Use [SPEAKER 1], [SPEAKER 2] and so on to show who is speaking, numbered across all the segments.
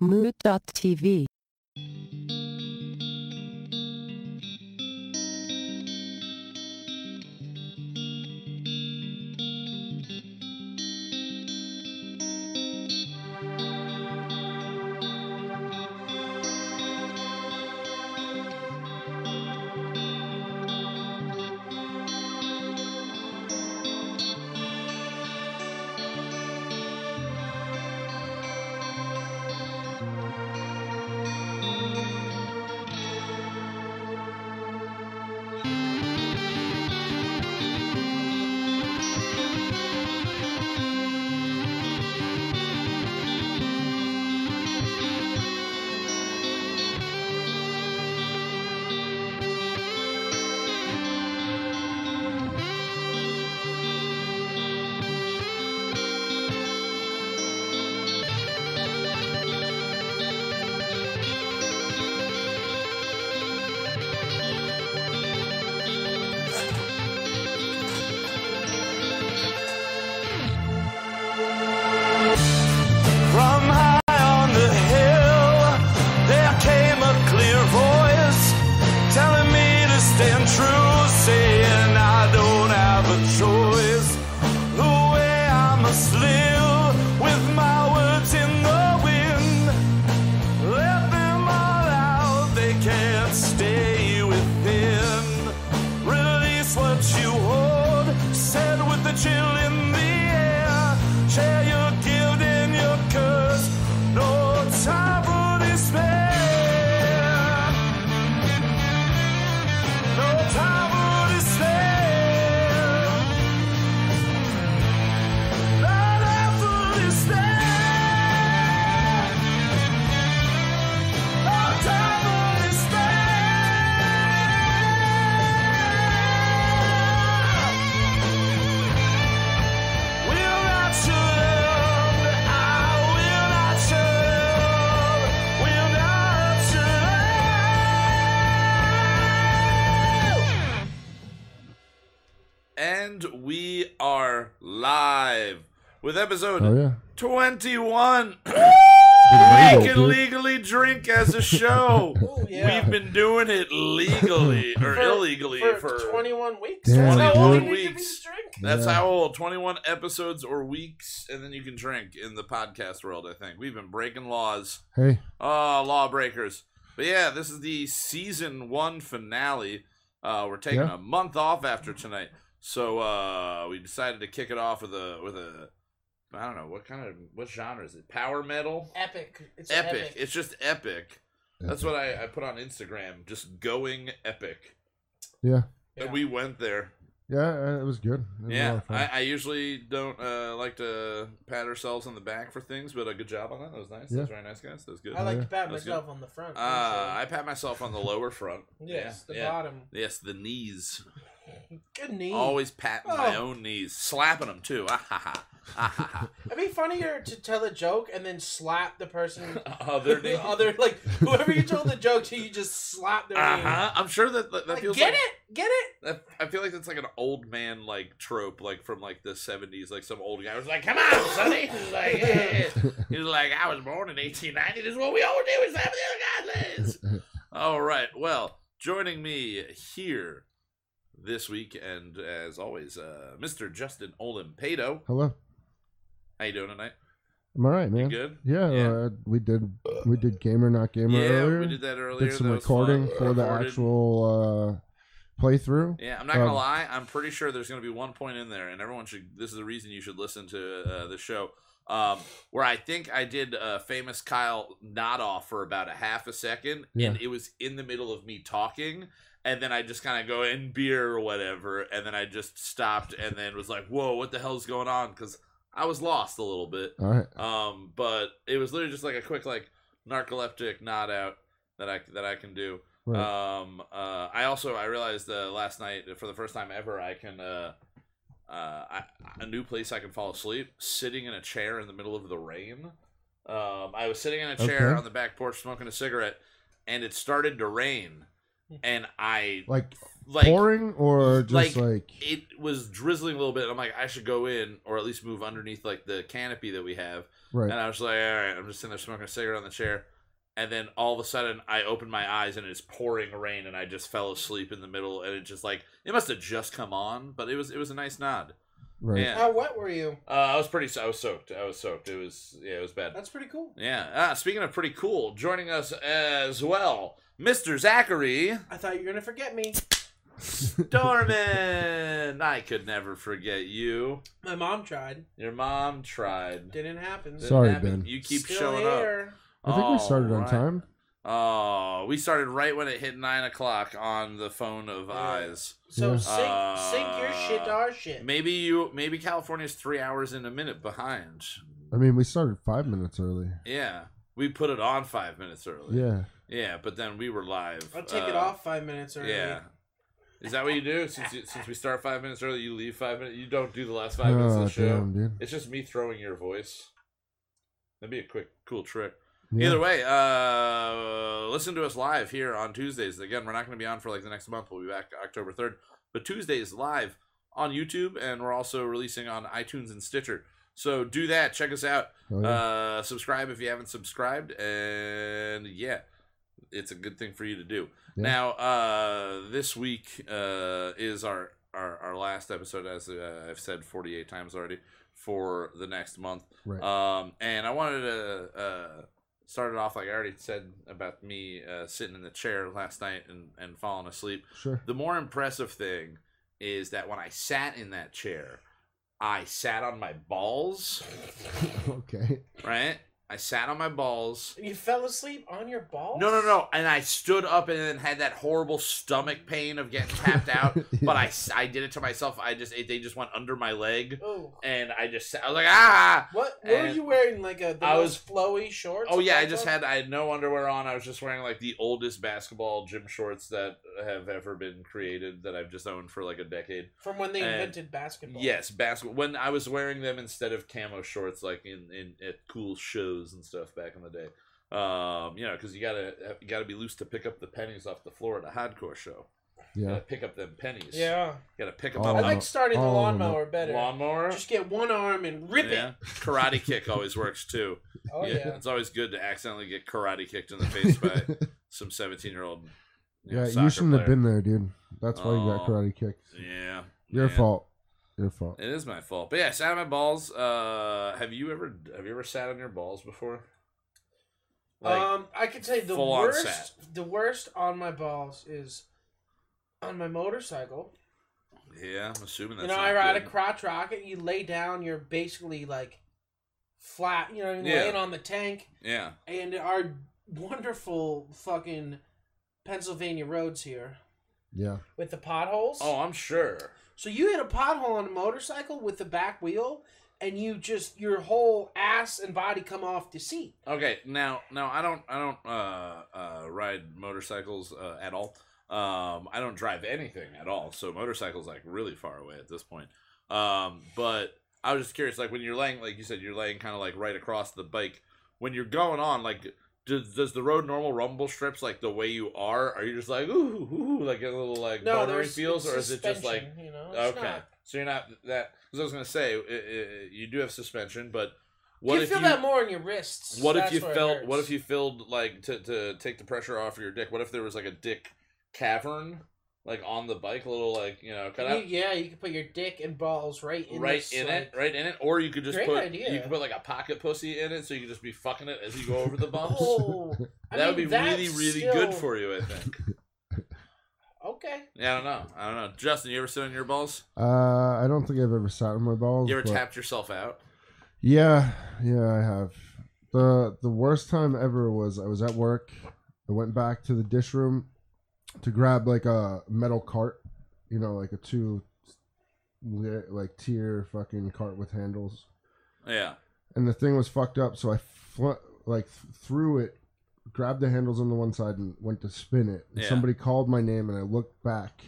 [SPEAKER 1] Mood.tv
[SPEAKER 2] From high on the hill, there came a clear voice telling me to stand true, saying I don't have a choice. The way I must live with my words in the wind. Let them all out, they can't stay within. Release what you hold, said with the chill in the air. Share your guilt and your curse, no time for despair. No time for despair. No time for despair. No time for despair. Will not show, I will not show, will not show.
[SPEAKER 3] And we are live with episode
[SPEAKER 4] Oh yeah.
[SPEAKER 3] 21.
[SPEAKER 4] Big
[SPEAKER 3] we
[SPEAKER 4] legal,
[SPEAKER 3] can
[SPEAKER 4] dude.
[SPEAKER 3] legally drink as a show. We've been doing it legally or illegally for,
[SPEAKER 5] for 21 weeks.
[SPEAKER 4] Damn.
[SPEAKER 5] That's how old
[SPEAKER 3] 21
[SPEAKER 5] you need to be
[SPEAKER 3] weeks.
[SPEAKER 5] to drink.
[SPEAKER 3] That's
[SPEAKER 4] Yeah.
[SPEAKER 3] how old 21 episodes or weeks, and then you can drink in the podcast world. I think we've been breaking laws.
[SPEAKER 4] Hey,
[SPEAKER 3] Oh, lawbreakers. But yeah, this is the season one finale. Uh, we're taking
[SPEAKER 4] Yeah.
[SPEAKER 3] a month off after tonight, so uh, we decided to kick it off with a with a I don't know what kind of what genre is it? Power metal,
[SPEAKER 5] Epic. It's
[SPEAKER 3] epic.
[SPEAKER 5] epic.
[SPEAKER 3] It's just epic. That's what I, I put on Instagram. Just going epic,
[SPEAKER 4] yeah,
[SPEAKER 3] and
[SPEAKER 5] Yeah.
[SPEAKER 3] we went there.
[SPEAKER 4] yeah, uh, it was good. It was a lot
[SPEAKER 3] yeah,
[SPEAKER 4] of fun.
[SPEAKER 3] I, I usually don't uh, like to pat ourselves on the back for things, but a good job on that. That was nice. That was very nice, guys. That was good.
[SPEAKER 5] I like to pat
[SPEAKER 3] That's
[SPEAKER 5] myself on the front.
[SPEAKER 3] Uh, I pat myself on the lower front.
[SPEAKER 5] yes,
[SPEAKER 3] yeah,
[SPEAKER 5] the
[SPEAKER 3] yeah.
[SPEAKER 5] bottom.
[SPEAKER 3] Yes, the knees.
[SPEAKER 5] Good knee.
[SPEAKER 3] Always patting my
[SPEAKER 5] Oh.
[SPEAKER 3] own knees, slapping them too. Ah ha ha. Ah, ha,
[SPEAKER 5] It'd be funnier to tell a joke and then slap the person.
[SPEAKER 3] ha. Other knee.
[SPEAKER 5] the other, like, whoever you told the joke to, you just slap their
[SPEAKER 3] Uh
[SPEAKER 5] knee.
[SPEAKER 3] huh. I'm sure that that, that
[SPEAKER 5] Like,
[SPEAKER 3] feels
[SPEAKER 5] get
[SPEAKER 3] like
[SPEAKER 5] it? Get it?
[SPEAKER 3] that, I feel like that's like an old man like trope, like from like the '70s. Like some old guy was like, "Come on, sonny." He's like, yeah. He's like, "I was born in 1890. This is what we all do. Is that what the other guy lives." All right. Well, joining me here this week, and as always, uh, Mr. Justin Olimpado.
[SPEAKER 4] Hello.
[SPEAKER 3] How you doing tonight?
[SPEAKER 4] I'm all right, man.
[SPEAKER 3] Good.
[SPEAKER 4] Yeah,
[SPEAKER 3] Yeah.
[SPEAKER 4] Uh, we did we did gamer not gamer
[SPEAKER 3] yeah,
[SPEAKER 4] earlier.
[SPEAKER 3] we did that earlier.
[SPEAKER 4] Did some
[SPEAKER 3] That was fun.
[SPEAKER 4] recording for the
[SPEAKER 3] Recorded.
[SPEAKER 4] actual uh, playthrough.
[SPEAKER 3] Yeah, I'm not gonna
[SPEAKER 4] um,
[SPEAKER 3] lie. I'm pretty sure there's gonna be one point in there, and everyone should. This is the reason you should listen to uh, the show, um, where I think I did uh, famous Kyle nod off for about a half a second,
[SPEAKER 4] Yeah.
[SPEAKER 3] and it was in the middle of me talking, and then I just kind of go in beer or whatever, and then I just stopped, and then was like, "Whoa, what the hell's going on?" Because I was lost a little bit.
[SPEAKER 4] All right.
[SPEAKER 3] Um, but it was literally just like a quick like narcoleptic nod out that I that I can do.
[SPEAKER 4] Right.
[SPEAKER 3] Um, uh, I also I realized uh, last night for the first time ever I can uh, uh, I, a new place I can fall asleep sitting in a chair in the middle of the rain. Um, I was sitting in a chair
[SPEAKER 4] Okay.
[SPEAKER 3] on the back porch smoking a cigarette, and it started to rain. and I
[SPEAKER 4] Like,
[SPEAKER 3] like
[SPEAKER 4] pouring or
[SPEAKER 3] like,
[SPEAKER 4] just like,
[SPEAKER 3] it was drizzling a little bit. And I'm like, I should go in or at least move underneath like the canopy that we have.
[SPEAKER 4] right?
[SPEAKER 3] And I was like, all right, I'm just sitting there smoking a cigarette on the chair. And then all of a sudden, I opened my eyes and it's pouring rain, and I just fell asleep in the middle. And it just like it must have just come on, but it was it was a nice nod.
[SPEAKER 4] right.
[SPEAKER 3] Yeah,
[SPEAKER 5] How wet were you?
[SPEAKER 3] uh, I was pretty. I was soaked. I was soaked. It was yeah, it was bad.
[SPEAKER 5] That's pretty cool.
[SPEAKER 3] Yeah. Ah, speaking of pretty cool, joining us as well, Mr. Zachary
[SPEAKER 5] I thought you were gonna forget me.
[SPEAKER 3] Dorman. I could never forget you.
[SPEAKER 5] My mom tried.
[SPEAKER 3] Your mom tried.
[SPEAKER 5] Didn't happen.
[SPEAKER 3] Didn't
[SPEAKER 4] Sorry,
[SPEAKER 3] happen.
[SPEAKER 4] Ben.
[SPEAKER 3] You keep
[SPEAKER 5] Still
[SPEAKER 3] showing up.
[SPEAKER 5] here.
[SPEAKER 4] I think we started on
[SPEAKER 3] Alright.
[SPEAKER 4] time.
[SPEAKER 3] Oh, we started right when it hit nine o'clock on the phone of
[SPEAKER 5] Yeah.
[SPEAKER 3] eyes.
[SPEAKER 5] So
[SPEAKER 4] Yeah.
[SPEAKER 5] sink, sink your
[SPEAKER 3] Uh,
[SPEAKER 5] shit to our shit.
[SPEAKER 3] Maybe you, maybe California's three hours and a minute behind.
[SPEAKER 4] I mean, we started five minutes early.
[SPEAKER 3] Yeah, we put it on five minutes early.
[SPEAKER 4] Yeah.
[SPEAKER 3] yeah, but then we were live.
[SPEAKER 5] I'll take it
[SPEAKER 3] Uh,
[SPEAKER 5] off five minutes early.
[SPEAKER 3] Yeah. Is that what you do? Since you, since we start five minutes early, you leave five minutes. You don't do the last five minutes of the
[SPEAKER 4] oh,
[SPEAKER 3] show.
[SPEAKER 4] damn, dude.
[SPEAKER 3] It's just me throwing your voice. That'd be a quick, cool trick.
[SPEAKER 4] Yeah.
[SPEAKER 3] Either way, uh, listen to us live here on Tuesdays. Again, we're not going to be on for like the next month. We'll be back October 3rd. But Tuesdays live on YouTube, and we're also releasing on iTunes and Stitcher. So do that. Check us out.
[SPEAKER 4] Oh, yeah.
[SPEAKER 3] Uh, subscribe if you haven't subscribed, and yeah, it's a good thing for you to do.
[SPEAKER 4] Yeah.
[SPEAKER 3] Now, uh, this week uh, is our, our our last episode, as uh, I've said forty eight times already, for the next month.
[SPEAKER 4] Right.
[SPEAKER 3] Um, and I wanted to uh, start it off like I already said about me uh, sitting in the chair last night and and falling asleep.
[SPEAKER 4] sure.
[SPEAKER 3] The more impressive thing is that when I sat in that chair, I sat on my balls
[SPEAKER 4] okay.
[SPEAKER 3] right? I sat on my balls.
[SPEAKER 5] You fell asleep on your balls?
[SPEAKER 3] No, no, no. And I stood up and then had that horrible stomach pain of getting tapped out. But I, s- I did it to myself. I just, it, they just went under my leg.
[SPEAKER 5] Oh.
[SPEAKER 3] And I just, sat- I was like, ah.
[SPEAKER 5] What were
[SPEAKER 3] And-
[SPEAKER 5] you wearing? Like a the
[SPEAKER 3] I
[SPEAKER 5] most
[SPEAKER 3] was-
[SPEAKER 5] flowy shorts?
[SPEAKER 3] Oh,
[SPEAKER 5] and
[SPEAKER 3] yeah. I
[SPEAKER 5] stuff
[SPEAKER 3] just
[SPEAKER 5] on?
[SPEAKER 3] had, I had no underwear on. I was just wearing like the oldest basketball gym shorts that have ever been created that I've just owned for like a decade.
[SPEAKER 5] from when they
[SPEAKER 3] and-
[SPEAKER 5] invented basketball.
[SPEAKER 3] Yes, basketball. When I was wearing them instead of camo shorts, like in, in at cool shows and stuff back in the day, um, you know, because you gotta you gotta be loose to pick up the pennies off the floor at a hardcore show. You
[SPEAKER 4] Yeah.
[SPEAKER 3] gotta pick up them pennies.
[SPEAKER 5] Yeah.
[SPEAKER 3] You gotta pick them
[SPEAKER 4] Oh,
[SPEAKER 5] I
[SPEAKER 3] up.
[SPEAKER 5] like starting the
[SPEAKER 4] Oh, no.
[SPEAKER 5] lawnmower better.
[SPEAKER 3] lawnmower.
[SPEAKER 5] Just get one arm and rip
[SPEAKER 3] yeah.
[SPEAKER 5] it.
[SPEAKER 3] Karate kick always works too.
[SPEAKER 5] Oh yeah.
[SPEAKER 3] it's always good to accidentally get karate kicked in the face by some seventeen year old.
[SPEAKER 4] yeah, you shouldn't have been there, dude. That's why you got
[SPEAKER 3] Oh.
[SPEAKER 4] karate kicked.
[SPEAKER 3] Yeah.
[SPEAKER 4] Your
[SPEAKER 3] man.
[SPEAKER 4] fault. Your fault.
[SPEAKER 3] It is my fault. But yeah, sat on my balls. Uh, have you ever have you ever sat on your balls before? Like,
[SPEAKER 5] um, I can tell you the
[SPEAKER 3] full on
[SPEAKER 5] worst.
[SPEAKER 3] sat.
[SPEAKER 5] The worst on my balls is on my motorcycle.
[SPEAKER 3] yeah, I'm assuming that's.
[SPEAKER 5] you know,
[SPEAKER 3] not
[SPEAKER 5] I ride
[SPEAKER 3] good.
[SPEAKER 5] a crotch rocket. You lay down. You're basically like flat. You know, what I mean?
[SPEAKER 3] Yeah.
[SPEAKER 5] laying on the tank.
[SPEAKER 3] Yeah,
[SPEAKER 5] And our wonderful fucking Pennsylvania roads here
[SPEAKER 4] Yeah.
[SPEAKER 5] with the potholes.
[SPEAKER 3] Oh, I'm sure.
[SPEAKER 5] So you hit a pothole on a motorcycle with the back wheel, and you just your whole ass and body come off the seat.
[SPEAKER 3] Okay, now now I don't I don't uh, uh, ride motorcycles uh, at all. Um, I don't drive anything at all, so motorcycles like really far away at this point. Um, but I was just curious, like when you're laying, like you said, you're laying kind of like right across the bike. When you're going on, like does does the road normal rumble strips like the way you are? Are you just like ooh, ooh, ooh like a little like
[SPEAKER 5] No,
[SPEAKER 3] bonery
[SPEAKER 5] there's
[SPEAKER 3] feels,
[SPEAKER 5] it's
[SPEAKER 3] or is it just like
[SPEAKER 5] suspension, you know? It's
[SPEAKER 3] Okay,
[SPEAKER 5] not-
[SPEAKER 3] so you're not that. Because I was gonna say i i you do have suspension, but what
[SPEAKER 5] you
[SPEAKER 3] if
[SPEAKER 5] feel
[SPEAKER 3] you
[SPEAKER 5] that more in your wrists.
[SPEAKER 3] what if
[SPEAKER 5] That's
[SPEAKER 3] you
[SPEAKER 5] where it
[SPEAKER 3] felt what
[SPEAKER 5] hurts.
[SPEAKER 3] if you filled like to to take the pressure off your dick? What if there was like a dick cavern like on the bike, a little like you know cut
[SPEAKER 5] You-
[SPEAKER 3] out
[SPEAKER 5] yeah, you can put your dick and balls right in
[SPEAKER 3] right
[SPEAKER 5] this,
[SPEAKER 3] in
[SPEAKER 5] like-
[SPEAKER 3] it, right in it, or you could just
[SPEAKER 5] Great
[SPEAKER 3] put
[SPEAKER 5] idea.
[SPEAKER 3] you could put like a pocket pussy in it, so you could just be fucking it as you go over the bumps.
[SPEAKER 5] Oh, I
[SPEAKER 3] that would be
[SPEAKER 5] mean,
[SPEAKER 3] really
[SPEAKER 5] that's
[SPEAKER 3] really good
[SPEAKER 5] still-
[SPEAKER 3] for you, I think.
[SPEAKER 5] Okay,
[SPEAKER 3] Yeah, I don't know, I don't know. Justin, you ever sit on your balls?
[SPEAKER 4] Uh, I don't think I've ever sat on my balls.
[SPEAKER 3] You ever
[SPEAKER 4] but-
[SPEAKER 3] tapped yourself out?
[SPEAKER 4] Yeah, yeah, I have. the The worst time ever was I was at work. I went back to the dish room to grab like a metal cart, you know, like a two like tier fucking cart with handles,
[SPEAKER 3] Yeah,
[SPEAKER 4] and the thing was fucked up. So I fl- like th- threw it, grabbed the handles on the one side, and went to spin it. And
[SPEAKER 3] Yeah.
[SPEAKER 4] Somebody called my name, and I looked back.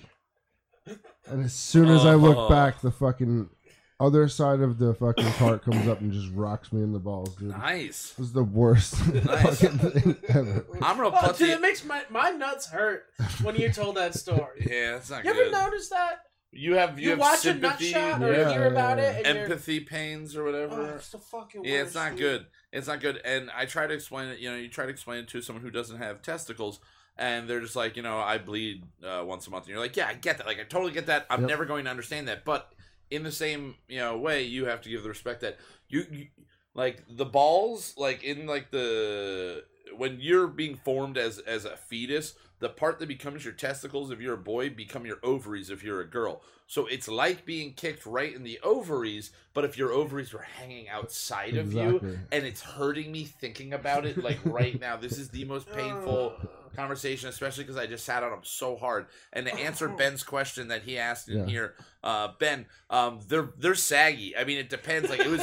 [SPEAKER 4] And as soon as I
[SPEAKER 3] Oh.
[SPEAKER 4] looked back, the fucking other side of the fucking cart comes up and just rocks me in the balls, dude.
[SPEAKER 3] Nice.
[SPEAKER 4] This is the worst
[SPEAKER 3] Nice.
[SPEAKER 4] fucking thing ever.
[SPEAKER 3] I'm real
[SPEAKER 5] Oh, dude,
[SPEAKER 3] pussy.
[SPEAKER 5] it makes my my nuts hurt when you told that story.
[SPEAKER 3] Yeah, that's not
[SPEAKER 5] You ever
[SPEAKER 3] good.
[SPEAKER 5] notice that?
[SPEAKER 3] you have you,
[SPEAKER 5] You,
[SPEAKER 3] have
[SPEAKER 5] watch
[SPEAKER 3] sympathy,
[SPEAKER 5] a nut shot or
[SPEAKER 4] Yeah,
[SPEAKER 5] hear about
[SPEAKER 4] yeah,
[SPEAKER 5] it, and you're,
[SPEAKER 3] empathy pains or
[SPEAKER 5] oh,
[SPEAKER 3] whatever.
[SPEAKER 5] it's the fucking
[SPEAKER 3] yeah, it's
[SPEAKER 5] worst,
[SPEAKER 3] not
[SPEAKER 5] dude.
[SPEAKER 3] good. It's not good. And I try to explain it. You know, you try to explain it to someone who doesn't have testicles, and they're just like, you know, I bleed uh, once a month, and you're like, yeah, I get that. Like, I totally get that. I'm
[SPEAKER 4] Yep.
[SPEAKER 3] never going to understand that, but in the same you know way, you have to give the respect that you, you like the balls, like in like the when you're being formed as as a fetus. The part that becomes your testicles if you're a boy become your ovaries if you're a girl. So it's like being kicked right in the ovaries, but if your ovaries were hanging outside of you,
[SPEAKER 4] Exactly.
[SPEAKER 3] and it's hurting me thinking about it like right now. This is the most painful conversation, especially because I just sat on them so hard. And to answer Ben's question that he asked in
[SPEAKER 4] Yeah.
[SPEAKER 3] here, uh, Ben, um, they're they're saggy. I mean, it depends. Like it was,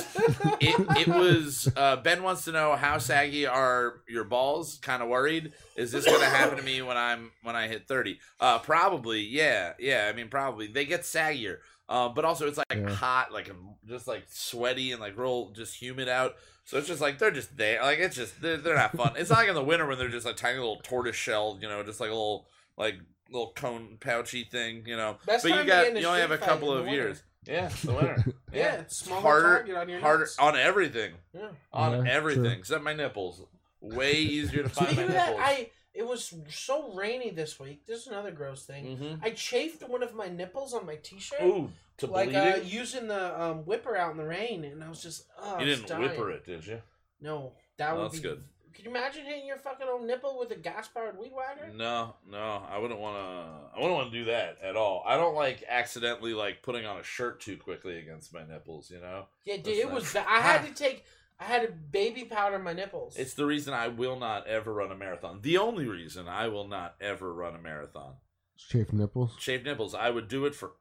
[SPEAKER 3] it, it was. Uh, ben wants to know how saggy are your balls. Kind of worried. Is this gonna happen to me when I'm when I hit thirty? Uh, probably. Yeah, yeah. I mean, probably they get saggier. Uh, but also, it's like
[SPEAKER 4] Yeah.
[SPEAKER 3] hot, like um, just like sweaty and like real just humid out. So it's just like they're just there. Like it's just they're, they're not fun. It's not like in the winter when they're just a tiny little tortoise shell, you know, just like a little like little cone pouchy thing, you know.
[SPEAKER 5] Best
[SPEAKER 3] but
[SPEAKER 5] time
[SPEAKER 3] you
[SPEAKER 5] to get
[SPEAKER 3] got
[SPEAKER 5] in a
[SPEAKER 3] you only have a
[SPEAKER 5] street fight
[SPEAKER 3] couple
[SPEAKER 5] in the
[SPEAKER 3] of
[SPEAKER 5] winter.
[SPEAKER 3] years. Yeah, it's the winter.
[SPEAKER 5] Yeah,
[SPEAKER 3] yeah,
[SPEAKER 5] smaller
[SPEAKER 3] harder-
[SPEAKER 5] target on your
[SPEAKER 3] harder
[SPEAKER 5] nuts.
[SPEAKER 3] on everything,
[SPEAKER 5] Yeah.
[SPEAKER 3] on
[SPEAKER 4] Yeah,
[SPEAKER 3] everything
[SPEAKER 4] true.
[SPEAKER 3] except my nipples. Way easier to find my
[SPEAKER 5] Speaking of that,
[SPEAKER 3] nipples.
[SPEAKER 5] I it was so rainy this week. This is another gross thing.
[SPEAKER 3] mm-hmm.
[SPEAKER 5] I chafed one of my nipples on my t-shirt,
[SPEAKER 3] Ooh, to
[SPEAKER 5] like uh,
[SPEAKER 3] bleeding.
[SPEAKER 5] using the um, whipper out in the rain, and I was just oh,
[SPEAKER 3] you didn't whipper it, did you?
[SPEAKER 5] No, that
[SPEAKER 3] Oh,
[SPEAKER 5] would
[SPEAKER 3] that's
[SPEAKER 5] be
[SPEAKER 3] good.
[SPEAKER 5] Could you imagine hitting your fucking own nipple with a gas-powered weed whacker?
[SPEAKER 3] No, no, I wouldn't want to. I wouldn't want to do that at all. I don't like accidentally like putting on a shirt too quickly against my nipples. You know,
[SPEAKER 5] Yeah, dude,
[SPEAKER 3] That's
[SPEAKER 5] it
[SPEAKER 3] not-
[SPEAKER 5] was. Ba- I
[SPEAKER 3] Ah.
[SPEAKER 5] had to take. I had to baby powder my nipples.
[SPEAKER 3] it's the reason I will not ever run a marathon. The only reason I will not ever run a marathon.
[SPEAKER 4] Chafed nipples.
[SPEAKER 3] Shaved nipples. I would do it for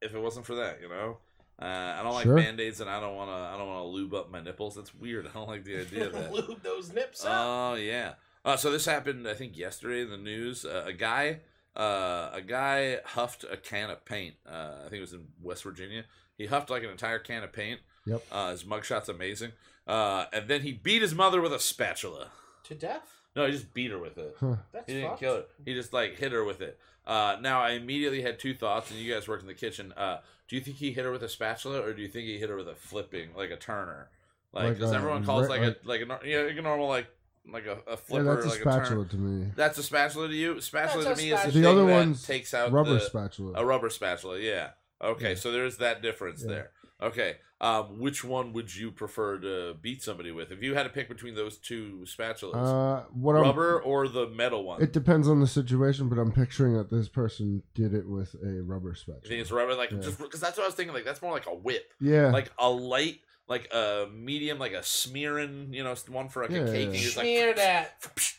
[SPEAKER 3] if it wasn't for that. You know, uh, I don't like
[SPEAKER 4] Sure.
[SPEAKER 3] band aids, and I don't want to. I don't want to lube up my nipples. That's weird. I don't like the idea of that.
[SPEAKER 5] lube those nips up.
[SPEAKER 3] Oh yeah. Uh, so this happened, I think, yesterday in the news. Uh, a guy, uh, a guy huffed a can of paint. Uh, I think it was in West Virginia. He huffed like an entire can of paint.
[SPEAKER 4] Yep.
[SPEAKER 3] Uh, his mugshot's amazing. Uh, and then he beat his mother with a spatula.
[SPEAKER 5] To death.
[SPEAKER 3] No, he just beat her with it.
[SPEAKER 4] Huh.
[SPEAKER 5] That's
[SPEAKER 3] Uh, He didn't
[SPEAKER 5] fucked.
[SPEAKER 3] kill her. He just like hit her with it. Uh, now I immediately had two thoughts, and you guys worked in the kitchen. Uh, do you think he hit her with a spatula, or do you think he hit her with a flipping, like a turner? Like,
[SPEAKER 4] Like
[SPEAKER 3] because
[SPEAKER 4] a
[SPEAKER 3] everyone calls
[SPEAKER 4] re-
[SPEAKER 3] like, a like a nor- yeah, like a normal like like a, a
[SPEAKER 4] Yeah,
[SPEAKER 3] flipper,
[SPEAKER 4] that's a
[SPEAKER 3] like a
[SPEAKER 4] spatula
[SPEAKER 3] turn.
[SPEAKER 4] to me.
[SPEAKER 3] That's a spatula to you. Spatula
[SPEAKER 5] That's
[SPEAKER 3] to
[SPEAKER 5] a
[SPEAKER 3] me is the,
[SPEAKER 5] spatula.
[SPEAKER 4] The
[SPEAKER 3] thing
[SPEAKER 4] other
[SPEAKER 3] that
[SPEAKER 4] one's
[SPEAKER 3] takes out
[SPEAKER 4] Rubber
[SPEAKER 3] the,
[SPEAKER 4] spatula.
[SPEAKER 3] a rubber spatula. Yeah. Okay,
[SPEAKER 4] Yeah.
[SPEAKER 3] so there's that difference
[SPEAKER 4] Yeah.
[SPEAKER 3] there. Okay, um, which one would you prefer to beat somebody with? If you had to pick between those two spatulas,
[SPEAKER 4] Uh, what
[SPEAKER 3] rubber or the metal
[SPEAKER 4] I'm,
[SPEAKER 3] one?
[SPEAKER 4] it depends on the situation, but I'm picturing that this person did it with a rubber
[SPEAKER 3] You think
[SPEAKER 4] spatula.
[SPEAKER 3] it's rubber? Like
[SPEAKER 4] Yeah.
[SPEAKER 3] just because that's what I was thinking. Like that's more like a whip,
[SPEAKER 4] Yeah,
[SPEAKER 3] like a light, like a medium, like a smearing. You know, one for like
[SPEAKER 4] Yeah,
[SPEAKER 3] a
[SPEAKER 4] yeah,
[SPEAKER 3] caking.
[SPEAKER 4] yeah.
[SPEAKER 3] It's like,
[SPEAKER 5] Smear that.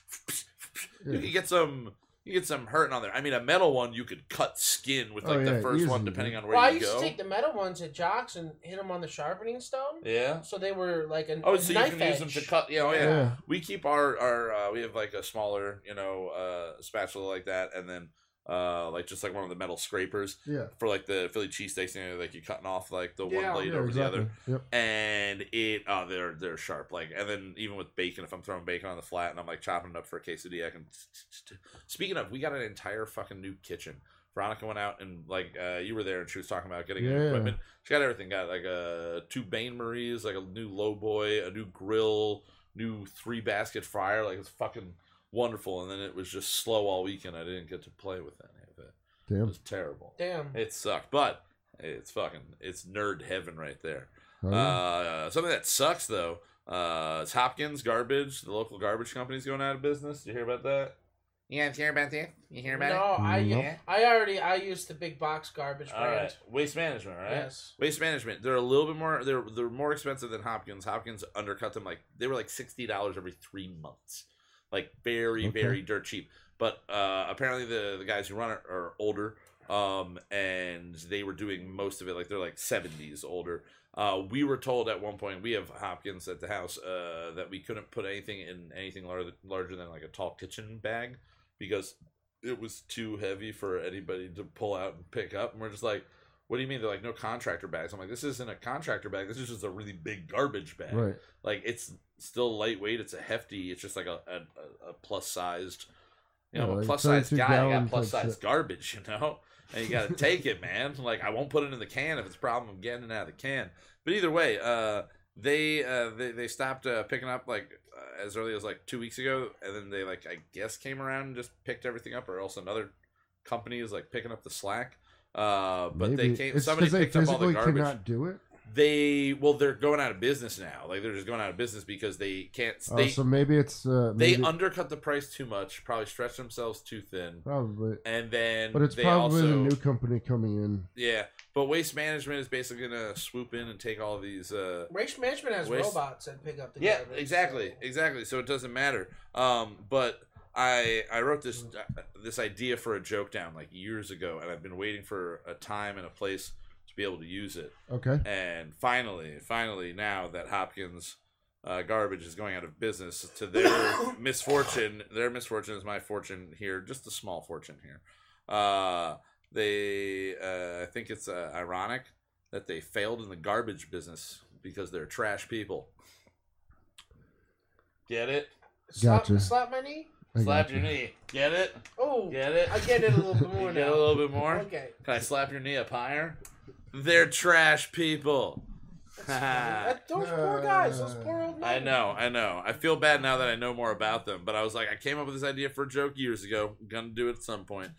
[SPEAKER 3] You
[SPEAKER 4] Yeah.
[SPEAKER 3] could get some. You get some hurting on there. I mean, a metal one you could cut skin with
[SPEAKER 4] Oh,
[SPEAKER 3] like the
[SPEAKER 4] yeah,
[SPEAKER 3] first one,
[SPEAKER 4] easily,
[SPEAKER 3] depending on where
[SPEAKER 5] Well, I
[SPEAKER 3] you
[SPEAKER 5] used
[SPEAKER 3] go.
[SPEAKER 5] to take the metal ones at jocks and hit them on the sharpening stone,
[SPEAKER 3] yeah.
[SPEAKER 5] so they were like an
[SPEAKER 3] Oh,
[SPEAKER 5] a
[SPEAKER 3] so you
[SPEAKER 5] knife
[SPEAKER 3] can use
[SPEAKER 5] edge.
[SPEAKER 3] them to cut. Yeah, oh, yeah.
[SPEAKER 4] yeah.
[SPEAKER 3] We keep our our uh, we have like a smaller you know uh, spatula like that, and then uh, like just like one of the metal scrapers
[SPEAKER 4] yeah.
[SPEAKER 3] for like the Philly cheesesteaks. You know, like you cutting off like the one
[SPEAKER 5] Yeah.
[SPEAKER 3] blade
[SPEAKER 4] yeah,
[SPEAKER 3] over the
[SPEAKER 4] exactly.
[SPEAKER 3] other.
[SPEAKER 4] Yep.
[SPEAKER 3] and it oh they're they're sharp like and then even with bacon if I'm throwing bacon on the flat and I'm like chopping it up for a quesadilla I can speaking of we got an entire fucking new kitchen Veronica went out and like uh, you were there and she was talking about getting new
[SPEAKER 4] Yeah.
[SPEAKER 3] equipment she got everything got like uh, two Bain Maries like a new low boy a new grill new three basket fryer like it's fucking wonderful and then it was just slow all weekend I didn't get to play with any of it it
[SPEAKER 4] Damn.
[SPEAKER 3] was terrible
[SPEAKER 5] Damn.
[SPEAKER 3] it sucked but it's fucking it's nerd heaven right there
[SPEAKER 4] Oh, yeah.
[SPEAKER 3] uh, something that sucks though. Uh, it's Hopkins Garbage. The local garbage company's going out of business. You hear about that? You guys hear about that? You hear
[SPEAKER 5] no, Oh, I
[SPEAKER 4] Nope.
[SPEAKER 5] I already I used the big box garbage
[SPEAKER 3] All
[SPEAKER 5] brand.
[SPEAKER 3] right. Waste management, all right?
[SPEAKER 5] Yes.
[SPEAKER 3] Waste management. They're a little bit more. They're they're more expensive than Hopkins. Hopkins undercut them like they were like sixty dollars every three months, like very
[SPEAKER 4] Okay.
[SPEAKER 3] very dirt cheap. But uh, apparently the the guys who run it are older, um, and they were doing most of it like they're like seventies older. Uh, we were told at one point we have Hopkins at the house uh, that we couldn't put anything in anything larger larger than like a tall kitchen bag because it was too heavy for anybody to pull out and pick up. And we're just like, what do you mean? They're like, no contractor bags. I'm like, this isn't a contractor bag. This is just a really big garbage bag.
[SPEAKER 4] Right.
[SPEAKER 3] Like it's still lightweight. It's a hefty. It's just like a a, a plus sized. You know,
[SPEAKER 4] Yeah,
[SPEAKER 3] I'm a
[SPEAKER 4] like
[SPEAKER 3] plus sized
[SPEAKER 4] 32
[SPEAKER 3] guy. I
[SPEAKER 4] gallon
[SPEAKER 3] got plus
[SPEAKER 4] type
[SPEAKER 3] sized
[SPEAKER 4] shit.
[SPEAKER 3] garbage. You know, and you got to take it, man. Like I won't put it in the can if it's a problem of getting it out of the can. But either way, uh, they uh, they they stopped uh, picking up like uh, as early as like two weeks ago, and then they like I guess came around and just picked everything up, or else another company is like picking up the slack. Uh, but
[SPEAKER 4] Maybe.
[SPEAKER 3] they came.
[SPEAKER 4] It's 'cause
[SPEAKER 3] somebody
[SPEAKER 4] they
[SPEAKER 3] picked up all the
[SPEAKER 4] physically
[SPEAKER 3] garbage
[SPEAKER 4] cannot do it.
[SPEAKER 3] they well they're going out of business now like they're just going out of business because they can't
[SPEAKER 4] Oh,
[SPEAKER 3] they
[SPEAKER 4] so maybe it's uh,
[SPEAKER 3] they
[SPEAKER 4] maybe-
[SPEAKER 3] undercut the price too much probably stretched themselves too thin
[SPEAKER 4] probably,
[SPEAKER 3] and then
[SPEAKER 4] but it's
[SPEAKER 3] they
[SPEAKER 4] probably
[SPEAKER 3] also
[SPEAKER 4] the new company coming in.
[SPEAKER 3] yeah but waste management is basically gonna swoop in and take all these uh
[SPEAKER 5] Waste management has
[SPEAKER 3] Waste-
[SPEAKER 5] robots that pick up the
[SPEAKER 3] yeah
[SPEAKER 5] garbage,
[SPEAKER 3] exactly
[SPEAKER 5] so-
[SPEAKER 3] exactly so it doesn't matter um but i i wrote this uh, this idea for a joke down like years ago and i've been waiting for a time and a place to be able to use it
[SPEAKER 4] Okay.
[SPEAKER 3] And finally, finally, now that Hopkins uh, garbage is going out of business, to their misfortune, their misfortune is my fortune here, just a small fortune here. Uh, they, uh, I think it's uh, ironic that they failed in the garbage business because they're trash people. Get it?
[SPEAKER 5] Slap,
[SPEAKER 4] Gotcha.
[SPEAKER 5] slap my knee.
[SPEAKER 4] I
[SPEAKER 3] Slap
[SPEAKER 4] got
[SPEAKER 3] your
[SPEAKER 4] you.
[SPEAKER 3] knee. Get it?
[SPEAKER 5] Oh,
[SPEAKER 3] Get it?
[SPEAKER 5] I get it a little bit more
[SPEAKER 3] You get a
[SPEAKER 5] now.
[SPEAKER 3] little bit more?
[SPEAKER 5] Okay.
[SPEAKER 3] Can I slap your knee up higher? They're trash people.
[SPEAKER 5] That- those poor guys, those poor old men.
[SPEAKER 3] I know, I know. I feel bad now that I know more about them, but I was like, I came up with this idea for a joke years ago. Gonna do it at some point.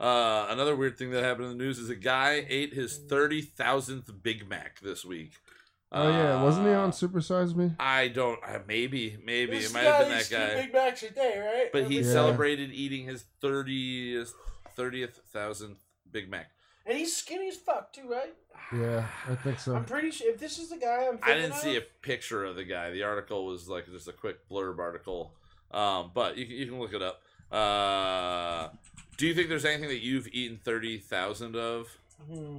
[SPEAKER 3] Uh, another weird thing that happened in the news is a guy ate his thirty thousandth Big Mac this week.
[SPEAKER 4] Oh yeah, wasn't he on
[SPEAKER 3] Uh,
[SPEAKER 4] Supersize Me?
[SPEAKER 3] I don't. Uh, maybe, maybe
[SPEAKER 5] This
[SPEAKER 3] it might have been
[SPEAKER 5] guy eats
[SPEAKER 3] that guy.
[SPEAKER 5] two Big Macs a day, right?
[SPEAKER 3] but he
[SPEAKER 4] Yeah.
[SPEAKER 3] celebrated eating his thirtieth, thirtieth thousandth Big Mac.
[SPEAKER 5] and he's skinny as fuck too, right?
[SPEAKER 4] Yeah, I think so.
[SPEAKER 5] I'm pretty sure if this is the guy I'm.
[SPEAKER 3] I
[SPEAKER 5] Thinking
[SPEAKER 3] didn't see
[SPEAKER 5] of,
[SPEAKER 3] a picture of the guy. The article was like just a quick blurb article, um, but you can, you can look it up. Uh, do you think there's anything that you've eaten thirty thousand of?
[SPEAKER 5] Hmm.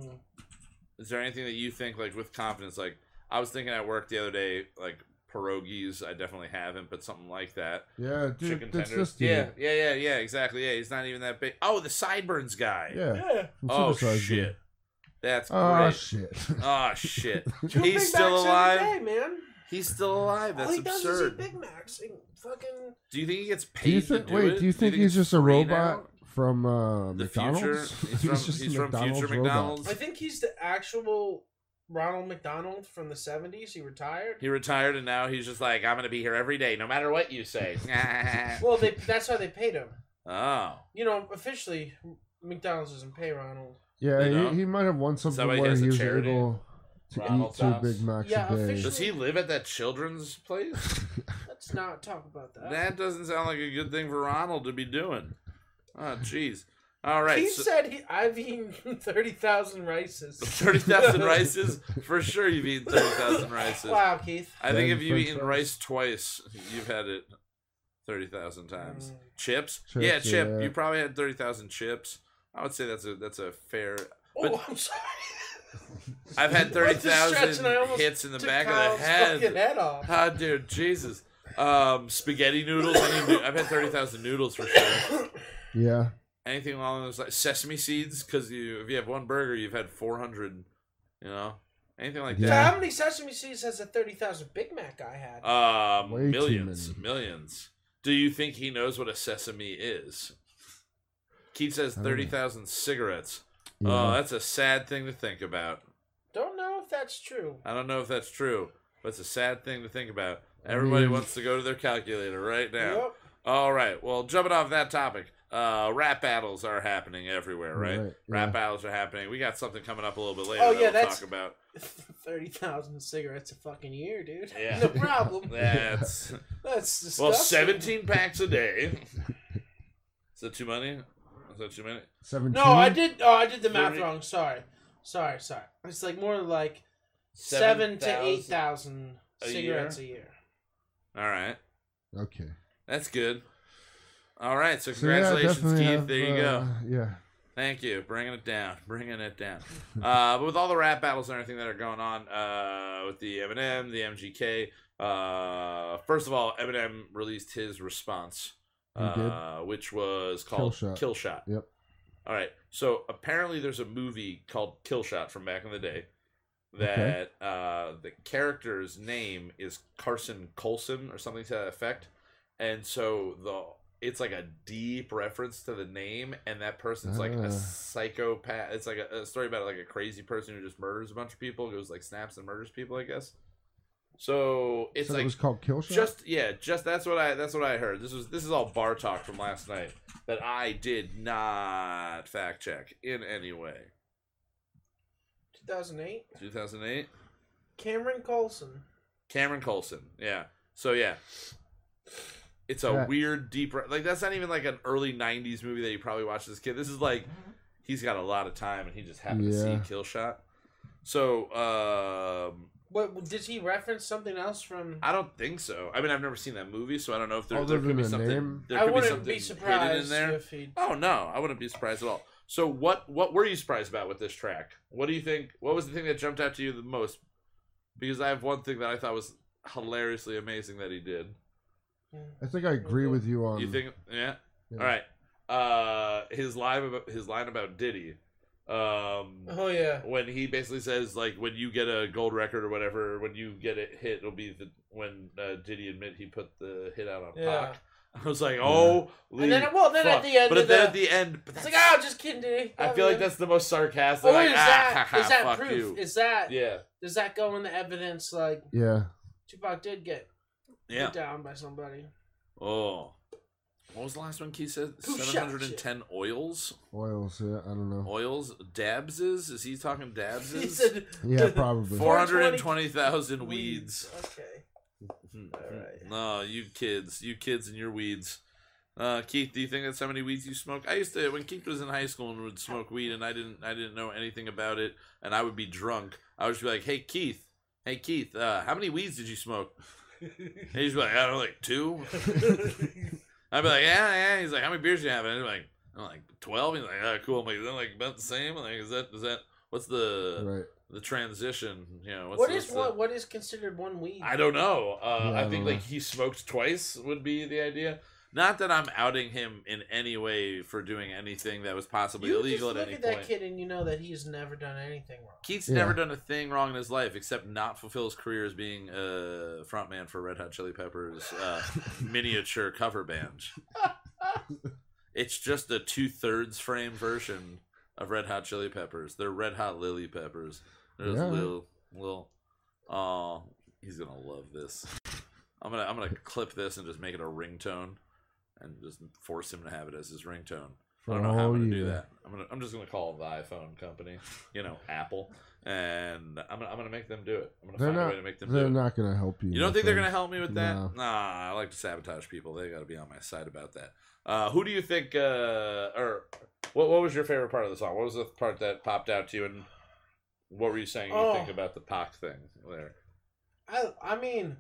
[SPEAKER 3] Is there anything that you think like with confidence? Like I was thinking at work the other day, like pierogies. I definitely haven't, but something like that.
[SPEAKER 4] yeah, dude,
[SPEAKER 3] Chicken
[SPEAKER 4] it's
[SPEAKER 3] tenders.
[SPEAKER 4] this dude.
[SPEAKER 3] Yeah, yeah, yeah, yeah. Exactly. Yeah, he's not even that big. Oh, the sideburns guy.
[SPEAKER 4] yeah.
[SPEAKER 5] Yeah.
[SPEAKER 4] from
[SPEAKER 3] Oh
[SPEAKER 4] Supersize Me.
[SPEAKER 3] shit. That's great.
[SPEAKER 4] Oh shit.
[SPEAKER 3] oh shit.
[SPEAKER 5] Two Big
[SPEAKER 3] He's still
[SPEAKER 5] Macs
[SPEAKER 3] alive.
[SPEAKER 5] every day, man.
[SPEAKER 3] He's still alive.
[SPEAKER 5] All
[SPEAKER 3] That's
[SPEAKER 5] he does is eat
[SPEAKER 3] absurd.
[SPEAKER 5] Big Macs and fucking.
[SPEAKER 3] Do you think he gets paid?
[SPEAKER 4] do you
[SPEAKER 3] to
[SPEAKER 4] think?
[SPEAKER 3] do
[SPEAKER 4] Wait,
[SPEAKER 3] it?
[SPEAKER 4] do you think he's
[SPEAKER 3] it's
[SPEAKER 4] just a
[SPEAKER 3] free
[SPEAKER 4] robot
[SPEAKER 3] now?
[SPEAKER 4] from uh,
[SPEAKER 3] The
[SPEAKER 4] McDonald's?
[SPEAKER 3] future. He's from, he's
[SPEAKER 4] just a
[SPEAKER 3] from future
[SPEAKER 4] robot.
[SPEAKER 3] McDonald's.
[SPEAKER 5] I think he's the actual Ronald McDonald from the '70s. He retired.
[SPEAKER 3] He retired and now he's just like, I'm gonna be here every day, no matter what you say.
[SPEAKER 5] Well, they, that's how they paid him.
[SPEAKER 3] oh,
[SPEAKER 5] You know, officially, McDonald's doesn't pay Ronald.
[SPEAKER 4] Yeah,
[SPEAKER 3] You know?
[SPEAKER 4] he, he might have won something
[SPEAKER 3] Somebody
[SPEAKER 4] where
[SPEAKER 3] has
[SPEAKER 4] he
[SPEAKER 3] a
[SPEAKER 4] was
[SPEAKER 3] charity.
[SPEAKER 4] able to
[SPEAKER 3] Ronald
[SPEAKER 4] eat two
[SPEAKER 3] Tops.
[SPEAKER 4] Big Macs
[SPEAKER 5] Yeah,
[SPEAKER 4] a day.
[SPEAKER 5] officially-
[SPEAKER 3] does he live at that children's place?
[SPEAKER 5] Let's not talk about that.
[SPEAKER 3] that doesn't sound like a good thing for Ronald to be doing. Oh, jeez. All right,
[SPEAKER 5] he
[SPEAKER 3] so
[SPEAKER 5] said he, I've eaten thirty thousand rices.
[SPEAKER 3] thirty thousand rices for sure. You've eaten thirty thousand rices.
[SPEAKER 5] Wow, Keith.
[SPEAKER 3] I think
[SPEAKER 4] Then
[SPEAKER 3] if you've
[SPEAKER 4] french
[SPEAKER 3] eaten
[SPEAKER 4] fries.
[SPEAKER 3] rice twice, you've had it thirty thousand times.
[SPEAKER 5] Mm.
[SPEAKER 3] Chips?
[SPEAKER 4] Chips,
[SPEAKER 3] yeah, chip.
[SPEAKER 4] yeah.
[SPEAKER 3] You probably had thirty thousand chips. I would say that's a that's a fair. But-
[SPEAKER 5] oh, I'm sorry.
[SPEAKER 3] I've had
[SPEAKER 5] I
[SPEAKER 3] thirty
[SPEAKER 5] was just
[SPEAKER 3] thousand
[SPEAKER 5] stretching, I almost
[SPEAKER 3] hits in the
[SPEAKER 5] Took
[SPEAKER 3] back of
[SPEAKER 5] Kyle's
[SPEAKER 3] the head.
[SPEAKER 5] fucking head off.
[SPEAKER 3] Ah, dude, Jesus. Um, spaghetti noodles. Any noo- I've had thirty thousand noodles for sure.
[SPEAKER 4] Yeah,
[SPEAKER 3] Anything along those lines. Sesame seeds, because you if you have one burger, you've had four hundred. You know, anything like
[SPEAKER 5] So
[SPEAKER 4] Yeah.
[SPEAKER 5] how many sesame seeds has a thirty thousand Big Mac guy had?
[SPEAKER 3] that. Um,
[SPEAKER 4] Way too
[SPEAKER 3] millions,
[SPEAKER 4] many.
[SPEAKER 3] millions. Do you think he knows what a sesame is? Keith says
[SPEAKER 4] I don't know.
[SPEAKER 3] thirty thousand cigarettes.
[SPEAKER 4] yeah.
[SPEAKER 3] Oh, that's a sad thing to think about.
[SPEAKER 5] Don't know if that's true.
[SPEAKER 3] I don't know if that's true, but it's a sad thing to think about. Everybody
[SPEAKER 4] mean-
[SPEAKER 3] wants to go to their calculator right now.
[SPEAKER 5] Yep.
[SPEAKER 3] All right. Well, jumping off that topic, uh, rap battles are happening everywhere, right?
[SPEAKER 4] Right,
[SPEAKER 3] Rap
[SPEAKER 4] yeah.
[SPEAKER 3] battles are happening. We got something coming up a little bit later
[SPEAKER 5] Oh,
[SPEAKER 3] that
[SPEAKER 5] yeah,
[SPEAKER 3] we'll
[SPEAKER 5] that's-
[SPEAKER 3] talk about.
[SPEAKER 5] Thirty thousand cigarettes a fucking year, dude.
[SPEAKER 3] Yeah.
[SPEAKER 5] No problem.
[SPEAKER 3] That's
[SPEAKER 5] That's disgusting.
[SPEAKER 3] well, seventeen packs a day. Is that too many? Is that too many?
[SPEAKER 4] seventeen.
[SPEAKER 5] No, I did. Oh, I did the math
[SPEAKER 3] Thirty-
[SPEAKER 5] wrong. Sorry, sorry, sorry. It's like more like seven, to eight thousand
[SPEAKER 3] a
[SPEAKER 5] cigarettes a year.
[SPEAKER 3] All right,
[SPEAKER 4] Okay.
[SPEAKER 3] that's good. All right, so
[SPEAKER 4] So, yeah, I
[SPEAKER 3] congratulations,
[SPEAKER 4] definitely
[SPEAKER 3] Keith.
[SPEAKER 4] have,
[SPEAKER 3] there you
[SPEAKER 4] uh,
[SPEAKER 3] go.
[SPEAKER 4] Yeah.
[SPEAKER 3] Thank you, bringing it down, bringing it down. uh, but with all the rap battles and everything that are going on uh, with the Eminem, the MGK. Uh, first of all, Eminem released his response,
[SPEAKER 4] He did.
[SPEAKER 3] uh, which was called Kill
[SPEAKER 4] Shot.
[SPEAKER 3] Shot.
[SPEAKER 4] Yep.
[SPEAKER 3] All right. So apparently, there's a movie called Kill Shot from back in the day that
[SPEAKER 4] Okay.
[SPEAKER 3] uh, the character's name is Carson Colson or something to that effect, and so the it's like a deep reference to the name, and that person's like
[SPEAKER 4] Ah.
[SPEAKER 3] a psychopath. It's like a, a story about like a crazy person who just murders a bunch of people, goes like snaps and murders people, I guess. So it's
[SPEAKER 4] so
[SPEAKER 3] like
[SPEAKER 4] it was called Kill Shot.
[SPEAKER 3] just yeah, just that's what I that's what I heard. This was this is all bar talk from last night that I did not fact check in any way.
[SPEAKER 5] 2008.
[SPEAKER 3] 2008,
[SPEAKER 5] Cameron Colson.
[SPEAKER 3] Cameron Colson. Yeah. So yeah. It's a
[SPEAKER 4] Yeah.
[SPEAKER 3] weird deep re- like that's not even like an early 90s movie that you probably watched as a kid. This is like he's got a lot of time and he just happened
[SPEAKER 4] Yeah.
[SPEAKER 3] to see Kill Shot. So um
[SPEAKER 5] What did he reference something else from?
[SPEAKER 3] I don't think so. I mean, I've never seen that movie, so I don't know if there, there
[SPEAKER 4] Other
[SPEAKER 3] could
[SPEAKER 4] than
[SPEAKER 3] be
[SPEAKER 4] the
[SPEAKER 3] something.
[SPEAKER 4] name?
[SPEAKER 3] There
[SPEAKER 5] I
[SPEAKER 3] could
[SPEAKER 5] wouldn't
[SPEAKER 3] something
[SPEAKER 5] be
[SPEAKER 3] hidden in
[SPEAKER 5] surprised
[SPEAKER 3] there.
[SPEAKER 5] if he.
[SPEAKER 3] Oh no, I wouldn't be surprised at all. So what what were you surprised about with this track? What do you think what was the thing that jumped out to you the most? Because I have one thing that I thought was hilariously amazing that he did.
[SPEAKER 4] I think I agree with you on.
[SPEAKER 3] you think Um, yeah?
[SPEAKER 4] yeah.
[SPEAKER 3] All right. Uh his line about his line about Diddy. Um
[SPEAKER 5] Oh yeah.
[SPEAKER 3] when he basically says like when you get a gold record or whatever, when you get it hit, it'll be the when uh, Diddy admit he put the hit out on
[SPEAKER 5] Yeah.
[SPEAKER 3] Pac. I was like, oh,
[SPEAKER 5] And then well, then at the end
[SPEAKER 3] but
[SPEAKER 5] of
[SPEAKER 3] then
[SPEAKER 5] the,
[SPEAKER 3] at the end, but
[SPEAKER 5] it's
[SPEAKER 3] that's,
[SPEAKER 5] like oh, just kidding. Diddy.
[SPEAKER 3] I
[SPEAKER 5] Oh,
[SPEAKER 3] feel like
[SPEAKER 5] yeah.
[SPEAKER 3] that's the most sarcastic.
[SPEAKER 5] Or
[SPEAKER 3] like,
[SPEAKER 5] is
[SPEAKER 3] ah,
[SPEAKER 5] that
[SPEAKER 3] ha, ha,
[SPEAKER 5] is that
[SPEAKER 3] fuck
[SPEAKER 5] proof?
[SPEAKER 3] you.
[SPEAKER 5] Is that
[SPEAKER 3] yeah,
[SPEAKER 5] does that go in the evidence? Like
[SPEAKER 4] Yeah.
[SPEAKER 5] Tupac did get
[SPEAKER 3] yeah.
[SPEAKER 5] put down by somebody.
[SPEAKER 3] Oh, what was the last one? Keith said
[SPEAKER 5] Who shot
[SPEAKER 3] seven hundred and ten oils.
[SPEAKER 4] Oils. Yeah. I don't know.
[SPEAKER 3] Oils. Dabs is is he talking dabs?
[SPEAKER 5] he said
[SPEAKER 4] Yeah, probably.
[SPEAKER 3] four hundred and twenty thousand weeds.
[SPEAKER 5] Okay.
[SPEAKER 3] Mhm.
[SPEAKER 5] Alright.
[SPEAKER 3] No, you kids, you kids and your weeds. Uh, Keith, do you think that's how many weeds you smoke? I used to when Keith was in high school and would smoke weed, and I didn't, I didn't know anything about it, and I would be drunk. I would just be like, "Hey Keith, hey Keith, uh, how many weeds did you smoke?" And he's like, "I don't know, like two. I'd be like, "Yeah, yeah." He's like, "How many beers do you have?" And I'm like, "I'm like twelve. He's like, "Ah, cool." I'm like, "Is that like about the same?" I'm like, "Is that, is that what's the
[SPEAKER 4] Right.
[SPEAKER 3] the transition? You know, what's
[SPEAKER 5] What
[SPEAKER 3] the-
[SPEAKER 5] is
[SPEAKER 3] what's the-
[SPEAKER 5] what? What is considered one weed?
[SPEAKER 3] I don't know. Uh,
[SPEAKER 4] Yeah, I
[SPEAKER 3] I think
[SPEAKER 4] don't
[SPEAKER 3] like
[SPEAKER 4] know.
[SPEAKER 3] he smoked twice would be the idea. Not that I'm outing him in any way for doing anything that was possibly
[SPEAKER 5] You
[SPEAKER 3] illegal at
[SPEAKER 5] just look
[SPEAKER 3] any
[SPEAKER 5] at that
[SPEAKER 3] point.
[SPEAKER 5] kid and you know that he's never done anything wrong.
[SPEAKER 3] Keith's
[SPEAKER 4] Yeah.
[SPEAKER 3] never done a thing wrong in his life except not fulfill his career as being a frontman for Red Hot Chili Peppers uh, miniature cover band. it's just a two thirds frame version of Red Hot Chili Peppers. They're Red Hot Lily Peppers. There's
[SPEAKER 4] Yeah.
[SPEAKER 3] Lil, Lil. Oh, he's gonna love this. I'm gonna I'm gonna clip this and just make it a ringtone, and just force him to have it as his ringtone. I don't know how I'm gonna
[SPEAKER 4] Oh,
[SPEAKER 3] do that. I'm gonna I'm just gonna call the iPhone company, you know, Apple, and I'm gonna I'm gonna make them do it. I'm gonna
[SPEAKER 4] They're
[SPEAKER 3] find a
[SPEAKER 4] not.
[SPEAKER 3] way to make them do
[SPEAKER 4] They're
[SPEAKER 3] it.
[SPEAKER 4] not gonna help you.
[SPEAKER 3] you don't
[SPEAKER 4] my
[SPEAKER 3] think they're
[SPEAKER 4] friend.
[SPEAKER 3] gonna help me with that?
[SPEAKER 4] No.
[SPEAKER 3] Nah, I like to sabotage people. They got to be on my side about that. Uh, who do you think? Uh, or what? What was your favorite part of the song? What was the part that popped out to you? And what were you saying? You
[SPEAKER 5] Oh.
[SPEAKER 3] think about the Pac thing there?
[SPEAKER 5] I I mean,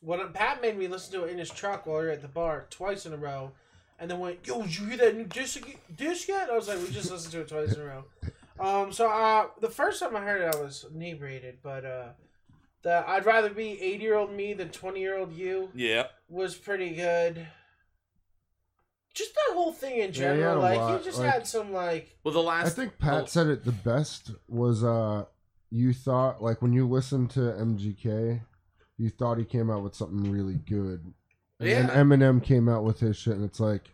[SPEAKER 5] when Pat made me listen to it in his truck while we were at the bar twice in a row, and then went, "Yo, did you hear that new disc disc yet?" I was like, "We just listened to it twice in a row." Um, so uh, the first time I heard it, I was inebriated, but uh, the "I'd rather be eighty year old me than twenty year old you"
[SPEAKER 3] Yeah.
[SPEAKER 5] was pretty good. Just that whole thing in
[SPEAKER 4] he had
[SPEAKER 5] general,
[SPEAKER 4] a
[SPEAKER 5] like
[SPEAKER 4] lot,
[SPEAKER 5] he just
[SPEAKER 4] like-
[SPEAKER 5] had some like
[SPEAKER 3] Well, the
[SPEAKER 4] I
[SPEAKER 3] last. oh,
[SPEAKER 4] think Pat
[SPEAKER 3] the-
[SPEAKER 4] said it the best was uh you thought like when you listened to MGK, you thought he came out with something really good. And
[SPEAKER 3] Yeah.
[SPEAKER 4] then Eminem came out with his shit and it's like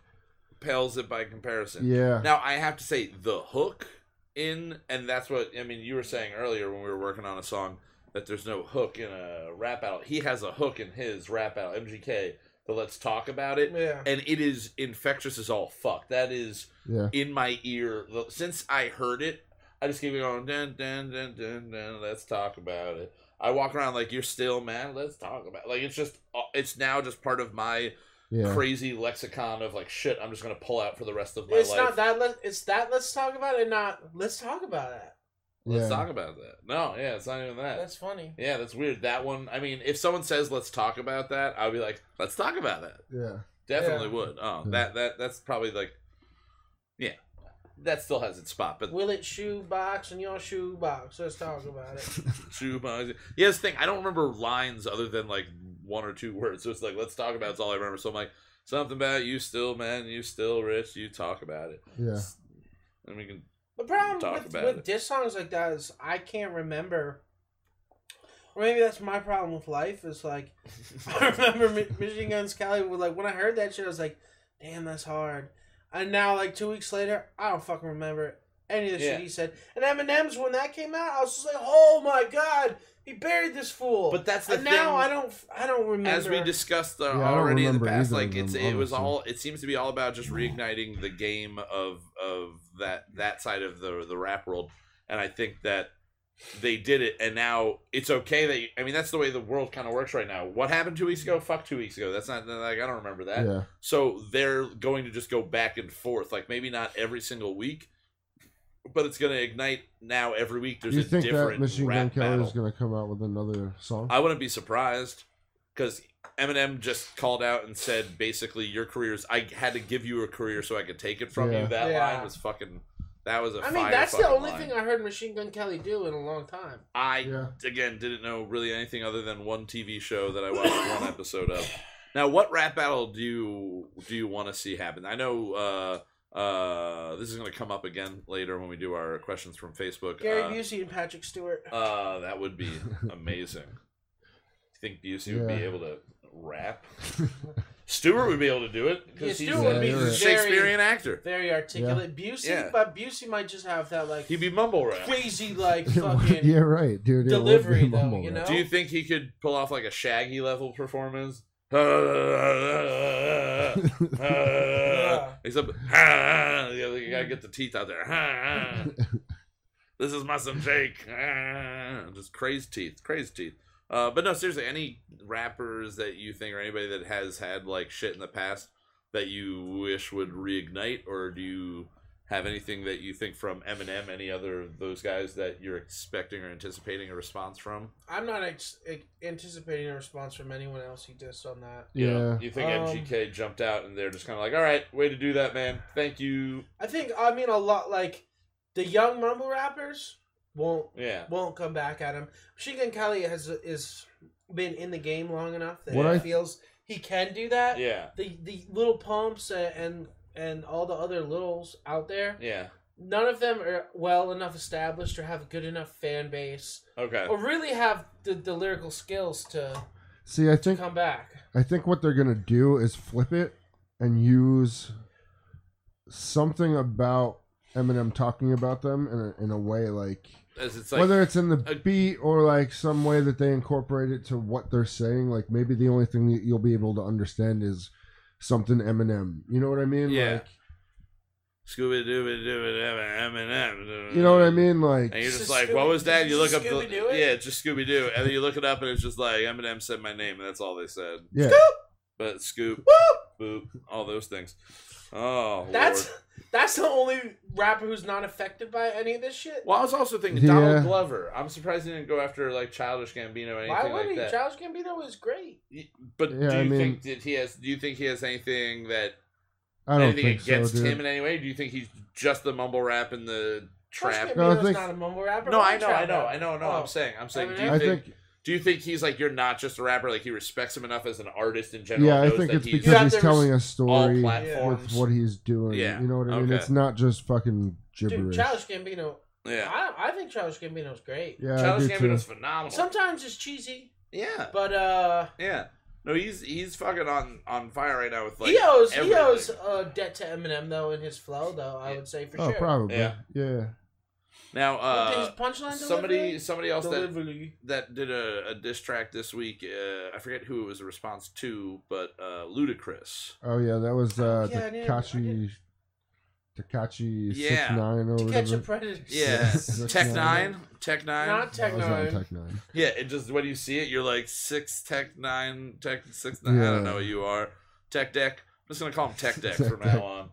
[SPEAKER 3] pales it by comparison.
[SPEAKER 4] Yeah.
[SPEAKER 3] Now I have to say the hook in, and that's what I mean. You were saying earlier when we were working on a song that there's no hook in a rap out. He has a hook in his rap out. MGK. The let's talk about it,
[SPEAKER 5] yeah.
[SPEAKER 3] and it is infectious as all fuck. That is
[SPEAKER 4] Yeah.
[SPEAKER 3] in my ear The- since I heard it. I just keep going dun dun dun dun dun. Let's talk about it. I walk around like you're still mad. Let's talk about it. like it's just uh, it's now just part of my
[SPEAKER 4] Yeah.
[SPEAKER 3] crazy lexicon of like shit I'm just gonna pull out for the rest of my
[SPEAKER 5] It's
[SPEAKER 3] life.
[SPEAKER 5] not that. Let, it's that. Let's talk about it. and Not let's talk about that.
[SPEAKER 3] Let's
[SPEAKER 4] yeah.
[SPEAKER 3] talk about that. No, yeah, it's not even that.
[SPEAKER 5] That's funny.
[SPEAKER 3] yeah, that's weird. That one I mean, if someone says let's talk about that, I'll be like, Let's talk about that.
[SPEAKER 4] Yeah.
[SPEAKER 3] Definitely
[SPEAKER 5] Yeah.
[SPEAKER 3] would. Oh,
[SPEAKER 4] Yeah.
[SPEAKER 3] that that that's probably like Yeah. That still has its spot, but
[SPEAKER 5] Will it shoe box and your shoe box? Let's talk about it.
[SPEAKER 3] Shoe box. Yeah, this thing. I don't remember lines other than like one or two words. So it's like, let's talk about. It's all I remember. So I'm like, Something about you still man, you still rich, you talk about it.
[SPEAKER 4] Yeah.
[SPEAKER 3] And we can
[SPEAKER 5] The problem
[SPEAKER 3] Talk
[SPEAKER 5] with,
[SPEAKER 3] about
[SPEAKER 5] with
[SPEAKER 3] it.
[SPEAKER 5] diss songs like that is I can't remember. Or maybe that's my problem with life. Is like I remember Mi- Michigan Guns Kelly. Would like when I heard that shit, I was like, "Damn, that's hard." And now, like two weeks later, I don't fucking remember any of the
[SPEAKER 3] Yeah.
[SPEAKER 5] shit he said. And Eminem's when that came out, I was just like, "Oh my god, he buried this fool."
[SPEAKER 3] But that's the
[SPEAKER 5] and Oh, uh, now
[SPEAKER 3] thing-
[SPEAKER 5] I don't, I don't remember.
[SPEAKER 3] as we discussed uh,
[SPEAKER 4] Yeah, I don't
[SPEAKER 3] already in the
[SPEAKER 4] remember
[SPEAKER 3] past,
[SPEAKER 4] either
[SPEAKER 3] like
[SPEAKER 4] of
[SPEAKER 3] it's
[SPEAKER 4] them,
[SPEAKER 3] it was
[SPEAKER 4] honestly.
[SPEAKER 3] all it seems to be all about just reigniting the game of of that that side of the the rap world, and I think that they did it, and now it's okay that you, I mean that's the way the world kind of works right now. What happened two weeks ago? Fuck two weeks ago. That's not like I don't remember that.
[SPEAKER 4] Yeah.
[SPEAKER 3] So they're going to just go back and forth, like maybe not every single week, but it's going to ignite now every week. There's
[SPEAKER 4] you
[SPEAKER 3] a
[SPEAKER 4] think that
[SPEAKER 3] different
[SPEAKER 4] Machine Gun
[SPEAKER 3] rap
[SPEAKER 4] Kelly
[SPEAKER 3] battle.
[SPEAKER 4] is gonna come out with another song?
[SPEAKER 3] I wouldn't be surprised because Eminem just called out and said basically your career's. I had to give you a career so I could take it from
[SPEAKER 4] Yeah.
[SPEAKER 3] you. That
[SPEAKER 5] Yeah.
[SPEAKER 3] line was fucking. That was a
[SPEAKER 5] I mean,
[SPEAKER 3] fire
[SPEAKER 5] that's the
[SPEAKER 3] fucking
[SPEAKER 5] only
[SPEAKER 3] line.
[SPEAKER 5] thing I heard Machine Gun Kelly do in a long time.
[SPEAKER 3] I
[SPEAKER 4] Yeah.
[SPEAKER 3] again didn't know really anything other than one TV show that I watched one episode of. Now, what rap battle do you do you want to see happen? I know uh, uh, this is going to come up again later when we do our questions from Facebook.
[SPEAKER 5] Gary
[SPEAKER 3] uh,
[SPEAKER 5] Busey and Patrick Stewart.
[SPEAKER 3] uh, that would be amazing. think Busey would be
[SPEAKER 4] Yeah.
[SPEAKER 3] able to rap. Stewart would be able to do it
[SPEAKER 5] Yeah,
[SPEAKER 3] because he's,
[SPEAKER 5] Stewart
[SPEAKER 3] a-
[SPEAKER 4] would be
[SPEAKER 3] he's a
[SPEAKER 5] very-
[SPEAKER 3] Shakespearean actor.
[SPEAKER 5] Very articulate. Busey,
[SPEAKER 3] Yeah.
[SPEAKER 5] but Busey might just have that like
[SPEAKER 3] He'd be mumble rap.
[SPEAKER 5] crazy like fucking.
[SPEAKER 4] yeah, right, dude. it would be
[SPEAKER 5] delivery, though,
[SPEAKER 4] mumble
[SPEAKER 5] you
[SPEAKER 4] rap.
[SPEAKER 5] know?
[SPEAKER 3] Do you think he could pull off like a Shaggy level performance? Uh,
[SPEAKER 5] uh,
[SPEAKER 3] Except you know, you gotta get the teeth out there. this is my son Jake. Just crazy teeth, crazy teeth. Uh, but no, seriously, any rappers that you think or anybody that has had like shit in the past that you wish would reignite, or do you have anything that you think from Eminem, any other of those guys that you're expecting or anticipating a response from?
[SPEAKER 5] I'm not ex- ex- anticipating a response from anyone else he dissed on that.
[SPEAKER 3] You know,
[SPEAKER 4] Yeah.
[SPEAKER 3] you think
[SPEAKER 5] Um,
[SPEAKER 3] MGK jumped out and they're just kind of like, all right, way to do that, man. Thank you.
[SPEAKER 5] I think I mean a lot like the young mumble rappers won't
[SPEAKER 3] Yeah.
[SPEAKER 5] won't come back at him. Machine Gun Kelly has is been in the game long enough that
[SPEAKER 4] What
[SPEAKER 5] he
[SPEAKER 4] I-
[SPEAKER 5] feels he can do that.
[SPEAKER 3] Yeah.
[SPEAKER 5] The the little pumps and, and and all the other littles out there,
[SPEAKER 3] Yeah.
[SPEAKER 5] none of them are well enough established or have a good enough fan base
[SPEAKER 3] Okay.
[SPEAKER 5] or really have the, the lyrical skills to
[SPEAKER 4] See, I think
[SPEAKER 5] come back.
[SPEAKER 4] I think what they're gonna do is flip it and use something about Eminem talking about them in a, in a way like,
[SPEAKER 3] As it's like,
[SPEAKER 4] whether it's in the
[SPEAKER 3] a-
[SPEAKER 4] beat or like some way that they incorporate it to what they're saying. Like maybe the only thing that you'll be able to understand is something Eminem. You know what I mean?
[SPEAKER 3] Yeah.
[SPEAKER 4] Like,
[SPEAKER 3] Scooby Dooby Dooby Eminem.
[SPEAKER 4] you know what I mean? Like
[SPEAKER 3] And you're
[SPEAKER 5] It's
[SPEAKER 3] just
[SPEAKER 5] a
[SPEAKER 3] Mm. like,
[SPEAKER 5] Scooby-
[SPEAKER 3] what was that? And you look
[SPEAKER 5] just
[SPEAKER 3] up, the,
[SPEAKER 5] Scooby-Doo it?
[SPEAKER 3] yeah, it's just Scooby Doo, and then you look it up, and it's just like Eminem said my name, and that's all they said.
[SPEAKER 4] yeah.
[SPEAKER 3] But scoop, boop, all those things. Oh,
[SPEAKER 5] That's
[SPEAKER 3] Lord.
[SPEAKER 5] that's the only rapper who's not affected by any of this shit.
[SPEAKER 3] Well, I was also thinking Donald
[SPEAKER 4] Yeah.
[SPEAKER 3] Glover. I'm surprised he didn't go after like Childish Gambino or
[SPEAKER 5] Why
[SPEAKER 3] anything
[SPEAKER 5] would
[SPEAKER 3] like
[SPEAKER 5] he?
[SPEAKER 3] that.
[SPEAKER 5] Childish Gambino is great.
[SPEAKER 3] But
[SPEAKER 4] Yeah,
[SPEAKER 3] do you
[SPEAKER 4] I mean-
[SPEAKER 3] think that he has? Do you think he has anything that
[SPEAKER 4] I don't
[SPEAKER 3] anything
[SPEAKER 4] think so,
[SPEAKER 3] against
[SPEAKER 4] dude.
[SPEAKER 3] him in any way? Do you think he's just the mumble rap and the
[SPEAKER 5] Childish
[SPEAKER 3] trap?
[SPEAKER 4] No, I
[SPEAKER 5] Gambino's
[SPEAKER 4] think-
[SPEAKER 5] not a mumble rapper.
[SPEAKER 3] No,
[SPEAKER 5] or a
[SPEAKER 3] I know,
[SPEAKER 5] trap
[SPEAKER 3] I know,
[SPEAKER 5] rapper.
[SPEAKER 3] I know, no.
[SPEAKER 5] Oh.
[SPEAKER 3] I'm saying, I'm saying. Do you
[SPEAKER 5] Eminem?
[SPEAKER 4] I
[SPEAKER 3] think,
[SPEAKER 4] think
[SPEAKER 3] Do you think he's like you're not just a rapper? Like he respects him enough as an artist in general.
[SPEAKER 4] yeah, I
[SPEAKER 3] knows
[SPEAKER 4] think
[SPEAKER 3] that
[SPEAKER 4] it's
[SPEAKER 3] he's
[SPEAKER 5] You
[SPEAKER 4] because
[SPEAKER 5] have
[SPEAKER 4] he's
[SPEAKER 5] to
[SPEAKER 4] telling a
[SPEAKER 3] all
[SPEAKER 4] story with
[SPEAKER 3] platforms.
[SPEAKER 4] what he's doing.
[SPEAKER 3] Yeah,
[SPEAKER 4] You know what I mean?
[SPEAKER 3] okay.
[SPEAKER 4] It's not just fucking
[SPEAKER 5] Dude,
[SPEAKER 4] gibberish.
[SPEAKER 5] Childish Gambino.
[SPEAKER 3] yeah,
[SPEAKER 5] I, I think Childish Gambino's great.
[SPEAKER 4] yeah,
[SPEAKER 3] Childish
[SPEAKER 4] I do too.
[SPEAKER 3] Gambino's phenomenal.
[SPEAKER 5] Sometimes it's cheesy,
[SPEAKER 3] yeah,
[SPEAKER 5] but uh,
[SPEAKER 3] yeah. No, he's he's fucking on on fire right now with like
[SPEAKER 5] he owes
[SPEAKER 3] everything.
[SPEAKER 5] he owes uh, debt to Eminem though in his flow though. I
[SPEAKER 3] Yeah.
[SPEAKER 5] would say for
[SPEAKER 4] Oh,
[SPEAKER 5] sure.
[SPEAKER 4] probably. Yeah.
[SPEAKER 3] Yeah. Now,
[SPEAKER 5] But his
[SPEAKER 3] uh,
[SPEAKER 5] punchline
[SPEAKER 3] somebody
[SPEAKER 5] delivery.
[SPEAKER 3] somebody else that
[SPEAKER 5] delivery.
[SPEAKER 3] that did a, a diss track this week. Uh, I forget who it was a response to, but uh, Ludacris.
[SPEAKER 4] Oh yeah, that was uh,
[SPEAKER 5] Yeah, I didn't- I
[SPEAKER 4] Takashi. Takashi six
[SPEAKER 3] Yeah.
[SPEAKER 4] nine or
[SPEAKER 5] to catch a
[SPEAKER 4] whatever.
[SPEAKER 5] predator.
[SPEAKER 3] Yeah,
[SPEAKER 4] Oh, Yes.
[SPEAKER 3] Tech Nine, Tech Nine.
[SPEAKER 5] Not
[SPEAKER 4] That
[SPEAKER 5] Tech
[SPEAKER 4] was on
[SPEAKER 5] Nine.
[SPEAKER 4] Tech Nine.
[SPEAKER 3] yeah, it just when you see it, you're like six Tech Nine, Tech Six Nine. I don't
[SPEAKER 4] Yeah.
[SPEAKER 3] know who you are, Tech Deck. I'm just gonna call him Tech Deck
[SPEAKER 4] Tech
[SPEAKER 3] from
[SPEAKER 4] Deck.
[SPEAKER 3] now on.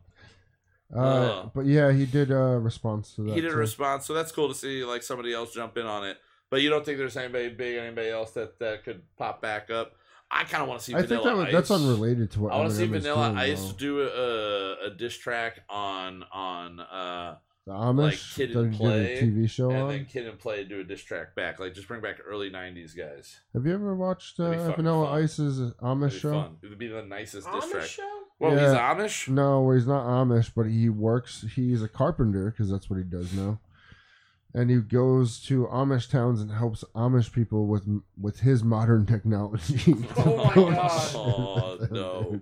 [SPEAKER 4] Uh,
[SPEAKER 3] Ugh.
[SPEAKER 4] but yeah, he did a response to that.
[SPEAKER 3] Oh. He did a
[SPEAKER 4] too.
[SPEAKER 3] response, so that's cool to see like somebody else jump in on it. But you don't think there's anybody big, anybody else that that could pop back up? I kind of want to see.
[SPEAKER 4] I
[SPEAKER 3] Vanilla
[SPEAKER 4] think that was,
[SPEAKER 3] Ice.
[SPEAKER 4] that's unrelated to what
[SPEAKER 3] I want to see
[SPEAKER 4] Eminem is
[SPEAKER 3] Vanilla
[SPEAKER 4] doing,
[SPEAKER 3] Ice
[SPEAKER 4] though.
[SPEAKER 3] do a, a diss track on on uh
[SPEAKER 4] The
[SPEAKER 3] like,
[SPEAKER 4] Amish
[SPEAKER 3] Kid and
[SPEAKER 4] that he
[SPEAKER 3] Play,
[SPEAKER 4] did a TV show
[SPEAKER 3] and
[SPEAKER 4] on.
[SPEAKER 3] then Kid and Play do a diss track back. Like just bring back early '90s guys.
[SPEAKER 4] Have you ever watched
[SPEAKER 3] That'd be
[SPEAKER 4] uh,
[SPEAKER 3] fucking
[SPEAKER 4] Vanilla
[SPEAKER 3] fun.
[SPEAKER 4] Ice's Amish
[SPEAKER 3] It'd be
[SPEAKER 4] show?
[SPEAKER 3] fun. It would be the nicest diss
[SPEAKER 5] Amish
[SPEAKER 3] track.
[SPEAKER 5] show?
[SPEAKER 3] Well,
[SPEAKER 4] Yeah.
[SPEAKER 3] he's Amish.
[SPEAKER 4] No, well, he's not Amish, but he works. He's a carpenter because that's what he does now, and he goes to Amish towns and helps Amish people with with his modern technology.
[SPEAKER 5] Oh my God.
[SPEAKER 3] Oh no!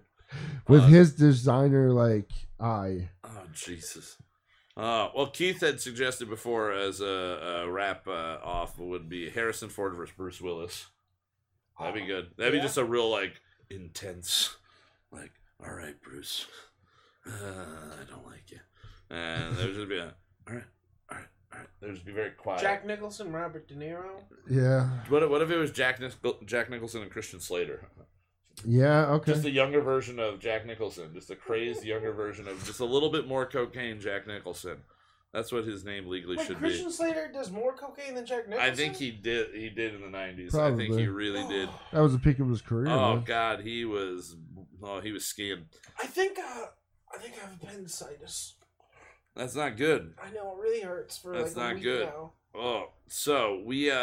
[SPEAKER 4] With
[SPEAKER 3] Uh,
[SPEAKER 4] his designer like eye.
[SPEAKER 3] Oh Jesus! Uh, well, Keith had suggested before as a, a wrap uh, off would be Harrison Ford versus Bruce Willis. That'd
[SPEAKER 5] Oh.
[SPEAKER 3] be good. That'd
[SPEAKER 5] Yeah.
[SPEAKER 3] be just a real like intense, like all right, Bruce, uh, I don't like you, and there would just be a all right, all right, all right. There would just be very quiet.
[SPEAKER 5] Jack Nicholson, Robert De Niro.
[SPEAKER 4] Yeah.
[SPEAKER 3] What if, what if it was Jack Nich- Jack Nicholson and Christian Slater?
[SPEAKER 4] Yeah. Okay.
[SPEAKER 3] Just a younger version of Jack Nicholson, just a crazed younger version of just a little bit more cocaine Jack Nicholson. That's what his name legally
[SPEAKER 5] Wait,
[SPEAKER 3] should
[SPEAKER 5] Christian Slater does more cocaine than Jack
[SPEAKER 3] be.
[SPEAKER 5] Nicholson.
[SPEAKER 3] I think he did. He did in the nineties. I think
[SPEAKER 4] Probably.
[SPEAKER 3] he really did.
[SPEAKER 4] that was the peak of his career.
[SPEAKER 3] Oh
[SPEAKER 4] man.
[SPEAKER 3] God, he was. Oh, he was skiing.
[SPEAKER 5] I think. Uh, I think I have appendicitis.
[SPEAKER 3] That's not good.
[SPEAKER 5] I know it really hurts for
[SPEAKER 3] That's
[SPEAKER 5] like a
[SPEAKER 3] not
[SPEAKER 5] week
[SPEAKER 3] good.
[SPEAKER 5] now.
[SPEAKER 3] Oh, so we uh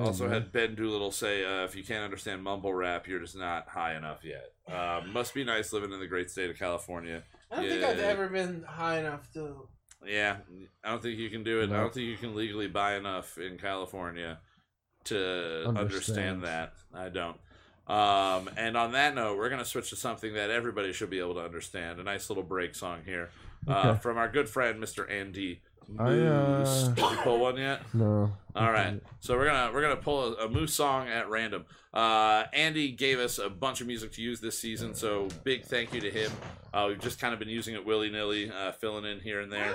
[SPEAKER 3] also
[SPEAKER 4] man.
[SPEAKER 3] had Ben Doolittle say, uh, "If you can't understand mumble rap, you're just not high enough yet." Uh, must be nice living in the great state of California.
[SPEAKER 5] I don't think I've
[SPEAKER 3] Yeah.
[SPEAKER 5] ever been high enough to.
[SPEAKER 3] Yeah, I don't think you can do it. I
[SPEAKER 4] No.
[SPEAKER 3] don't think you can legally buy enough in California to
[SPEAKER 4] Understand.
[SPEAKER 3] understand, that. I don't. Um, and on that note, we're going to switch to something that everybody should be able to understand. A nice little break song here uh,
[SPEAKER 4] Okay.
[SPEAKER 3] from our good friend Mr. Andy
[SPEAKER 4] I, uh,
[SPEAKER 3] Moose. Did you pull one yet?
[SPEAKER 4] No.
[SPEAKER 3] All right, so we're gonna we're gonna pull a, a moose song at random. Uh, Andy gave us a bunch of music to use this season, so big thank you to him. Uh, we've just kind of been using it willy nilly, uh, filling in here and there,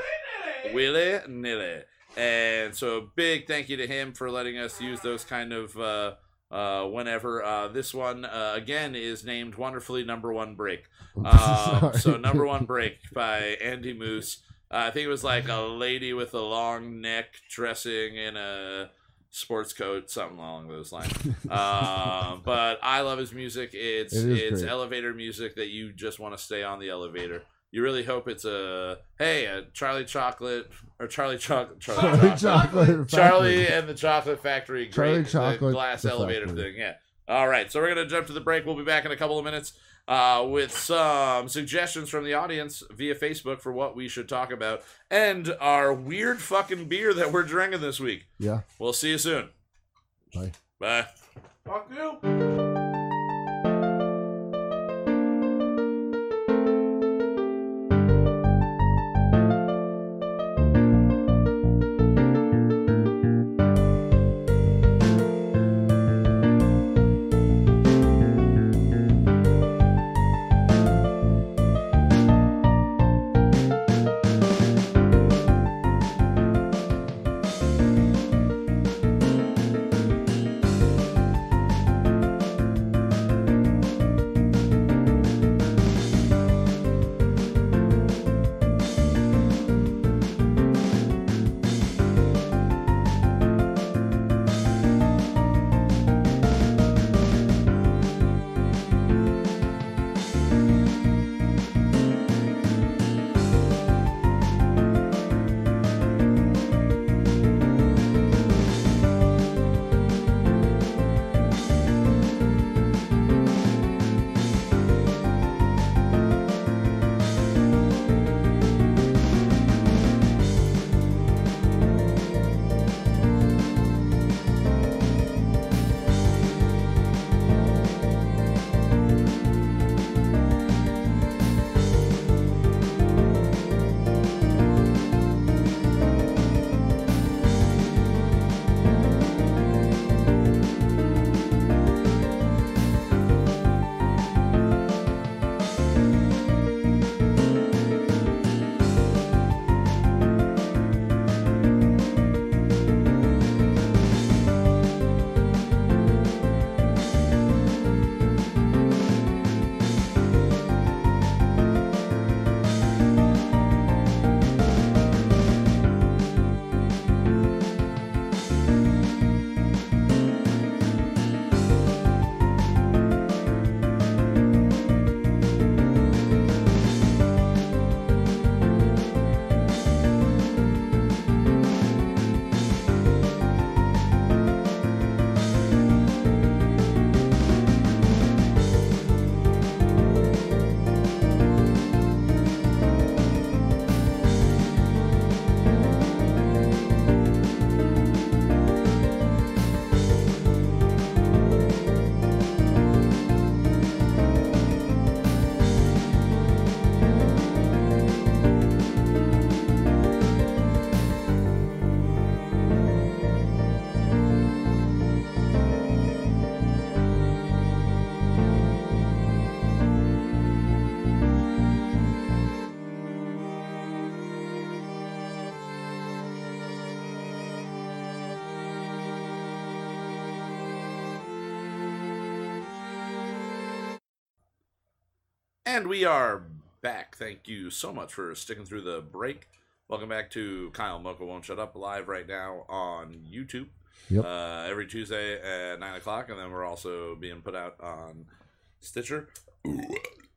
[SPEAKER 3] willy nilly. And so a big thank you to him for letting us use those kind of uh, uh, whenever. Uh, this one uh, again is named wonderfully number one break. Um, so
[SPEAKER 4] Sorry.
[SPEAKER 3] number one break by Andy Moose. Uh, I think it was like a lady with a long neck dressing in a sports coat, something along those lines. Um, but I love his music. It's
[SPEAKER 4] It is
[SPEAKER 3] it's
[SPEAKER 4] great.
[SPEAKER 3] elevator music that you just want to stay on the elevator. You really hope it's a hey, a Charlie Chocolate or Charlie Chocolate, Charlie,
[SPEAKER 5] Charlie
[SPEAKER 3] Chocolate.
[SPEAKER 4] Chocolate
[SPEAKER 3] Charlie
[SPEAKER 4] Factory.
[SPEAKER 3] and the Chocolate Factory. Great.
[SPEAKER 4] Charlie
[SPEAKER 3] the
[SPEAKER 4] Chocolate
[SPEAKER 3] glass
[SPEAKER 4] the
[SPEAKER 3] elevator
[SPEAKER 4] Factory.
[SPEAKER 3] thing. Yeah. All right. So we're gonna jump to the break. We'll be back in a couple of minutes uh, with some suggestions from the audience via Facebook for what we should talk about and our weird fucking beer that we're drinking this week.
[SPEAKER 4] Yeah.
[SPEAKER 3] We'll see you soon.
[SPEAKER 4] Bye.
[SPEAKER 3] Bye.
[SPEAKER 5] Fuck you.
[SPEAKER 3] And we are back. Thank you so much for sticking through the break. Welcome back to Kyle Mocha Won't Shut Up live right now on YouTube.
[SPEAKER 4] Yep.
[SPEAKER 3] Uh, every Tuesday at 9 o'clock. And then we're also being put out on Stitcher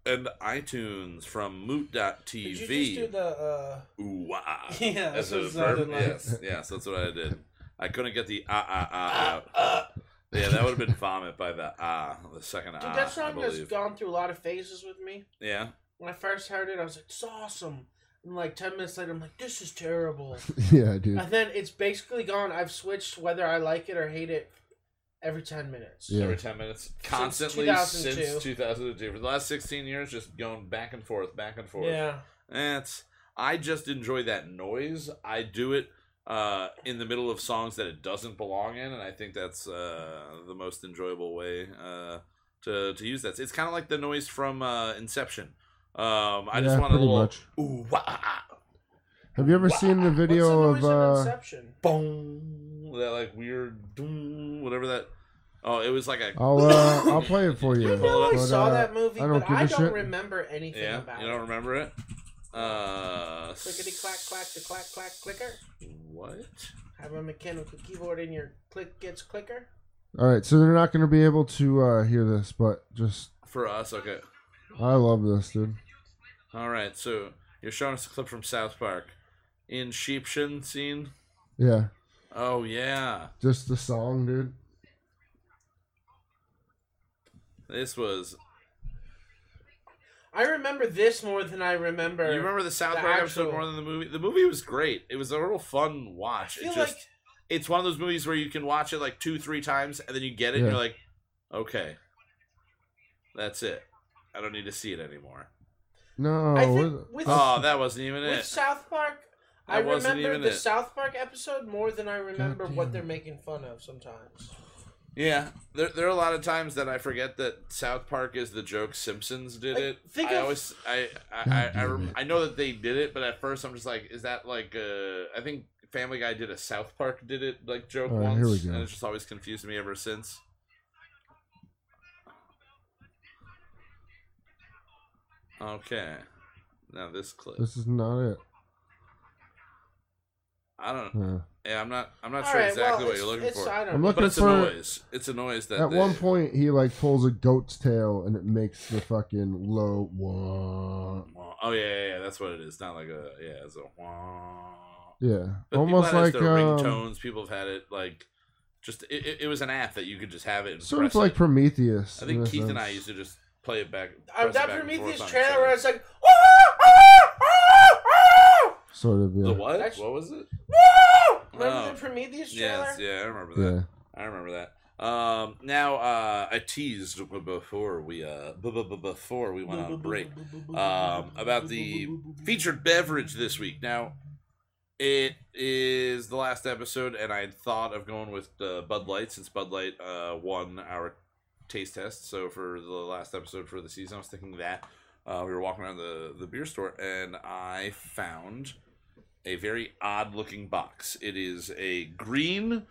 [SPEAKER 3] and iTunes from
[SPEAKER 5] Did
[SPEAKER 3] moot.tv.
[SPEAKER 5] you just do the? Uh,
[SPEAKER 3] Ooh, ah.
[SPEAKER 5] yeah, that's,
[SPEAKER 3] That's what
[SPEAKER 5] what
[SPEAKER 3] it
[SPEAKER 5] it sounded like.
[SPEAKER 3] Yes, yes, that's what I did. I couldn't get the ah ah ah out. Yeah, that would have been vomit by the ah, the second
[SPEAKER 5] Dude,
[SPEAKER 3] ah.
[SPEAKER 5] that
[SPEAKER 3] I
[SPEAKER 5] song has
[SPEAKER 3] believe.
[SPEAKER 5] gone through a lot of phases with me.
[SPEAKER 3] Yeah,
[SPEAKER 5] When I first heard it, I was like, "It's awesome," and like ten minutes later, I'm like, "This is terrible."
[SPEAKER 4] yeah, dude.
[SPEAKER 5] and then it's basically gone. I've switched whether I like it or hate it every ten minutes.
[SPEAKER 4] Yeah.
[SPEAKER 3] every ten minutes, constantly since
[SPEAKER 5] 2002.
[SPEAKER 3] 2002. For the last sixteen years, just going back and forth, back and forth.
[SPEAKER 5] Yeah.
[SPEAKER 3] That's I just enjoy that noise. I do it uh, in the middle of songs that it doesn't belong in, and I think that's uh, the most enjoyable way uh, to to use that. It's kind of like the noise from uh, Inception. Um, I
[SPEAKER 4] Yeah,
[SPEAKER 3] just want a
[SPEAKER 4] pretty
[SPEAKER 3] little
[SPEAKER 4] much.
[SPEAKER 3] ooh wah, ah, ah,
[SPEAKER 4] Have you ever seen the video
[SPEAKER 5] What's the noise in
[SPEAKER 4] of? uh
[SPEAKER 5] Inception?
[SPEAKER 3] boom that like weird doom, whatever that. Oh, it was like a
[SPEAKER 4] I'll uh, I'll play it for you.
[SPEAKER 5] I know I
[SPEAKER 4] but,
[SPEAKER 5] saw
[SPEAKER 4] uh,
[SPEAKER 5] that movie,
[SPEAKER 4] I don't
[SPEAKER 5] but
[SPEAKER 4] give
[SPEAKER 5] I
[SPEAKER 4] a
[SPEAKER 5] don't
[SPEAKER 4] shit.
[SPEAKER 5] remember anything
[SPEAKER 3] yeah.
[SPEAKER 5] about
[SPEAKER 3] You don't
[SPEAKER 5] it.
[SPEAKER 3] remember it? Uh,
[SPEAKER 5] Clickety clack clack the clack clack clicker.
[SPEAKER 3] What?
[SPEAKER 5] Have a mechanical keyboard in your click gets clicker.
[SPEAKER 4] All right, so they're not going to be able to uh, hear this, but just
[SPEAKER 3] For us, okay.
[SPEAKER 4] I love this, dude.
[SPEAKER 3] All right, so you're showing us a clip from South Park in Sheepshin scene.
[SPEAKER 4] Yeah,
[SPEAKER 3] Oh yeah,
[SPEAKER 4] just the song, dude.
[SPEAKER 3] this was.
[SPEAKER 5] I remember this more than I remember.
[SPEAKER 3] You remember the South
[SPEAKER 5] The
[SPEAKER 3] Park
[SPEAKER 5] actual-
[SPEAKER 3] episode more than the movie? The movie was great. It was a real fun watch.
[SPEAKER 5] I feel
[SPEAKER 3] It just
[SPEAKER 5] like-
[SPEAKER 3] it's one of those movies where you can watch it like two, three times, and then you get it, and
[SPEAKER 4] Yeah.
[SPEAKER 3] you're like, okay, that's it. I don't need to see it anymore.
[SPEAKER 4] No,
[SPEAKER 5] I think
[SPEAKER 4] what-
[SPEAKER 5] with-
[SPEAKER 3] Oh, that wasn't even
[SPEAKER 5] With
[SPEAKER 3] it.
[SPEAKER 5] South Park, I
[SPEAKER 3] That wasn't
[SPEAKER 5] remember
[SPEAKER 3] even
[SPEAKER 5] the
[SPEAKER 3] it.
[SPEAKER 5] South Park episode more than I remember
[SPEAKER 4] Goddamn.
[SPEAKER 5] what they're making fun of sometimes.
[SPEAKER 3] Yeah, there, there are a lot of times that I forget that South Park is the joke Simpsons did
[SPEAKER 5] Like,
[SPEAKER 3] it.
[SPEAKER 5] think
[SPEAKER 3] I
[SPEAKER 5] of-
[SPEAKER 3] always I
[SPEAKER 4] God
[SPEAKER 3] I I, I,
[SPEAKER 4] damn
[SPEAKER 3] rem-
[SPEAKER 4] it.
[SPEAKER 3] I know that they did it, but at first I'm just like, is that like uh I think Family Guy did a South Park did it like joke
[SPEAKER 4] All right,
[SPEAKER 3] once,
[SPEAKER 4] here we go.
[SPEAKER 3] and it's just always confused me ever since. Okay, now this clip.
[SPEAKER 4] this is not it.
[SPEAKER 3] I don't.
[SPEAKER 4] Yeah.
[SPEAKER 3] Yeah, I'm not. I'm not
[SPEAKER 5] All
[SPEAKER 3] sure
[SPEAKER 5] right,
[SPEAKER 3] exactly
[SPEAKER 5] well,
[SPEAKER 3] what you're
[SPEAKER 5] it's-
[SPEAKER 3] looking
[SPEAKER 5] it's-
[SPEAKER 3] for.
[SPEAKER 5] I don't
[SPEAKER 4] I'm
[SPEAKER 5] know.
[SPEAKER 4] looking
[SPEAKER 3] but it's a
[SPEAKER 4] for.
[SPEAKER 3] noise. It's a noise that
[SPEAKER 4] At
[SPEAKER 3] they-
[SPEAKER 4] one point, he like pulls a goat's tail and it makes the fucking low. Wah.
[SPEAKER 3] Wah. Oh yeah, yeah, yeah, that's what it is. Not like a yeah, it's a wah.
[SPEAKER 4] Yeah,
[SPEAKER 3] But
[SPEAKER 4] almost
[SPEAKER 3] people had
[SPEAKER 4] like
[SPEAKER 3] it as their
[SPEAKER 4] um,
[SPEAKER 3] ringtones. People have had it like just it, it, it was an app that you could just have it. And
[SPEAKER 4] sort of
[SPEAKER 3] press
[SPEAKER 4] like
[SPEAKER 3] it.
[SPEAKER 4] Prometheus.
[SPEAKER 3] I
[SPEAKER 4] in
[SPEAKER 3] think
[SPEAKER 4] a
[SPEAKER 3] Keith and I
[SPEAKER 4] sense.
[SPEAKER 3] used to just play it back.
[SPEAKER 5] I,
[SPEAKER 3] press it
[SPEAKER 5] that
[SPEAKER 3] back and
[SPEAKER 5] Prometheus
[SPEAKER 3] forth on each
[SPEAKER 5] trailer
[SPEAKER 3] other.
[SPEAKER 5] where it's like, "Ah, ah, ah, ah,
[SPEAKER 4] Sort of. Yeah.
[SPEAKER 3] the what?
[SPEAKER 5] Actually-
[SPEAKER 3] what was it?
[SPEAKER 5] ah." remember
[SPEAKER 3] Oh.
[SPEAKER 5] the Prometheus trailer?
[SPEAKER 3] Yes, yeah, I remember that.
[SPEAKER 4] Yeah.
[SPEAKER 3] I remember that. Um, now uh, I teased b- before we uh, b- b- b- before we went on a break um, about the featured beverage this week. Now it is the last episode, and I had thought of going with uh, Bud Light since Bud Light uh, won our taste test. So for the last episode for the season, I was thinking that uh, we were walking around the the beer store, and I found a very odd looking box. It is a green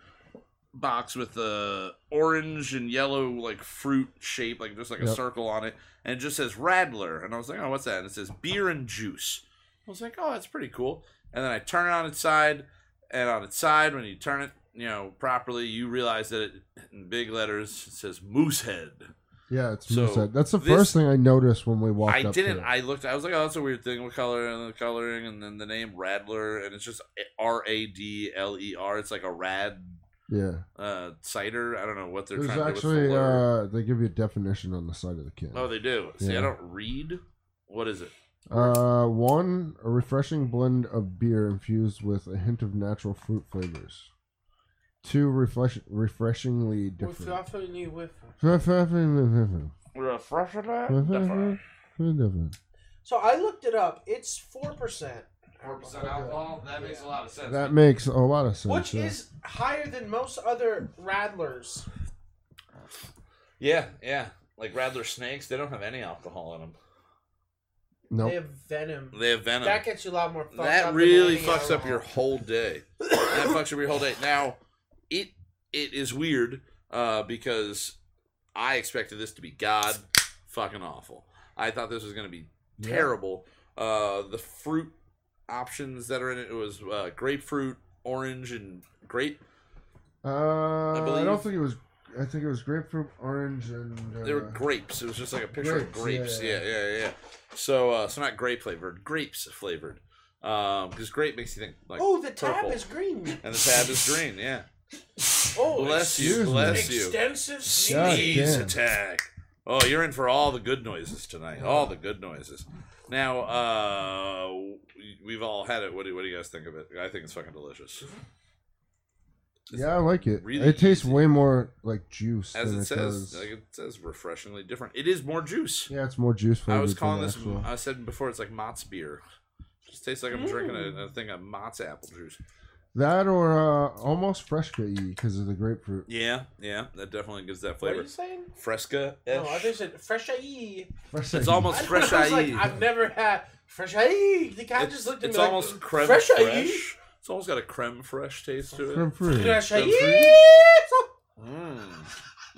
[SPEAKER 3] box with a orange and yellow like fruit shape, like just like a
[SPEAKER 4] Yep.
[SPEAKER 3] circle on it, and it just says Radler. And I was like, oh, what's that? And it says beer and juice. I was like, oh, that's pretty cool. And then I turn it on its side, and on its side, when you turn it, you know, properly, you realize that it in big letters it says Moosehead.
[SPEAKER 4] Yeah, it's
[SPEAKER 3] So,
[SPEAKER 4] Moosehead. That's the
[SPEAKER 3] this-
[SPEAKER 4] first thing I noticed when we walked
[SPEAKER 3] I
[SPEAKER 4] up.
[SPEAKER 3] didn't.
[SPEAKER 4] To it.
[SPEAKER 3] I looked. I was like, oh, that's a weird thing. What color and the coloring, and then the name Radler, and it's just R A D L E R. It's like a rad
[SPEAKER 4] yeah,
[SPEAKER 3] uh, cider. I don't know what they're
[SPEAKER 4] there's
[SPEAKER 3] trying to do. with
[SPEAKER 4] actually
[SPEAKER 3] the word.
[SPEAKER 4] uh, they give you a definition on the side of the can.
[SPEAKER 3] oh, they do. See,
[SPEAKER 4] yeah.
[SPEAKER 3] I don't read. What is it?
[SPEAKER 4] Uh, one a refreshing blend of beer infused with a hint of natural fruit flavors. Two refresh- refreshingly
[SPEAKER 5] We're
[SPEAKER 4] different.
[SPEAKER 5] offering you with-
[SPEAKER 3] Refreshing
[SPEAKER 4] Different. Different.
[SPEAKER 5] So I looked it up. It's four percent,
[SPEAKER 3] alcohol. That makes a lot of sense.
[SPEAKER 4] That makes a lot of sense.
[SPEAKER 5] which
[SPEAKER 4] yeah.
[SPEAKER 5] is higher than most other Radlers.
[SPEAKER 3] yeah, yeah. Like Radler snakes, they don't have any alcohol in them.
[SPEAKER 5] They
[SPEAKER 4] nope.
[SPEAKER 5] have venom.
[SPEAKER 3] They have venom.
[SPEAKER 5] That gets you a lot more. Fucked up
[SPEAKER 3] that
[SPEAKER 5] than
[SPEAKER 3] really
[SPEAKER 5] any
[SPEAKER 3] fucks up
[SPEAKER 5] alcohol.
[SPEAKER 3] your whole day. that fucks up your whole day. Now, it it is weird uh, because I expected this to be god fucking awful. I thought this was going to be
[SPEAKER 4] Yeah.
[SPEAKER 3] terrible. Uh, the fruit options that are in it, it was uh, grapefruit, orange, and grape.
[SPEAKER 4] Uh, I,
[SPEAKER 3] believe-
[SPEAKER 4] don't think it was. I think it was grapefruit, orange, and uh,
[SPEAKER 3] They were grapes. It was just like a picture of
[SPEAKER 4] grapes,
[SPEAKER 3] grapes.
[SPEAKER 4] yeah,
[SPEAKER 3] Yeah, yeah, yeah. So, uh, so not grape flavored, grapes flavored. Um, because grape makes you think like,
[SPEAKER 5] Oh, the tab
[SPEAKER 3] Purple.
[SPEAKER 5] is green.
[SPEAKER 3] and the tab is green. Yeah.
[SPEAKER 5] Oh,
[SPEAKER 3] Bless you.
[SPEAKER 4] excuse me.
[SPEAKER 3] Bless you.
[SPEAKER 5] extensive
[SPEAKER 4] God
[SPEAKER 5] sneeze.
[SPEAKER 3] Sneeze
[SPEAKER 4] damn.
[SPEAKER 3] attack. Oh, you're in for all the good noises tonight. All the good noises. Now, uh, we- we've all had it. What do, what do you guys think of it? I think it's fucking delicious.
[SPEAKER 4] Yeah, I like it.
[SPEAKER 3] really
[SPEAKER 4] it tastes
[SPEAKER 3] easy.
[SPEAKER 4] way more like juice
[SPEAKER 3] As
[SPEAKER 4] than
[SPEAKER 3] it
[SPEAKER 4] it,
[SPEAKER 3] says,
[SPEAKER 4] does.
[SPEAKER 3] like it says, refreshingly different. It is more juice.
[SPEAKER 4] yeah, it's more juice
[SPEAKER 3] I
[SPEAKER 4] flavored.
[SPEAKER 3] was calling
[SPEAKER 4] than
[SPEAKER 3] this.
[SPEAKER 4] actual-
[SPEAKER 3] I said before it's like Mott's beer. Just tastes like I'm drinking a, a thing of Mott's apple juice.
[SPEAKER 4] that or uh, almost fresca because of the grapefruit.
[SPEAKER 3] Yeah, yeah, that definitely gives that
[SPEAKER 5] What are
[SPEAKER 3] flavor.
[SPEAKER 5] you saying?
[SPEAKER 3] Fresca.
[SPEAKER 5] No, I just said fresh ae.
[SPEAKER 4] Fresh
[SPEAKER 3] It's
[SPEAKER 4] air.
[SPEAKER 3] almost fresh.
[SPEAKER 5] I was like,
[SPEAKER 3] IE.
[SPEAKER 5] I've never had fresh ae. The guy
[SPEAKER 3] It's,
[SPEAKER 5] just looked at
[SPEAKER 3] it's
[SPEAKER 5] me
[SPEAKER 3] almost
[SPEAKER 5] like,
[SPEAKER 3] creme
[SPEAKER 5] fresh.
[SPEAKER 3] fresh.
[SPEAKER 5] IE?
[SPEAKER 3] It's almost got a creme fresh taste to it.
[SPEAKER 4] grapefruit.
[SPEAKER 5] fresh E?"
[SPEAKER 3] Creme
[SPEAKER 5] ae.
[SPEAKER 3] Mm.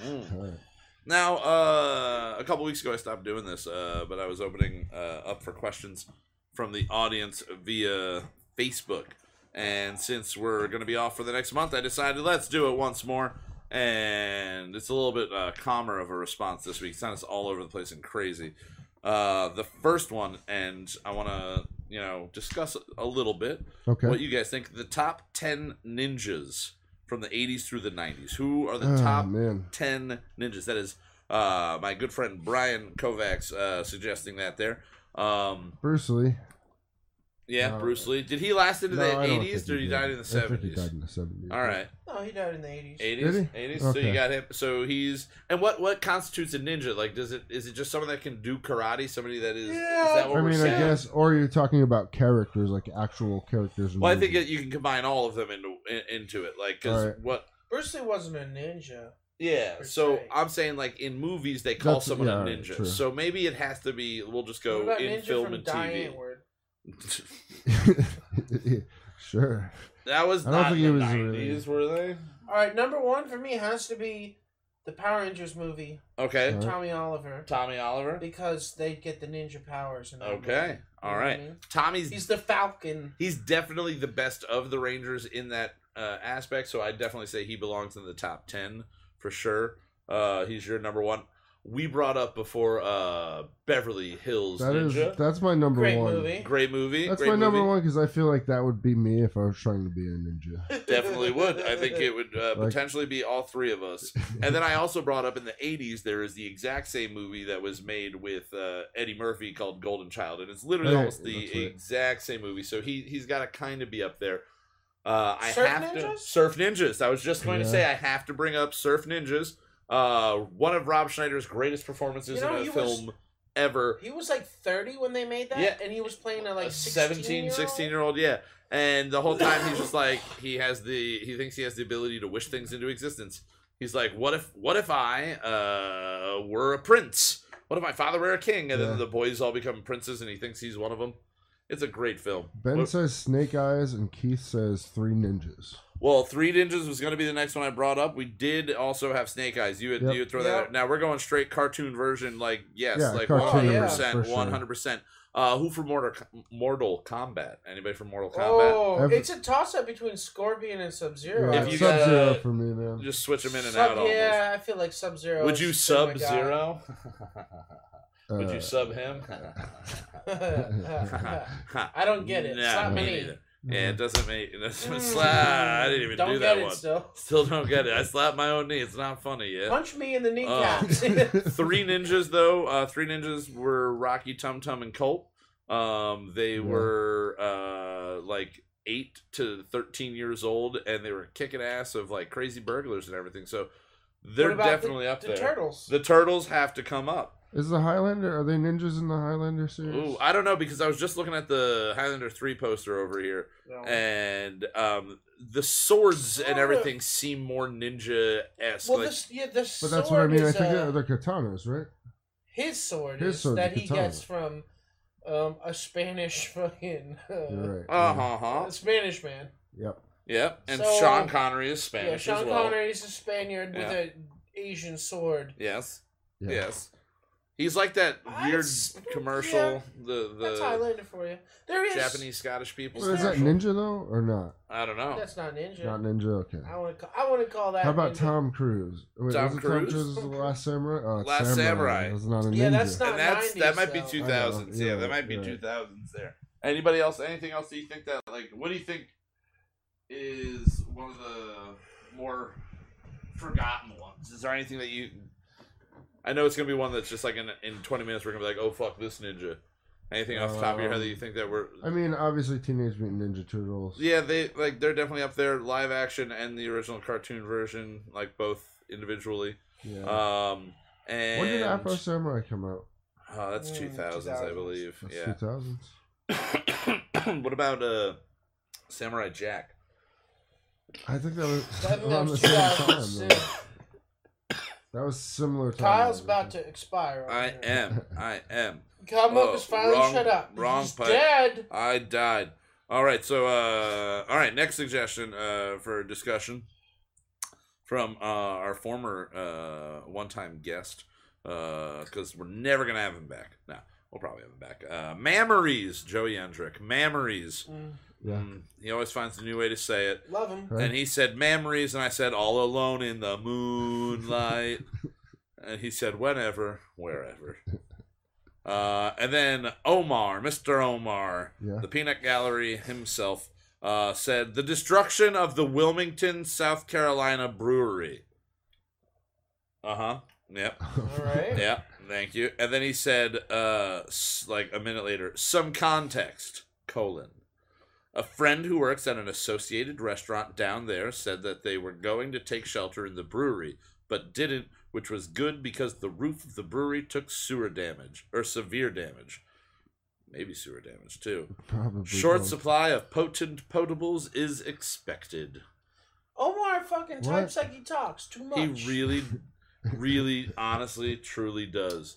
[SPEAKER 3] Mm.
[SPEAKER 4] All right.
[SPEAKER 3] Now, uh, a couple weeks ago, I stopped doing this, uh, but I was opening uh, up for questions from the audience via Facebook. And since we're going to be off for the next month, I decided let's do it once more. And it's a little bit uh, calmer of a response this week. It's not as all over the place and crazy. Uh, the first one, and I want to, you know, discuss a little bit
[SPEAKER 4] Okay.
[SPEAKER 3] what you guys think. The top 10 ninjas from the 80s through the 90s. Who are the
[SPEAKER 4] Ah,
[SPEAKER 3] top
[SPEAKER 4] man.
[SPEAKER 3] 10 ninjas. That is uh, my good friend Brian Kovacs uh, suggesting that there. Um,
[SPEAKER 4] Bruce Lee.
[SPEAKER 3] yeah,
[SPEAKER 4] No.
[SPEAKER 3] Bruce Lee. Did he last into
[SPEAKER 4] No,
[SPEAKER 3] the
[SPEAKER 4] I don't
[SPEAKER 3] 80s
[SPEAKER 4] think
[SPEAKER 3] or he
[SPEAKER 4] did.
[SPEAKER 3] died in the
[SPEAKER 4] I think he died
[SPEAKER 3] 70s?
[SPEAKER 4] in the 70s.
[SPEAKER 3] All right.
[SPEAKER 5] No, he died in the 80s.
[SPEAKER 3] 80s,
[SPEAKER 4] he?
[SPEAKER 3] 80s. So
[SPEAKER 4] Okay.
[SPEAKER 3] you got him. So he's and what what constitutes a ninja? Like, does it is it just someone that can do karate? Somebody that is?
[SPEAKER 5] Yeah,
[SPEAKER 3] is that what
[SPEAKER 4] I
[SPEAKER 3] we're
[SPEAKER 4] mean, I
[SPEAKER 3] saying?
[SPEAKER 4] guess, or are you talking about characters, like actual characters? in
[SPEAKER 3] Well, I
[SPEAKER 4] movies?
[SPEAKER 3] think that you can combine all of them into in- into it. Like, because
[SPEAKER 4] Alright.
[SPEAKER 3] what?
[SPEAKER 5] Bruce Lee wasn't a ninja.
[SPEAKER 3] Yeah.
[SPEAKER 5] Per
[SPEAKER 3] So
[SPEAKER 5] se.
[SPEAKER 3] I'm saying like in movies they call
[SPEAKER 4] That's-
[SPEAKER 3] someone
[SPEAKER 4] yeah,
[SPEAKER 3] a
[SPEAKER 4] alright,
[SPEAKER 3] ninja.
[SPEAKER 4] true.
[SPEAKER 3] So maybe it has to be. We'll just
[SPEAKER 5] what
[SPEAKER 3] go
[SPEAKER 5] about
[SPEAKER 3] in
[SPEAKER 5] ninja
[SPEAKER 3] film
[SPEAKER 5] from
[SPEAKER 3] and
[SPEAKER 5] Die
[SPEAKER 3] TV.
[SPEAKER 5] Antwoord?
[SPEAKER 4] sure.
[SPEAKER 3] That was
[SPEAKER 4] I don't
[SPEAKER 3] not
[SPEAKER 4] think
[SPEAKER 3] the
[SPEAKER 4] it was
[SPEAKER 3] 90s,
[SPEAKER 4] really-
[SPEAKER 3] were they?
[SPEAKER 5] All right, number one for me has to be the Power Rangers movie,
[SPEAKER 3] Okay.
[SPEAKER 4] Alright.
[SPEAKER 5] Tommy Oliver,
[SPEAKER 3] Tommy Oliver.
[SPEAKER 5] because they get the ninja powers. In that
[SPEAKER 3] Okay.
[SPEAKER 5] movie. You know
[SPEAKER 3] All
[SPEAKER 5] what I
[SPEAKER 3] right.
[SPEAKER 5] mean?
[SPEAKER 3] Tommy's he's,
[SPEAKER 5] He's the Falcon.
[SPEAKER 3] definitely the best of the Rangers in that uh, aspect, so I definitely say he belongs in the top 10 for sure. Uh, he's your number 1. We brought up before uh, Beverly Hills
[SPEAKER 4] That is
[SPEAKER 3] Ninja.
[SPEAKER 4] that's my number
[SPEAKER 5] Great
[SPEAKER 4] one.
[SPEAKER 5] movie.
[SPEAKER 3] Great movie.
[SPEAKER 4] That's
[SPEAKER 3] great
[SPEAKER 4] my number
[SPEAKER 3] movie.
[SPEAKER 4] one because I feel like that would be me if I was trying to be a ninja.
[SPEAKER 3] Definitely would. I think it would uh,
[SPEAKER 4] Like-
[SPEAKER 3] potentially be all three of us. And then I also brought up in the 80s, there is the exact same movie that was made with uh, Eddie Murphy called Golden Child. And it's literally
[SPEAKER 4] Right,
[SPEAKER 3] almost the
[SPEAKER 4] Oh, that's right.
[SPEAKER 3] exact same movie. So he, he's got to kind of be up there. Uh, I
[SPEAKER 5] Surf
[SPEAKER 3] have
[SPEAKER 5] Ninjas?
[SPEAKER 3] To, Surf Ninjas. I was just going to
[SPEAKER 4] Yeah.
[SPEAKER 3] say I have to bring up Surf Ninjas. Uh, one of Rob Schneider's greatest performances
[SPEAKER 5] You know,
[SPEAKER 3] in
[SPEAKER 5] he
[SPEAKER 3] a
[SPEAKER 5] was-
[SPEAKER 3] film ever.
[SPEAKER 5] He was like 30 when they made that,
[SPEAKER 3] Yeah. Uh,
[SPEAKER 5] and he was playing a
[SPEAKER 3] Like
[SPEAKER 5] like
[SPEAKER 3] a 17, 16
[SPEAKER 5] 16
[SPEAKER 3] year old, yeah. And the whole time he's just like he has the he thinks he has the ability to wish things into existence. He's like, what if what if I uh were a prince? What if my father were a king? And
[SPEAKER 4] Yeah.
[SPEAKER 3] then the boys all become princes, and he thinks he's one of them. It's a great film.
[SPEAKER 4] Ben
[SPEAKER 3] What-
[SPEAKER 4] says Snake Eyes and Keith says Three Ninjas.
[SPEAKER 3] Well, Three Ninjas was going to be the next one I brought up. We did also have Snake Eyes. You had,
[SPEAKER 4] Yep.
[SPEAKER 3] you had thrown
[SPEAKER 5] Yep.
[SPEAKER 3] that out. Now we're going straight cartoon version. Like yes,
[SPEAKER 4] Yeah,
[SPEAKER 3] like one
[SPEAKER 4] cartoon
[SPEAKER 3] hundred
[SPEAKER 4] version, for
[SPEAKER 3] percent,
[SPEAKER 4] sure.
[SPEAKER 3] one hundred percent. Uh, Who for Mortal Mortal Kombat? Anybody from Mortal Kombat?
[SPEAKER 5] Oh,
[SPEAKER 4] Every-
[SPEAKER 5] it's a toss up between Scorpion and Sub Zero.
[SPEAKER 4] Yeah,
[SPEAKER 3] If you
[SPEAKER 4] Sub
[SPEAKER 3] got-
[SPEAKER 4] Zero
[SPEAKER 3] gotta-
[SPEAKER 4] for me, man.
[SPEAKER 3] Just switch them in and out. Almost.
[SPEAKER 5] yeah, I feel like Sub Zero.
[SPEAKER 3] Would you sub Zero? Would
[SPEAKER 4] Uh,
[SPEAKER 3] you sub him?
[SPEAKER 5] I don't get it. It's not
[SPEAKER 3] me
[SPEAKER 5] me.
[SPEAKER 3] neither.
[SPEAKER 4] Mm-hmm.
[SPEAKER 3] Yeah, it doesn't make. It doesn't
[SPEAKER 5] Mm.
[SPEAKER 3] slap. I didn't even
[SPEAKER 5] Don't
[SPEAKER 3] do
[SPEAKER 5] get
[SPEAKER 3] that
[SPEAKER 5] it
[SPEAKER 3] one. Still.
[SPEAKER 5] still.
[SPEAKER 3] don't get it. I slapped my own knee. It's not funny yet.
[SPEAKER 5] Punch me in the kneecaps.
[SPEAKER 3] Three ninjas though. Uh, three ninjas were Rocky, Tum Tum, and Colt. Um, they
[SPEAKER 4] Yeah.
[SPEAKER 3] were uh like eight to thirteen years old, and they were kicking ass of like crazy burglars and everything. So they're
[SPEAKER 5] about the-
[SPEAKER 3] definitely up
[SPEAKER 5] the
[SPEAKER 3] there.
[SPEAKER 5] turtles.
[SPEAKER 3] The turtles have to come up.
[SPEAKER 4] Is the Highlander? Are they ninjas in the Highlander
[SPEAKER 5] Mm.
[SPEAKER 4] series?
[SPEAKER 3] Ooh, I don't know because I was just looking at the Highlander three poster over here,
[SPEAKER 5] Oh.
[SPEAKER 3] and um, the swords and everything seem more ninja esque.
[SPEAKER 5] well,
[SPEAKER 3] like,
[SPEAKER 5] this, yeah, the
[SPEAKER 4] but
[SPEAKER 5] sword
[SPEAKER 4] that's what I mean. I
[SPEAKER 5] is,
[SPEAKER 4] think
[SPEAKER 5] uh,
[SPEAKER 4] they're, they're katanas, right?
[SPEAKER 5] his sword
[SPEAKER 4] his
[SPEAKER 5] is
[SPEAKER 4] sword,
[SPEAKER 5] that
[SPEAKER 4] the
[SPEAKER 5] he
[SPEAKER 4] katana.
[SPEAKER 5] gets from um, a Spanish fucking uh,
[SPEAKER 4] You're right.
[SPEAKER 3] uh
[SPEAKER 4] yeah.
[SPEAKER 3] huh, huh.
[SPEAKER 5] a Spanish man.
[SPEAKER 4] Yep.
[SPEAKER 3] Yep. And
[SPEAKER 5] So, um,
[SPEAKER 3] Sean Connery is
[SPEAKER 5] Yeah,
[SPEAKER 3] Spanish
[SPEAKER 5] Sean
[SPEAKER 3] as well.
[SPEAKER 5] Connery is a Spaniard
[SPEAKER 3] Yeah.
[SPEAKER 5] with an Asian sword.
[SPEAKER 3] Yes.
[SPEAKER 4] Yeah.
[SPEAKER 3] Yes. He's like that weird
[SPEAKER 5] That's-
[SPEAKER 3] commercial,
[SPEAKER 5] That's how I
[SPEAKER 3] the
[SPEAKER 5] landed it for you. There
[SPEAKER 3] the
[SPEAKER 5] is
[SPEAKER 3] Japanese Scottish people.
[SPEAKER 4] What is that
[SPEAKER 3] commercial.
[SPEAKER 4] ninja though, or not?
[SPEAKER 3] I don't know.
[SPEAKER 5] That's not ninja.
[SPEAKER 4] Not ninja. Okay.
[SPEAKER 5] I want to. I want to call that.
[SPEAKER 4] How about
[SPEAKER 5] ninja.
[SPEAKER 4] Tom Cruise? Wait,
[SPEAKER 3] Tom
[SPEAKER 4] was it
[SPEAKER 3] Cruise?
[SPEAKER 4] Tom Cruise was the last samurai. Oh, it's
[SPEAKER 3] Last Samurai.
[SPEAKER 4] That's not a ninja.
[SPEAKER 5] Yeah, that's not
[SPEAKER 3] and that's
[SPEAKER 5] 90s,
[SPEAKER 3] that might be
[SPEAKER 5] though.
[SPEAKER 3] two thousands.
[SPEAKER 4] I know,
[SPEAKER 3] Yeah,
[SPEAKER 4] yeah,
[SPEAKER 3] that might be
[SPEAKER 4] right.
[SPEAKER 3] two thousands there. Anybody else? Anything else? Do you think that like what do you think is one of the more forgotten ones? Is there anything that you? I know it's gonna be one that's just like in in twenty minutes we're gonna be like, oh fuck this ninja. Anything off the top of your head that you think that we're?
[SPEAKER 4] I mean, obviously, Teenage Mutant Ninja Turtles.
[SPEAKER 3] Yeah, they like they're definitely up there, live action and the original cartoon version, like both individually.
[SPEAKER 4] Yeah.
[SPEAKER 3] Um, and
[SPEAKER 4] when did Afro Samurai come out?
[SPEAKER 3] Oh, that's
[SPEAKER 5] Mm,
[SPEAKER 3] two thousands, I
[SPEAKER 5] 2000s.
[SPEAKER 3] believe.
[SPEAKER 4] That's
[SPEAKER 3] yeah.
[SPEAKER 4] 2000s.
[SPEAKER 3] what about uh, Samurai Jack?
[SPEAKER 4] I think that was
[SPEAKER 5] That
[SPEAKER 4] around the
[SPEAKER 5] was
[SPEAKER 4] same time.
[SPEAKER 5] 2006.
[SPEAKER 4] Though. That was similar. Time
[SPEAKER 5] Kyle's about to expire.
[SPEAKER 3] I am. I am.
[SPEAKER 5] Kyle Mook
[SPEAKER 3] Whoa,
[SPEAKER 5] is finally
[SPEAKER 3] wrong-
[SPEAKER 5] shut up.
[SPEAKER 3] wrong
[SPEAKER 5] He's
[SPEAKER 3] pipe.
[SPEAKER 5] dead.
[SPEAKER 3] I died. All right. So, uh, all right. Next suggestion uh, for discussion from uh, our former uh, one-time guest, because we're never gonna have him back. No, we'll probably have him back. Uh, mammaries, Joey Endrick. Mammaries.
[SPEAKER 5] Mm,
[SPEAKER 4] Yeah.
[SPEAKER 3] Mm, he always finds a new way to say it.
[SPEAKER 5] love him.
[SPEAKER 4] Right.
[SPEAKER 3] And he said memories, and I said all alone in the moonlight. and he said whenever, wherever. Uh, and then Omar, Mr. Omar,
[SPEAKER 4] Yeah.
[SPEAKER 3] the Peanut Gallery himself, uh, said the destruction of the Wilmington, South Carolina brewery. Uh huh. Yep.
[SPEAKER 5] All right.
[SPEAKER 3] Yeah. Thank you. And then he said, uh, s- like a minute later, some context, colon. A friend who works at an associated restaurant down there said that they were going to take shelter in the brewery, but didn't, which was good because the roof of the brewery took sewer damage, or severe damage. Maybe sewer damage, too.
[SPEAKER 4] Probably.
[SPEAKER 3] Short
[SPEAKER 4] both.
[SPEAKER 3] supply of potent potables is expected.
[SPEAKER 5] Omar fucking
[SPEAKER 4] What?
[SPEAKER 5] types like he talks too much.
[SPEAKER 3] He really, really, honestly, truly does.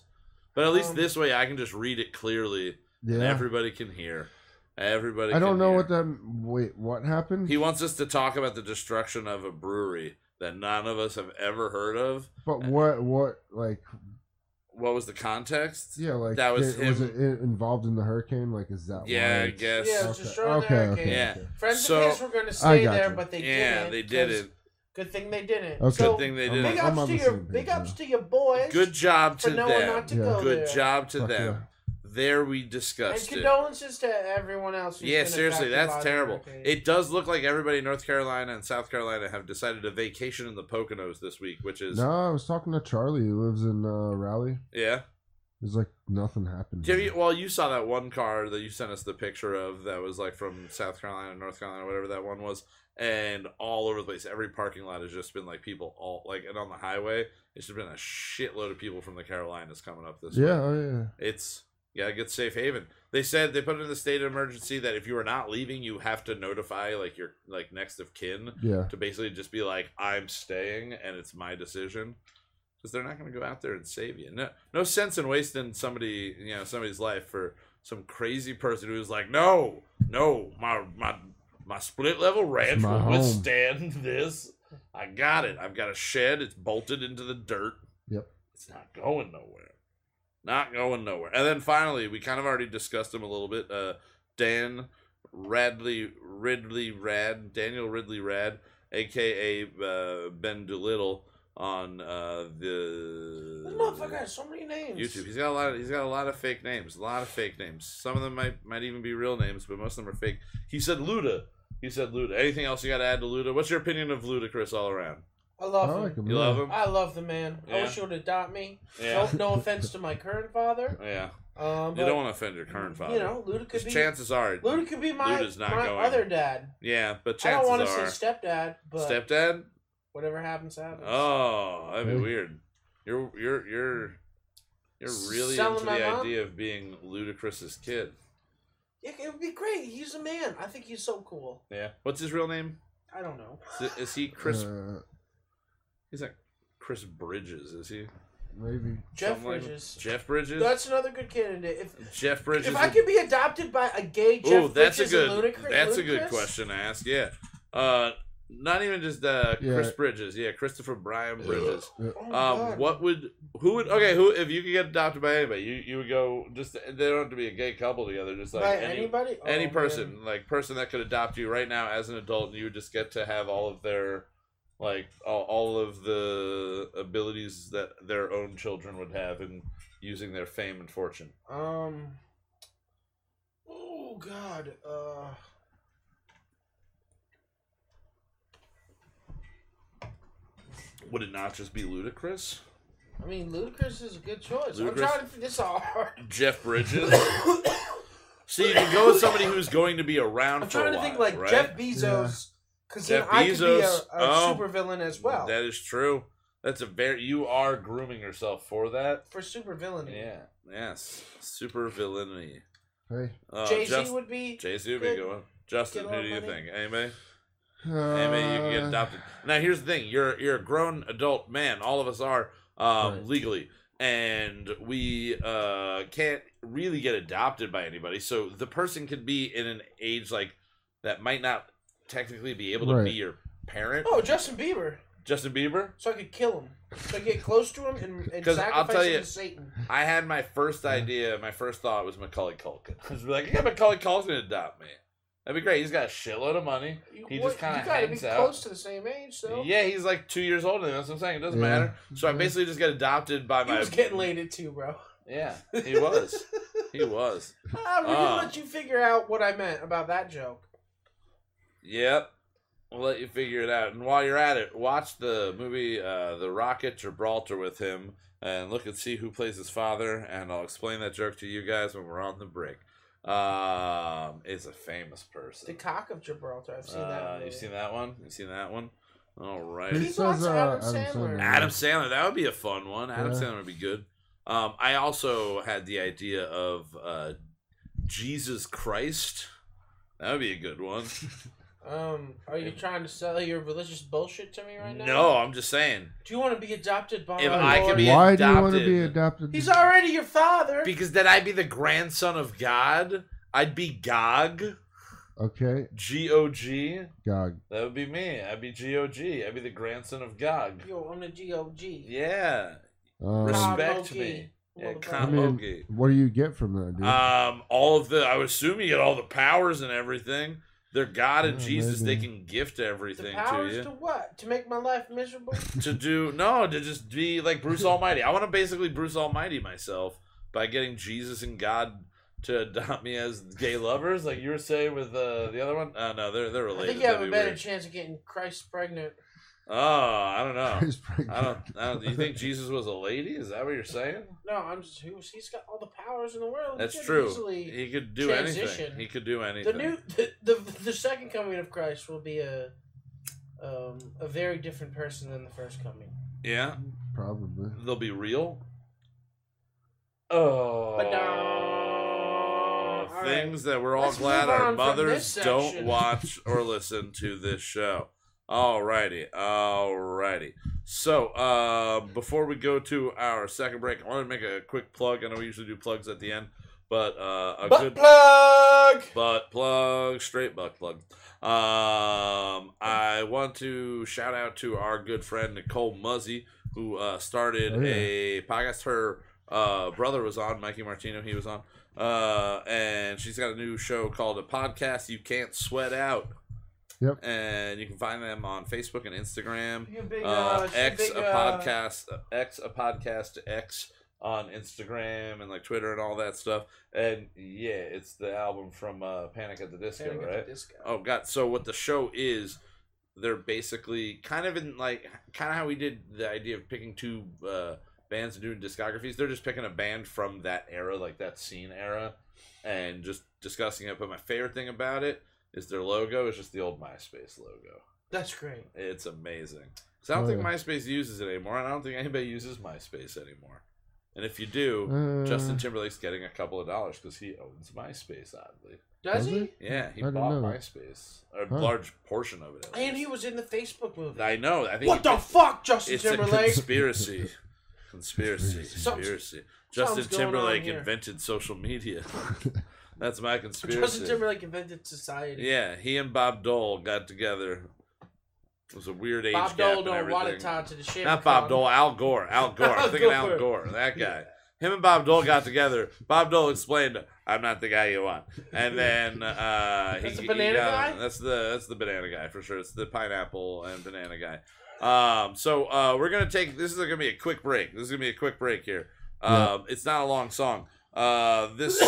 [SPEAKER 3] But at least
[SPEAKER 5] Um,
[SPEAKER 3] this way, I can just read it clearly, and
[SPEAKER 4] Yeah.
[SPEAKER 3] everybody can hear. Everybody.
[SPEAKER 4] I don't
[SPEAKER 3] can
[SPEAKER 4] know
[SPEAKER 3] hear.
[SPEAKER 4] what that. Wait, what happened?
[SPEAKER 3] He wants us to talk about the destruction of a brewery that none of us have ever heard of.
[SPEAKER 4] but what? What? Like,
[SPEAKER 3] What was the context?
[SPEAKER 4] yeah, like
[SPEAKER 3] That was
[SPEAKER 4] it, was
[SPEAKER 3] him.
[SPEAKER 4] it in- involved in the hurricane? Like, is that?
[SPEAKER 3] Yeah,
[SPEAKER 4] why
[SPEAKER 3] I
[SPEAKER 4] it's-
[SPEAKER 3] guess.
[SPEAKER 5] Yeah, it
[SPEAKER 4] Okay.
[SPEAKER 5] was destroying the
[SPEAKER 4] okay,
[SPEAKER 5] hurricane.
[SPEAKER 4] okay,
[SPEAKER 3] Yeah.
[SPEAKER 4] okay.
[SPEAKER 5] Friends
[SPEAKER 3] So-
[SPEAKER 5] of his were going to stay
[SPEAKER 4] got
[SPEAKER 5] there,
[SPEAKER 4] you.
[SPEAKER 5] but they
[SPEAKER 3] yeah,
[SPEAKER 5] didn't.
[SPEAKER 3] they
[SPEAKER 5] 'cause
[SPEAKER 3] did it.
[SPEAKER 5] Good thing they didn't.
[SPEAKER 4] Okay.
[SPEAKER 5] So,
[SPEAKER 3] Good thing they
[SPEAKER 4] I'm
[SPEAKER 3] did
[SPEAKER 4] on-
[SPEAKER 5] big
[SPEAKER 3] it.
[SPEAKER 4] I'm
[SPEAKER 5] ups
[SPEAKER 4] on
[SPEAKER 5] to
[SPEAKER 4] the
[SPEAKER 5] your
[SPEAKER 4] same page
[SPEAKER 5] big
[SPEAKER 4] now.
[SPEAKER 5] ups to your boys
[SPEAKER 3] Good job
[SPEAKER 5] for
[SPEAKER 3] to
[SPEAKER 5] knowing
[SPEAKER 3] them.
[SPEAKER 5] not to
[SPEAKER 4] Yeah.
[SPEAKER 5] go there.
[SPEAKER 3] Good job to
[SPEAKER 4] Fuck
[SPEAKER 3] them. There we
[SPEAKER 5] And
[SPEAKER 3] discussed it.
[SPEAKER 5] condolences to everyone else. who's
[SPEAKER 3] Yeah,
[SPEAKER 5] been
[SPEAKER 3] seriously,
[SPEAKER 5] affected by
[SPEAKER 3] that's
[SPEAKER 5] the
[SPEAKER 3] terrible.
[SPEAKER 5] hurricane.
[SPEAKER 3] It does look like everybody in North Carolina and South Carolina have decided to vacation in the Poconos this week, which is
[SPEAKER 4] No, I was talking to Charlie who lives in uh, Raleigh.
[SPEAKER 3] yeah.
[SPEAKER 4] It's like nothing happened.
[SPEAKER 3] Give you, well, you saw that one car that you sent us the picture of that was like from South Carolina, North Carolina, whatever that one was, and all over the place. Every parking lot has just been like people all like, and on the highway, it's just been a shitload of people from the Carolinas coming up this.
[SPEAKER 4] yeah,
[SPEAKER 3] way.
[SPEAKER 4] oh,
[SPEAKER 3] it's yeah, good safe haven. They said they put in the state of emergency that if you are not leaving, you have to notify like your like next of kin.
[SPEAKER 4] yeah, yeah.
[SPEAKER 3] to basically just be like, I'm staying and it's my decision. Because they're not going to go out there and save you. No, no sense in wasting somebody, you know, somebody's life for some crazy person who's like, no, no, my my my split level ranch
[SPEAKER 4] It's my
[SPEAKER 3] will
[SPEAKER 4] home."
[SPEAKER 3] withstand this. I got it. I've got a shed. It's bolted into the dirt.
[SPEAKER 4] Yep.
[SPEAKER 3] It's not going nowhere. Not going nowhere. And then finally, we kind of already discussed him a little bit. Uh, Dan Radley Ridley Rad Daniel Ridley Rad, aka uh, Ben Doolittle on uh, the
[SPEAKER 5] This motherfucker has so many names.
[SPEAKER 3] YouTube. He's got a lot. Of, he's got a lot of fake names. A lot of fake names. Some of them might might even be real names, but most of them are fake. He said Luda. He said Luda. Anything else you got to add to Luda? What's your opinion of Ludacris all around?
[SPEAKER 5] I
[SPEAKER 4] I
[SPEAKER 5] love
[SPEAKER 4] like
[SPEAKER 5] him.
[SPEAKER 4] him.
[SPEAKER 3] You
[SPEAKER 4] yeah.
[SPEAKER 3] love him?
[SPEAKER 5] I love the man. I
[SPEAKER 3] Yeah.
[SPEAKER 5] wish he would adopt me.
[SPEAKER 3] Yeah.
[SPEAKER 5] No, no offense to my current father.
[SPEAKER 3] Yeah.
[SPEAKER 5] Um,
[SPEAKER 3] You
[SPEAKER 5] but,
[SPEAKER 3] don't want to offend your current father.
[SPEAKER 5] You know, Luda could
[SPEAKER 3] 'Cause
[SPEAKER 5] be.
[SPEAKER 3] chances are,
[SPEAKER 5] Luda could be my,
[SPEAKER 3] Luda's not
[SPEAKER 5] my
[SPEAKER 3] going.
[SPEAKER 5] other dad.
[SPEAKER 3] yeah, but
[SPEAKER 5] I don't
[SPEAKER 3] chances
[SPEAKER 5] want
[SPEAKER 3] are,
[SPEAKER 5] to say stepdad, but
[SPEAKER 3] stepdad.
[SPEAKER 5] whatever happens, happens.
[SPEAKER 3] Oh, that'd be
[SPEAKER 4] Really?
[SPEAKER 3] weird. You're you're you're you're really
[SPEAKER 5] Selling
[SPEAKER 3] into
[SPEAKER 5] my
[SPEAKER 3] the
[SPEAKER 5] mom?
[SPEAKER 3] idea of being Ludacris's kid.
[SPEAKER 5] It, it would be great. He's a man. I think he's so cool.
[SPEAKER 3] Yeah. What's his real name?
[SPEAKER 5] I don't know.
[SPEAKER 3] Is, is he Chris?
[SPEAKER 4] Uh,
[SPEAKER 3] he's like Chris Bridges. Is he
[SPEAKER 4] maybe.
[SPEAKER 5] Jeff
[SPEAKER 3] Something like-
[SPEAKER 5] Bridges.
[SPEAKER 3] Jeff Bridges?
[SPEAKER 5] That's another good candidate. If
[SPEAKER 3] Jeff Bridges.
[SPEAKER 5] if I
[SPEAKER 3] is-
[SPEAKER 5] could be adopted by a gay Jeff
[SPEAKER 3] Ooh, that's a
[SPEAKER 5] Bridges and
[SPEAKER 3] good.
[SPEAKER 5] Ludacris-
[SPEAKER 3] That's a good
[SPEAKER 5] Ludacris,
[SPEAKER 3] question to ask. Yeah. Uh, Not even just uh, Chris
[SPEAKER 4] Yeah.
[SPEAKER 3] Bridges. Yeah, Christopher Brian Bridges.
[SPEAKER 5] Oh,
[SPEAKER 3] Um,
[SPEAKER 5] God.
[SPEAKER 3] what would who would okay? Who if you could get adopted by anybody, you you would go just they don't have to be a gay couple together. Just like
[SPEAKER 5] By
[SPEAKER 3] any
[SPEAKER 5] anybody? Oh,
[SPEAKER 3] any
[SPEAKER 5] man.
[SPEAKER 3] person like person that could adopt you right now as an adult, and you would just get to have all of their like all, all of the abilities that their own children would have in using their fame and fortune.
[SPEAKER 5] Um. Oh God. Uh.
[SPEAKER 3] Would it not just be ludicrous?
[SPEAKER 5] I mean, Ludacris is a good choice.
[SPEAKER 3] Ludacris?
[SPEAKER 5] I'm trying to. fi- This is hard.
[SPEAKER 3] Jeff Bridges. See, you can go with somebody who's going to be around
[SPEAKER 5] I'm
[SPEAKER 3] for
[SPEAKER 5] trying
[SPEAKER 3] a
[SPEAKER 5] to
[SPEAKER 3] while,
[SPEAKER 5] think like
[SPEAKER 3] right?
[SPEAKER 5] Jeff Bezos, because
[SPEAKER 3] Jeff
[SPEAKER 5] I could be a,
[SPEAKER 3] Bezos,
[SPEAKER 5] a
[SPEAKER 3] oh.
[SPEAKER 5] supervillain as well.
[SPEAKER 3] That is true. That's a very you are grooming yourself for that.
[SPEAKER 5] For supervillainy,
[SPEAKER 3] Yeah. Yes. Super villainy.
[SPEAKER 4] Hey.
[SPEAKER 3] Uh,
[SPEAKER 5] Jay Z
[SPEAKER 3] Just-
[SPEAKER 5] would be.
[SPEAKER 3] Jay Z would be a
[SPEAKER 5] could
[SPEAKER 3] good one. Justin,
[SPEAKER 5] get
[SPEAKER 3] who
[SPEAKER 5] all
[SPEAKER 3] do you
[SPEAKER 5] money.
[SPEAKER 3] think? Amy?
[SPEAKER 4] Uh,
[SPEAKER 3] Amy, you can get adopted. Now here's the thing, you're you're a grown adult man. All of us are um,
[SPEAKER 4] Right.
[SPEAKER 3] legally. And we uh, can't really get adopted by anybody. So the person could be in an age like that might not technically be able to
[SPEAKER 4] Right.
[SPEAKER 3] be your parent.
[SPEAKER 5] Oh, Justin Bieber.
[SPEAKER 3] Justin Bieber?
[SPEAKER 5] So I could kill him. So I could get close to him and, and
[SPEAKER 3] 'Cause I'll
[SPEAKER 5] sacrifice
[SPEAKER 3] tell
[SPEAKER 5] him
[SPEAKER 3] you-
[SPEAKER 5] to Satan.
[SPEAKER 3] I had my first idea, my first thought was Macaulay Culkin. I was like, yeah, Macaulay Culkin would adopt me. That'd be great. He's got a shitload of money.
[SPEAKER 5] You,
[SPEAKER 3] He
[SPEAKER 5] what-
[SPEAKER 3] just kinda
[SPEAKER 5] You gotta
[SPEAKER 3] hangs
[SPEAKER 5] be
[SPEAKER 3] out.
[SPEAKER 5] close to the same age, though.
[SPEAKER 3] Yeah, he's like two years older than me. That's what I'm saying. It doesn't
[SPEAKER 4] Yeah.
[SPEAKER 3] matter. So I
[SPEAKER 4] Yeah.
[SPEAKER 3] basically just got adopted by
[SPEAKER 5] He
[SPEAKER 3] my.
[SPEAKER 5] was getting laid at too, bro.
[SPEAKER 3] Yeah, he was. he was.
[SPEAKER 5] I we
[SPEAKER 3] Ah.
[SPEAKER 5] can let you figure out what I meant about that joke.
[SPEAKER 3] Yep. We'll let you figure it out. And while you're at it, watch the movie uh, The Rock at Gibraltar with him and look and see who plays his father. And I'll explain that joke to you guys when we're on the break. Um, it's a famous
[SPEAKER 5] The
[SPEAKER 3] person.
[SPEAKER 5] cock of Gibraltar. I've seen that.
[SPEAKER 3] Uh,
[SPEAKER 5] movie.
[SPEAKER 3] you've seen that one? You've seen that one? All right.
[SPEAKER 5] He
[SPEAKER 4] It says,
[SPEAKER 5] wants
[SPEAKER 4] uh,
[SPEAKER 5] Adam
[SPEAKER 4] Adam
[SPEAKER 5] Sandler.
[SPEAKER 4] Sandler.
[SPEAKER 3] Adam Sandler. That would be a fun one. Adam
[SPEAKER 4] Yeah.
[SPEAKER 3] Sandler would be good. Um, I also had the idea of uh, Jesus Christ. That would be a good one.
[SPEAKER 5] Um, are you trying to sell your religious bullshit to me right now?
[SPEAKER 3] No, I'm just saying
[SPEAKER 5] Do you want to be adopted by?
[SPEAKER 3] If
[SPEAKER 5] our
[SPEAKER 3] I
[SPEAKER 5] Lord?
[SPEAKER 3] could be
[SPEAKER 4] Why do you want to
[SPEAKER 3] adopted.
[SPEAKER 4] be adopted?
[SPEAKER 5] He's already your father.
[SPEAKER 3] because then I'd be the grandson of God. I'd be Gog,
[SPEAKER 4] okay,
[SPEAKER 3] G O G.
[SPEAKER 4] God.
[SPEAKER 3] That would be me. I'd be G O G. I'd be the grandson of Gog.
[SPEAKER 5] Yo, I'm the GOG.
[SPEAKER 3] Yeah,
[SPEAKER 4] Um,
[SPEAKER 5] Respect.
[SPEAKER 3] respect
[SPEAKER 5] Gog.
[SPEAKER 3] me. Yeah,
[SPEAKER 5] Motherfucker.
[SPEAKER 4] I
[SPEAKER 3] Con
[SPEAKER 4] mean,
[SPEAKER 3] Logie.
[SPEAKER 4] what do you get from that, dude?
[SPEAKER 3] Um, all of the, I would assume you get all the powers and everything. They're God and
[SPEAKER 4] Yeah,
[SPEAKER 3] Jesus.
[SPEAKER 4] maybe.
[SPEAKER 3] They can gift
[SPEAKER 5] The
[SPEAKER 3] everything to
[SPEAKER 5] powers
[SPEAKER 3] you
[SPEAKER 5] to what? To make my life miserable?
[SPEAKER 3] to do no to just be like Bruce Almighty. I want to basically Bruce Almighty myself by getting Jesus and God to adopt me as gay lovers, like you were saying with uh, the other one. Uh, no, they're they're
[SPEAKER 5] I
[SPEAKER 3] related.
[SPEAKER 5] think you have
[SPEAKER 3] That'd
[SPEAKER 5] a
[SPEAKER 3] be
[SPEAKER 5] better
[SPEAKER 3] weird.
[SPEAKER 5] chance of getting Christ pregnant.
[SPEAKER 3] Oh, I don't know.
[SPEAKER 4] He's pretty
[SPEAKER 3] I don't.
[SPEAKER 4] good.
[SPEAKER 3] I don't. You think Jesus was a lady? Is that what you're saying?
[SPEAKER 5] No, I'm just who's he's got all the powers in the world. He
[SPEAKER 3] That's
[SPEAKER 5] could
[SPEAKER 3] true.
[SPEAKER 5] Easily.
[SPEAKER 3] He could do
[SPEAKER 5] transition.
[SPEAKER 3] anything. He could do
[SPEAKER 5] The
[SPEAKER 3] anything.
[SPEAKER 5] new the, the the second coming of Christ will be a um a very different person than the first coming.
[SPEAKER 3] yeah.
[SPEAKER 4] Probably.
[SPEAKER 3] They'll be real. Oh,
[SPEAKER 5] Ba-da. All
[SPEAKER 3] things that we're all
[SPEAKER 5] Let's
[SPEAKER 3] glad
[SPEAKER 5] move on
[SPEAKER 3] our
[SPEAKER 5] from
[SPEAKER 3] mothers
[SPEAKER 5] this
[SPEAKER 3] don't
[SPEAKER 5] section.
[SPEAKER 3] watch or listen to this show. Alrighty, alrighty. So, uh, before we go to our second break, I want to make a quick plug. I know we usually do plugs at the end, but uh, a
[SPEAKER 5] Butt
[SPEAKER 3] good
[SPEAKER 5] plug.
[SPEAKER 3] butt plug, straight butt plug. Um, I want to shout out to our good friend Nicole Muzzy, who uh, started
[SPEAKER 4] Oh, yeah.
[SPEAKER 3] a podcast. Her uh, brother was on, Mikey Martino. He was on, uh, and she's got a new show called a podcast you can't sweat out.
[SPEAKER 4] Yep.
[SPEAKER 3] And you can find them on Facebook and Instagram.
[SPEAKER 5] You big
[SPEAKER 3] Uh,
[SPEAKER 5] uh,
[SPEAKER 3] X
[SPEAKER 5] big,
[SPEAKER 3] a
[SPEAKER 5] uh,
[SPEAKER 3] podcast, X a podcast, X on Instagram and like Twitter and all that stuff. And yeah, it's the album from uh, Panic at the Disco,
[SPEAKER 5] There we go,
[SPEAKER 3] right?
[SPEAKER 5] this guy.
[SPEAKER 3] Oh god! So what the show is? They're basically kind of in like kind of how we did the idea of picking two uh, bands and doing discographies. They're just picking a band from that era, like that scene era, and just discussing it. But my favorite thing about it is their logo is just the old MySpace logo.
[SPEAKER 5] That's great.
[SPEAKER 3] It's amazing. So I don't
[SPEAKER 4] Oh,
[SPEAKER 3] think
[SPEAKER 4] yeah.
[SPEAKER 3] MySpace uses it anymore, and I don't think anybody uses MySpace anymore. And if you do,
[SPEAKER 4] Uh,
[SPEAKER 3] Justin Timberlake's getting a couple of dollars because he owns MySpace, oddly.
[SPEAKER 5] Does
[SPEAKER 4] Does
[SPEAKER 5] he?
[SPEAKER 4] he?
[SPEAKER 3] Yeah, he
[SPEAKER 4] I didn't
[SPEAKER 3] bought
[SPEAKER 4] know that.
[SPEAKER 3] MySpace, a
[SPEAKER 4] Huh.
[SPEAKER 3] large portion of it. at
[SPEAKER 5] And he
[SPEAKER 3] least.
[SPEAKER 5] was in the Facebook movie.
[SPEAKER 3] I know. I think
[SPEAKER 5] What
[SPEAKER 3] he
[SPEAKER 5] the
[SPEAKER 3] did-
[SPEAKER 5] fuck, Justin
[SPEAKER 3] It's a
[SPEAKER 5] Timberlake?
[SPEAKER 3] conspiracy. Conspiracy.
[SPEAKER 5] Something's-
[SPEAKER 3] Conspiracy. Justin
[SPEAKER 5] something's going on
[SPEAKER 3] Timberlake
[SPEAKER 5] here.
[SPEAKER 3] invented social media. That's my
[SPEAKER 5] Justin
[SPEAKER 3] conspiracy.
[SPEAKER 5] Timberlake invented society.
[SPEAKER 3] Yeah, he and Bob Dole got together It was a weird age
[SPEAKER 5] Bob
[SPEAKER 3] gap
[SPEAKER 5] Dole
[SPEAKER 3] and
[SPEAKER 5] don't
[SPEAKER 3] everything.
[SPEAKER 5] want to talk to the shit.
[SPEAKER 3] Not Bob Dole, Al Gore. Al Gore. I'm
[SPEAKER 5] Al
[SPEAKER 3] thinking
[SPEAKER 5] Gore.
[SPEAKER 3] Al Gore, that guy. Him and Bob Dole got together. Bob Dole explained, "I'm not the guy you want," and then uh, he-
[SPEAKER 5] That's the
[SPEAKER 3] he
[SPEAKER 5] banana
[SPEAKER 3] got-
[SPEAKER 5] guy?
[SPEAKER 3] That's the that's the banana guy for sure. It's the pineapple and banana guy. Um, so uh, we're gonna take this is gonna be a quick break. This is gonna be a quick break here. Um, It's not a long song. Uh, this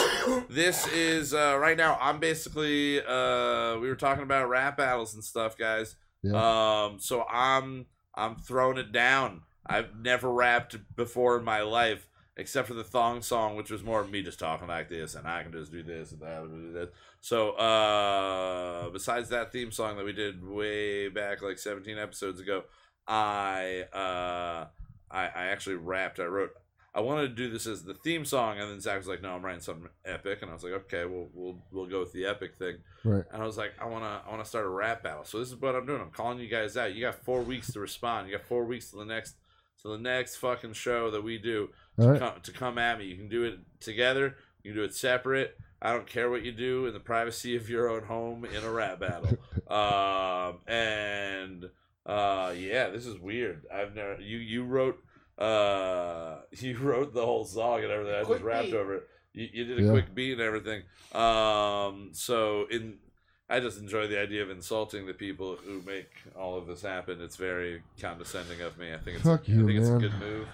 [SPEAKER 3] this is uh, right now. I'm basically uh, we were talking about rap battles and stuff, guys. Um, so I'm I'm throwing it down. I've never rapped before in my life, except for the thong song, which was more of me just talking like this, and I can just do this and that and do this. So, uh, besides that theme song that we did way back like 17 episodes ago, I uh, I, I actually rapped. I wrote. I wanted to do this as the theme song, and then Zach was like, "No, I'm writing something epic," and I was like, "Okay, we'll we'll we'll go with the epic thing."
[SPEAKER 4] Right.
[SPEAKER 3] And I was like, "I wanna I wanna start a rap battle." So this is what I'm doing. I'm calling you guys out. You got four weeks to respond. You got four weeks to the next to the next fucking show that we do
[SPEAKER 4] All
[SPEAKER 3] to
[SPEAKER 4] right.
[SPEAKER 3] come, to come at me. You can do it together. You can do it separate. I don't care what you do in the privacy of your own home in a rap battle. um, and uh, yeah, this is weird. I've never you you wrote uh, you wrote the whole song and everything. I
[SPEAKER 5] Quick
[SPEAKER 3] just rapped
[SPEAKER 5] beat.
[SPEAKER 3] over it. You, you did a
[SPEAKER 4] Yeah.
[SPEAKER 3] quick beat and everything. Um, so in I just enjoy the idea of insulting the people who make all of this happen. It's very condescending of me. I think it's
[SPEAKER 4] Fuck
[SPEAKER 3] I
[SPEAKER 4] you,
[SPEAKER 3] think it's a
[SPEAKER 4] man.
[SPEAKER 3] good move.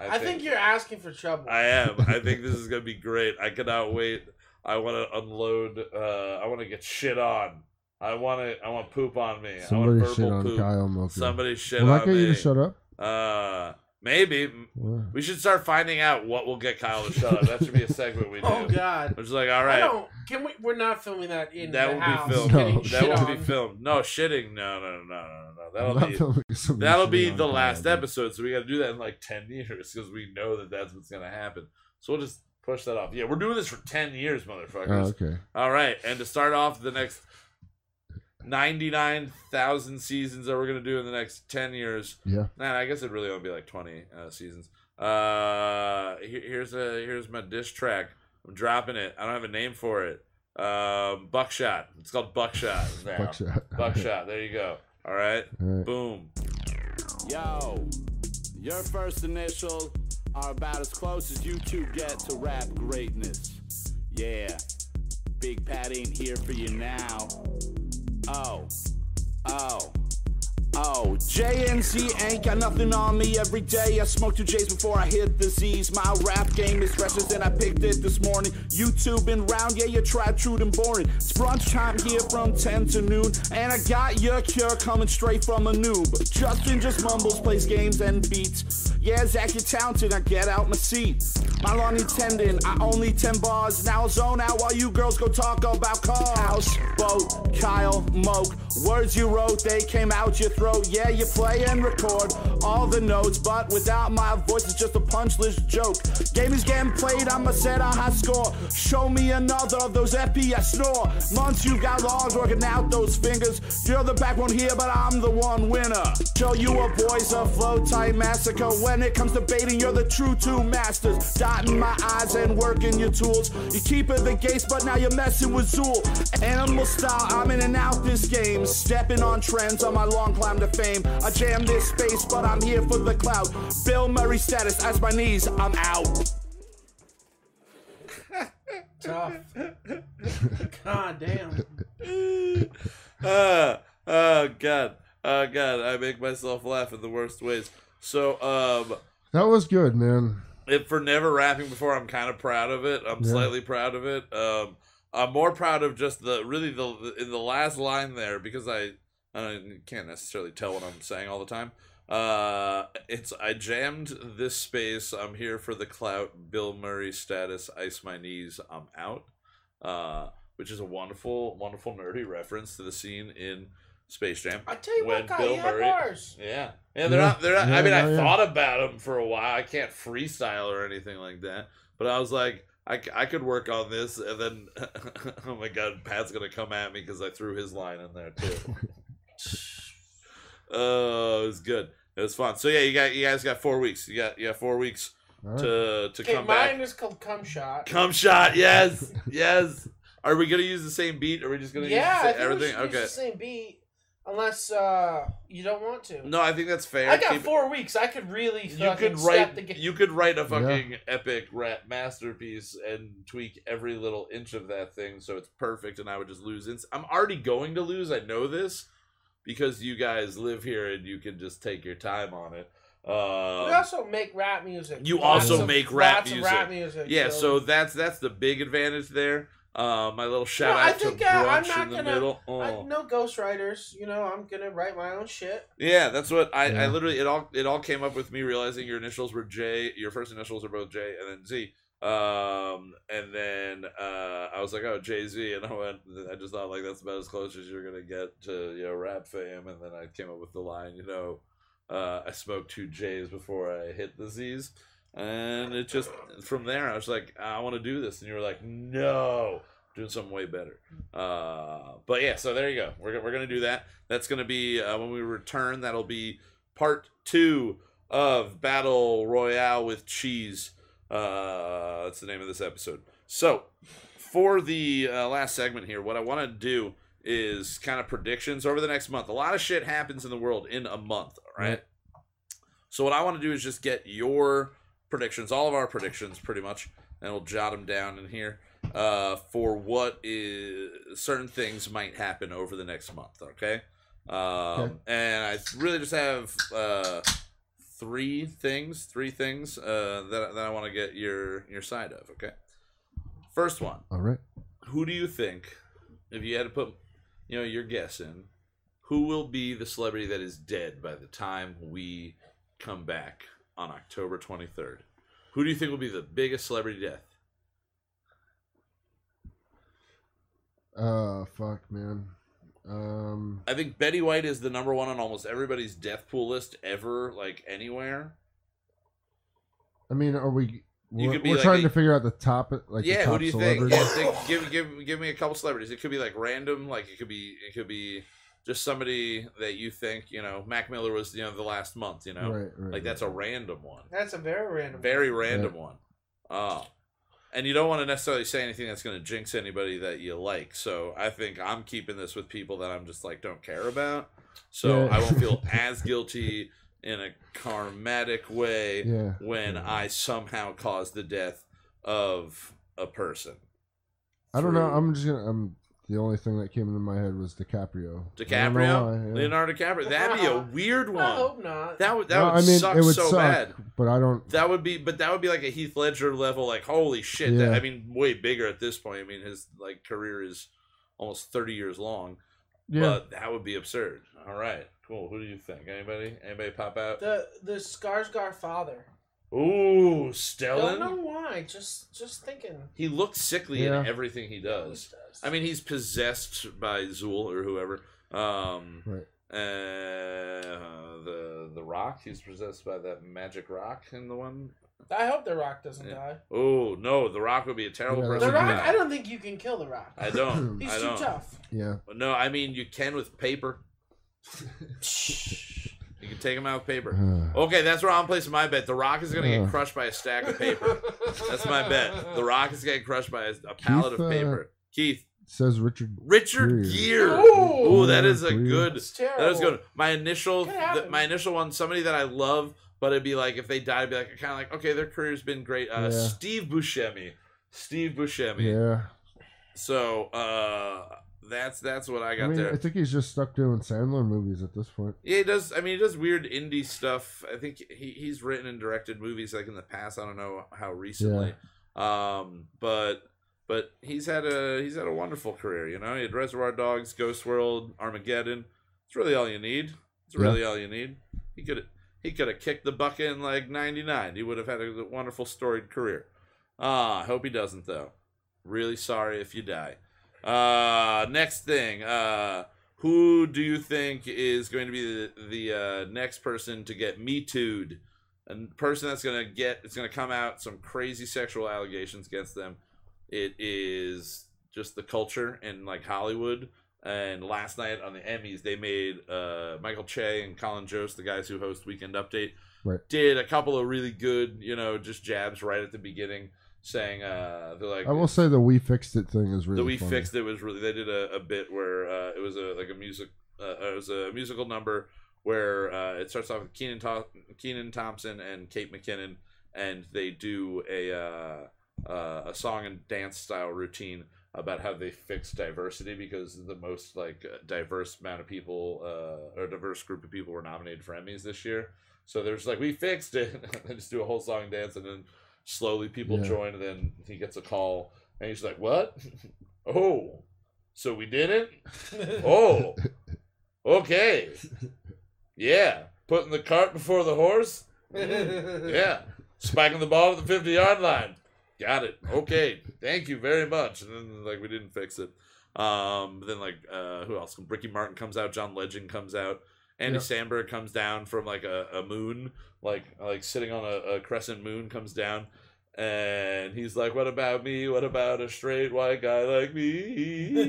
[SPEAKER 5] I think you're asking for trouble.
[SPEAKER 3] I am. I think this is gonna be great. I cannot wait. I want to unload. Uh, I want to get shit on. I want to. I want poop on me. I
[SPEAKER 4] Somebody
[SPEAKER 3] want
[SPEAKER 4] shit
[SPEAKER 3] verbal
[SPEAKER 4] on
[SPEAKER 3] poop.
[SPEAKER 4] Kyle Moki.
[SPEAKER 3] Somebody shit
[SPEAKER 4] Will that
[SPEAKER 3] on
[SPEAKER 4] get
[SPEAKER 3] me.
[SPEAKER 4] you to shut up?
[SPEAKER 3] uh, maybe
[SPEAKER 4] Yeah.
[SPEAKER 3] we should start finding out what will get Kyle to shut up. That should be a segment we do.
[SPEAKER 5] oh God.
[SPEAKER 3] I'm just like, all
[SPEAKER 5] I
[SPEAKER 3] right,
[SPEAKER 5] don't. Can we? We're not filming that in
[SPEAKER 3] That
[SPEAKER 5] the
[SPEAKER 3] will be
[SPEAKER 5] house.
[SPEAKER 3] filmed.
[SPEAKER 5] Getting
[SPEAKER 4] No.
[SPEAKER 5] shit
[SPEAKER 3] that won't be
[SPEAKER 5] on.
[SPEAKER 3] filmed. No shitting. No, no, no, no, no.
[SPEAKER 4] I'm
[SPEAKER 3] That'll
[SPEAKER 4] not
[SPEAKER 3] be
[SPEAKER 4] filming somebody
[SPEAKER 3] That'll
[SPEAKER 4] shitting
[SPEAKER 3] be
[SPEAKER 4] on
[SPEAKER 3] the
[SPEAKER 4] Kyle,
[SPEAKER 3] last
[SPEAKER 4] dude.
[SPEAKER 3] episode, so we got to do that in like ten years because we know that that's what's gonna happen. So we'll just push that off. Yeah, we're doing this for ten years, motherfuckers.
[SPEAKER 4] Oh, okay.
[SPEAKER 3] All right, and to start off the next ninety-nine thousand seasons that we're gonna do in the next ten years.
[SPEAKER 4] Yeah.
[SPEAKER 3] Nah, I guess it really only be like twenty uh, seasons. Uh, here, here's a here's my diss track. I'm dropping it. I don't have a name for it. Um, Buckshot. It's called Buckshot. now.
[SPEAKER 4] Buckshot.
[SPEAKER 3] Buckshot. There you go. All right.
[SPEAKER 4] All right.
[SPEAKER 3] Boom.
[SPEAKER 1] Yo, your first initial are about as close as you two get to rap greatness. Yeah, Big Pat ain't here for you now. Oh, oh. Oh, JNC ain't got nothing on me every day. I smoke two J's before I hit the Z's. My rap game is fresher than I picked it this morning. YouTube been round, yeah, you tried true and boring. It's brunch time here from 10 to noon. And I got your cure coming straight from a noob. Justin just mumbles, plays games and beats. Yeah, Zach, you're talented, I get out my seat. My lawn intending, I only 10 bars. Now I'll zone out while you girls go talk about cars. Houseboat, Kyle, Moke. Words you wrote, they came out your throat. Yeah, you play and record all the notes, but without my voice, it's just a punchless joke. Game is getting played, I'ma set a high score. Show me another of those epi I snore. Months you got logs working out those fingers. You're the backbone here, but I'm the one winner. Show you a boys a flow type massacre. When it comes to baiting, you're the true two masters. Dotting my eyes and working your tools. You keep it the gates, but now you're messing with Zool. Animal style, I'm in and out this game. Stepping on trends on my long climb to fame. I jam this space, but I'm here for the cloud. Bill Murray status as my knees, I'm out.
[SPEAKER 5] Tough. God damn.
[SPEAKER 3] uh, oh god, oh god, I make myself laugh in the worst ways. So, um,
[SPEAKER 4] That was good, man.
[SPEAKER 3] if for never rapping before, I'm kind of proud of it. I'm
[SPEAKER 4] Yeah.
[SPEAKER 3] slightly proud of it. Um, I'm more proud of just the really the in the last line there because I I don't- can't necessarily tell what I'm saying all the time. Uh, it's I jammed this space. I'm here for the clout. Bill Murray status. Ice my knees. I'm out. Uh, which is a wonderful, wonderful nerdy reference to the scene in Space Jam.
[SPEAKER 5] I tell you
[SPEAKER 3] When
[SPEAKER 5] what, Kyle,
[SPEAKER 3] Bill
[SPEAKER 5] you had
[SPEAKER 3] Murray-
[SPEAKER 5] bars.
[SPEAKER 3] Yeah, yeah, they're
[SPEAKER 4] Yeah.
[SPEAKER 3] not. They're not. I
[SPEAKER 4] Yeah,
[SPEAKER 3] mean, I
[SPEAKER 4] yeah, yeah.
[SPEAKER 3] thought about them for a while. I can't freestyle or anything like that, but I was like, I, c- I could work on this, and then, oh my god, Pat's gonna come at me because I threw his line in there too. Oh, it was good. It was fun. So yeah, you got you guys got four weeks. You got you got four weeks
[SPEAKER 4] All right.
[SPEAKER 3] to to
[SPEAKER 5] Okay,
[SPEAKER 3] come
[SPEAKER 5] mine
[SPEAKER 3] back.
[SPEAKER 5] is called cum shot.
[SPEAKER 3] Come shot. Yes, yes. Are we gonna use the same beat? Are we just gonna
[SPEAKER 5] yeah,
[SPEAKER 3] use the
[SPEAKER 5] I think
[SPEAKER 3] sa- everything?
[SPEAKER 5] We should use
[SPEAKER 3] okay.
[SPEAKER 5] the same beat. unless uh, you don't want to.
[SPEAKER 3] No, I think that's fair.
[SPEAKER 5] I got
[SPEAKER 3] Keep-
[SPEAKER 5] four weeks. I could really
[SPEAKER 3] You
[SPEAKER 5] fucking
[SPEAKER 3] could
[SPEAKER 5] step the
[SPEAKER 3] write.
[SPEAKER 5] game.
[SPEAKER 3] You could write a fucking epic rap masterpiece and tweak every little inch of that thing so it's perfect, and I would just lose. Inst- I'm already going to lose. I know this because you guys live here and you can just take your time on it.
[SPEAKER 5] we
[SPEAKER 3] Uh,
[SPEAKER 5] also make rap music.
[SPEAKER 3] you
[SPEAKER 5] Lots
[SPEAKER 3] also
[SPEAKER 5] of-
[SPEAKER 3] make rap
[SPEAKER 5] lots Of rap music.
[SPEAKER 3] yeah, so that's that's the big advantage there. Uh, my little shout
[SPEAKER 5] I
[SPEAKER 3] out
[SPEAKER 5] think,
[SPEAKER 3] to
[SPEAKER 5] uh,
[SPEAKER 3] brunch
[SPEAKER 5] I'm not
[SPEAKER 3] in the
[SPEAKER 5] gonna-
[SPEAKER 3] middle.
[SPEAKER 5] I,
[SPEAKER 3] Oh.
[SPEAKER 5] no ghostwriters. You know, I'm gonna write my own shit.
[SPEAKER 3] Yeah, that's what I, I
[SPEAKER 4] Yeah.
[SPEAKER 3] literally it all it all came up with me realizing your initials were J, your first initials are both J and then Z. Um, and then uh, I was like, oh Jay Z, and I went, I just thought like that's about as close as you're gonna get to you know rap fame, and then I came up with the line, you know, uh, I smoked two J's before I hit the Z's, and it just from there I was like, I want to do this, and you were like, no, doing something way better. Uh, but yeah, so there you go. We're, go- we're gonna do that. That's gonna be uh, when we return. That'll be part two of Battle Royale with Cheese. Uh, that's the name of this episode. So for the uh, last segment here, what I want to do is kind of predictions over the next month. A lot of shit happens in the world in a month, all right? So what I want to do is just get your predictions, all of our predictions, pretty much, and we'll jot them down in here uh, for what is certain things might happen over the next month. Okay, um,
[SPEAKER 4] Okay.
[SPEAKER 3] and I really just have uh, three things, three things uh, that that I want to get your your side of. Okay, first one
[SPEAKER 4] All right.
[SPEAKER 3] who do you think if you had to put you know your guess in who will be the celebrity that is dead by the time we come back on october 23rd who do you think will be the biggest celebrity death
[SPEAKER 4] Uh, fuck, man. Um,
[SPEAKER 3] i think betty white is the number one on almost everybody's death pool list ever like anywhere
[SPEAKER 4] I mean, are we?
[SPEAKER 3] You
[SPEAKER 4] We're,
[SPEAKER 3] could be
[SPEAKER 4] we're
[SPEAKER 3] like
[SPEAKER 4] trying
[SPEAKER 3] a-
[SPEAKER 4] to figure out the top, like the
[SPEAKER 3] yeah
[SPEAKER 4] top
[SPEAKER 3] who do you think?
[SPEAKER 4] celebrities.
[SPEAKER 3] Yeah, think give, give, give me a couple celebrities it could be like random like it could be it could be just somebody that you think you know mac miller was you know the last month you know
[SPEAKER 4] Right, right.
[SPEAKER 3] like that's a random one
[SPEAKER 5] That's a very random.
[SPEAKER 3] Very random one. Oh. And you don't want to necessarily say anything that's going to jinx anybody that you like. So I think I'm keeping this with people that I'm just like don't care about. So
[SPEAKER 4] Yeah.
[SPEAKER 3] I won't feel as guilty in a karmatic way
[SPEAKER 4] yeah.
[SPEAKER 3] when I somehow caused the death of a person.
[SPEAKER 4] I don't know.
[SPEAKER 3] Through
[SPEAKER 4] I'm just gonna. I'm the only thing that came into my head was DiCaprio. I don't know
[SPEAKER 3] DiCaprio,
[SPEAKER 4] why, yeah.
[SPEAKER 3] Leonardo DiCaprio. That'd be a weird
[SPEAKER 5] I
[SPEAKER 3] one.
[SPEAKER 5] hope not.
[SPEAKER 3] That would that
[SPEAKER 4] No,
[SPEAKER 3] would
[SPEAKER 4] I mean,
[SPEAKER 3] suck
[SPEAKER 4] it would
[SPEAKER 3] so
[SPEAKER 4] suck,
[SPEAKER 3] bad.
[SPEAKER 4] but I don't.
[SPEAKER 3] That would be, but that would be like a Heath Ledger level. Like, holy shit! That,
[SPEAKER 4] Yeah.
[SPEAKER 3] I mean, way bigger at this point. I mean, his like career is almost thirty years long.
[SPEAKER 4] Yeah.
[SPEAKER 3] But that would be absurd. All right, cool. Who do you think? Anybody? Anybody pop out?
[SPEAKER 5] the the Skarsgård father.
[SPEAKER 3] Ooh,
[SPEAKER 5] Don't
[SPEAKER 3] Stellan.
[SPEAKER 5] know why. Just just thinking.
[SPEAKER 3] He looks sickly
[SPEAKER 4] Yeah.
[SPEAKER 3] in everything he does.
[SPEAKER 5] Always
[SPEAKER 3] I mean, he's possessed by Zool or whoever. Um,
[SPEAKER 4] Right.
[SPEAKER 3] uh, the the Rock. He's possessed by that magic rock in the one.
[SPEAKER 5] I hope The Rock doesn't
[SPEAKER 3] Yeah.
[SPEAKER 5] die.
[SPEAKER 3] Oh no, the Rock would be a terrible
[SPEAKER 4] Yeah, that's
[SPEAKER 3] person.
[SPEAKER 5] The
[SPEAKER 3] to
[SPEAKER 5] Rock.
[SPEAKER 3] die.
[SPEAKER 5] I don't think you can kill The Rock.
[SPEAKER 3] I don't.
[SPEAKER 5] He's
[SPEAKER 3] Um, I
[SPEAKER 5] too
[SPEAKER 3] don't.
[SPEAKER 5] tough.
[SPEAKER 4] yeah.
[SPEAKER 3] No, I mean you can with paper. you can take him out with paper. Okay, that's where I'm placing my bet. The Rock is gonna get
[SPEAKER 4] Uh.
[SPEAKER 3] crushed by a stack of paper. That's my bet. The Rock is getting crushed by a, a pallet of
[SPEAKER 4] Keith, uh,
[SPEAKER 3] paper. Keith
[SPEAKER 4] says Richard.
[SPEAKER 3] Richard
[SPEAKER 4] Gere.
[SPEAKER 3] Gere.
[SPEAKER 5] Ooh.
[SPEAKER 3] Ooh, that is a
[SPEAKER 4] Gere.
[SPEAKER 3] good.
[SPEAKER 5] It's terrible.
[SPEAKER 3] That is good. My initial,
[SPEAKER 5] Could happen.
[SPEAKER 3] th- my initial one. Somebody that I love, but it'd be like if they died, I'd be like kind of like okay, their career's been great. Uh,
[SPEAKER 4] Yeah.
[SPEAKER 3] Steve Buscemi. Steve Buscemi.
[SPEAKER 4] Yeah.
[SPEAKER 3] So uh, that's that's what I got
[SPEAKER 4] I mean,
[SPEAKER 3] there.
[SPEAKER 4] I think he's just stuck doing Sandler movies at this point.
[SPEAKER 3] Yeah, he does. I mean, he does weird indie stuff. I think he, he's written and directed movies like in the past. I don't know how recently, um, but but he's had a he's had a wonderful career. You know, he had Reservoir Dogs, Ghost World, Armageddon. It's really all you need. It's
[SPEAKER 4] Yeah.
[SPEAKER 3] really all you need. He could he could have kicked the bucket in like '99. He would have had a wonderful storied career. Ah, I hope he doesn't though. Really sorry if you die. Uh, next thing. Uh, who do you think is going to be the, the uh, next person to get me too'd? A person that's going to get, it's going to come out some crazy sexual allegations against them. It is just the culture in like Hollywood. And last night on the Emmys, they made uh, Michael Che and Colin Jost, the guys who host Weekend Update,
[SPEAKER 4] Right.
[SPEAKER 3] did a couple of really good, you know, just jabs right at the beginning, saying uh, they're like,
[SPEAKER 4] I will say the We Fixed It thing is really
[SPEAKER 3] that we
[SPEAKER 4] funny.
[SPEAKER 3] fixed it was really they did a, a bit where uh, it was a like a music uh, it was a musical number where uh, it starts off with Keenan Tho- Keenan Thompson and Kate McKinnon, and they do a uh, uh, a song and dance style routine about how they fix diversity because the most like uh, diverse amount of people uh, or diverse group of people were nominated for Emmys this year. So there's like we fixed it. they just do a whole song and dance, and then slowly people
[SPEAKER 4] Yeah.
[SPEAKER 3] join. And then he gets a call, and he's like, "What? oh, so we did it? Oh, okay, yeah. Putting the cart before the horse. Yeah, spiking the ball at the fifty yard line. Got it. Okay, thank you very much. And then like we didn't fix it. Um, then like uh, who else? Ricky Martin comes out. John Legend comes out. Andy
[SPEAKER 4] Yeah.
[SPEAKER 3] Samberg comes down from like a, a moon, like like sitting on a, a crescent moon, comes down, and he's like, "What about me? What about a straight white guy like me?"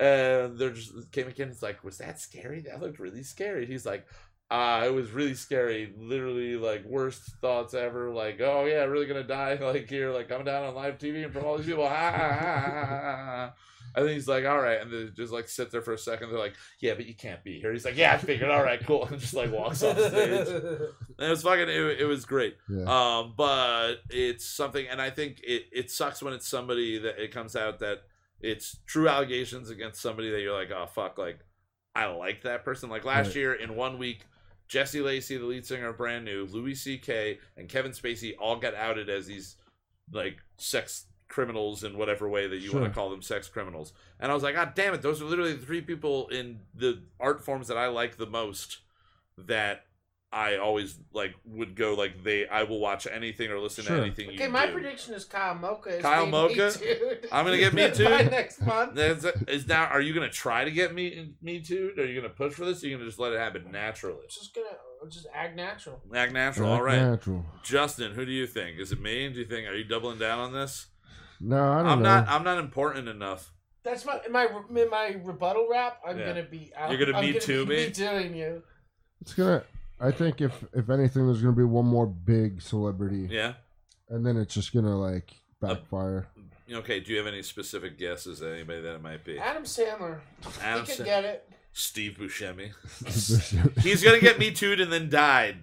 [SPEAKER 3] And they're just came again. It's like, was that scary? That looked really scary. He's like, ah, it was really scary. Literally, like worst thoughts ever. Like, oh yeah, really gonna die. Like here, like coming down on live TV in front of all these people. Ha, ha, ha, ha, ha, ha. And then he's like, all right, and they just like sit there for a second. They're like, yeah, but you can't be here. He's like, yeah, I figured. All right, cool. And just like walks off stage. And it was fucking. It, it was great.
[SPEAKER 4] Yeah.
[SPEAKER 3] Um, but it's something, and I think it, it sucks when it's somebody that it comes out that it's true allegations against somebody that you're like, oh fuck, like I like that person. Like last
[SPEAKER 4] Right.
[SPEAKER 3] year in one week, Jesse Lacey, the lead singer of Brand New, Louis C.K. and Kevin Spacey all got outed as these like sex criminals in whatever way that you want
[SPEAKER 4] Sure.
[SPEAKER 3] to call them sex criminals. And I was like, God damn it, those are literally the three people in the art forms that I like the most that I always like would go like they I will watch anything or listen
[SPEAKER 4] Sure.
[SPEAKER 3] to anything you
[SPEAKER 5] okay, my
[SPEAKER 3] do.
[SPEAKER 5] prediction is Kyle Mocha. Is
[SPEAKER 3] Kyle
[SPEAKER 5] being Me
[SPEAKER 3] Mocha?
[SPEAKER 5] Too'd
[SPEAKER 3] I'm gonna get Me
[SPEAKER 5] by
[SPEAKER 3] Too'd?
[SPEAKER 5] next month.
[SPEAKER 3] That's is now are you gonna try to get me me too? Are you gonna push for this? Or are you gonna just let it happen naturally?
[SPEAKER 5] Just gonna just act natural.
[SPEAKER 3] Act natural.
[SPEAKER 4] Act
[SPEAKER 3] All right.
[SPEAKER 4] Natural.
[SPEAKER 3] Justin, who do you think? Is it me? Do you think are you doubling down on this?
[SPEAKER 4] No, I don't
[SPEAKER 3] I'm
[SPEAKER 4] know.
[SPEAKER 3] not I'm not important enough.
[SPEAKER 5] That's my my re- my rebuttal rap. I'm
[SPEAKER 3] Yeah.
[SPEAKER 5] gonna be. out.
[SPEAKER 3] You're gonna
[SPEAKER 5] I'm
[SPEAKER 3] Me
[SPEAKER 5] gonna
[SPEAKER 3] Too
[SPEAKER 5] be
[SPEAKER 3] me?
[SPEAKER 5] Me doing you.
[SPEAKER 4] It's gonna. I think if if anything, there's gonna be one more big celebrity,
[SPEAKER 3] Yeah?
[SPEAKER 4] and then it's just gonna like backfire.
[SPEAKER 3] Okay, do you have any specific guesses at anybody that it might be?
[SPEAKER 5] Adam Sandler.
[SPEAKER 3] Adam
[SPEAKER 5] he could
[SPEAKER 3] Sa-
[SPEAKER 5] get it.
[SPEAKER 3] Steve Buscemi. He's gonna get me too'd and then died.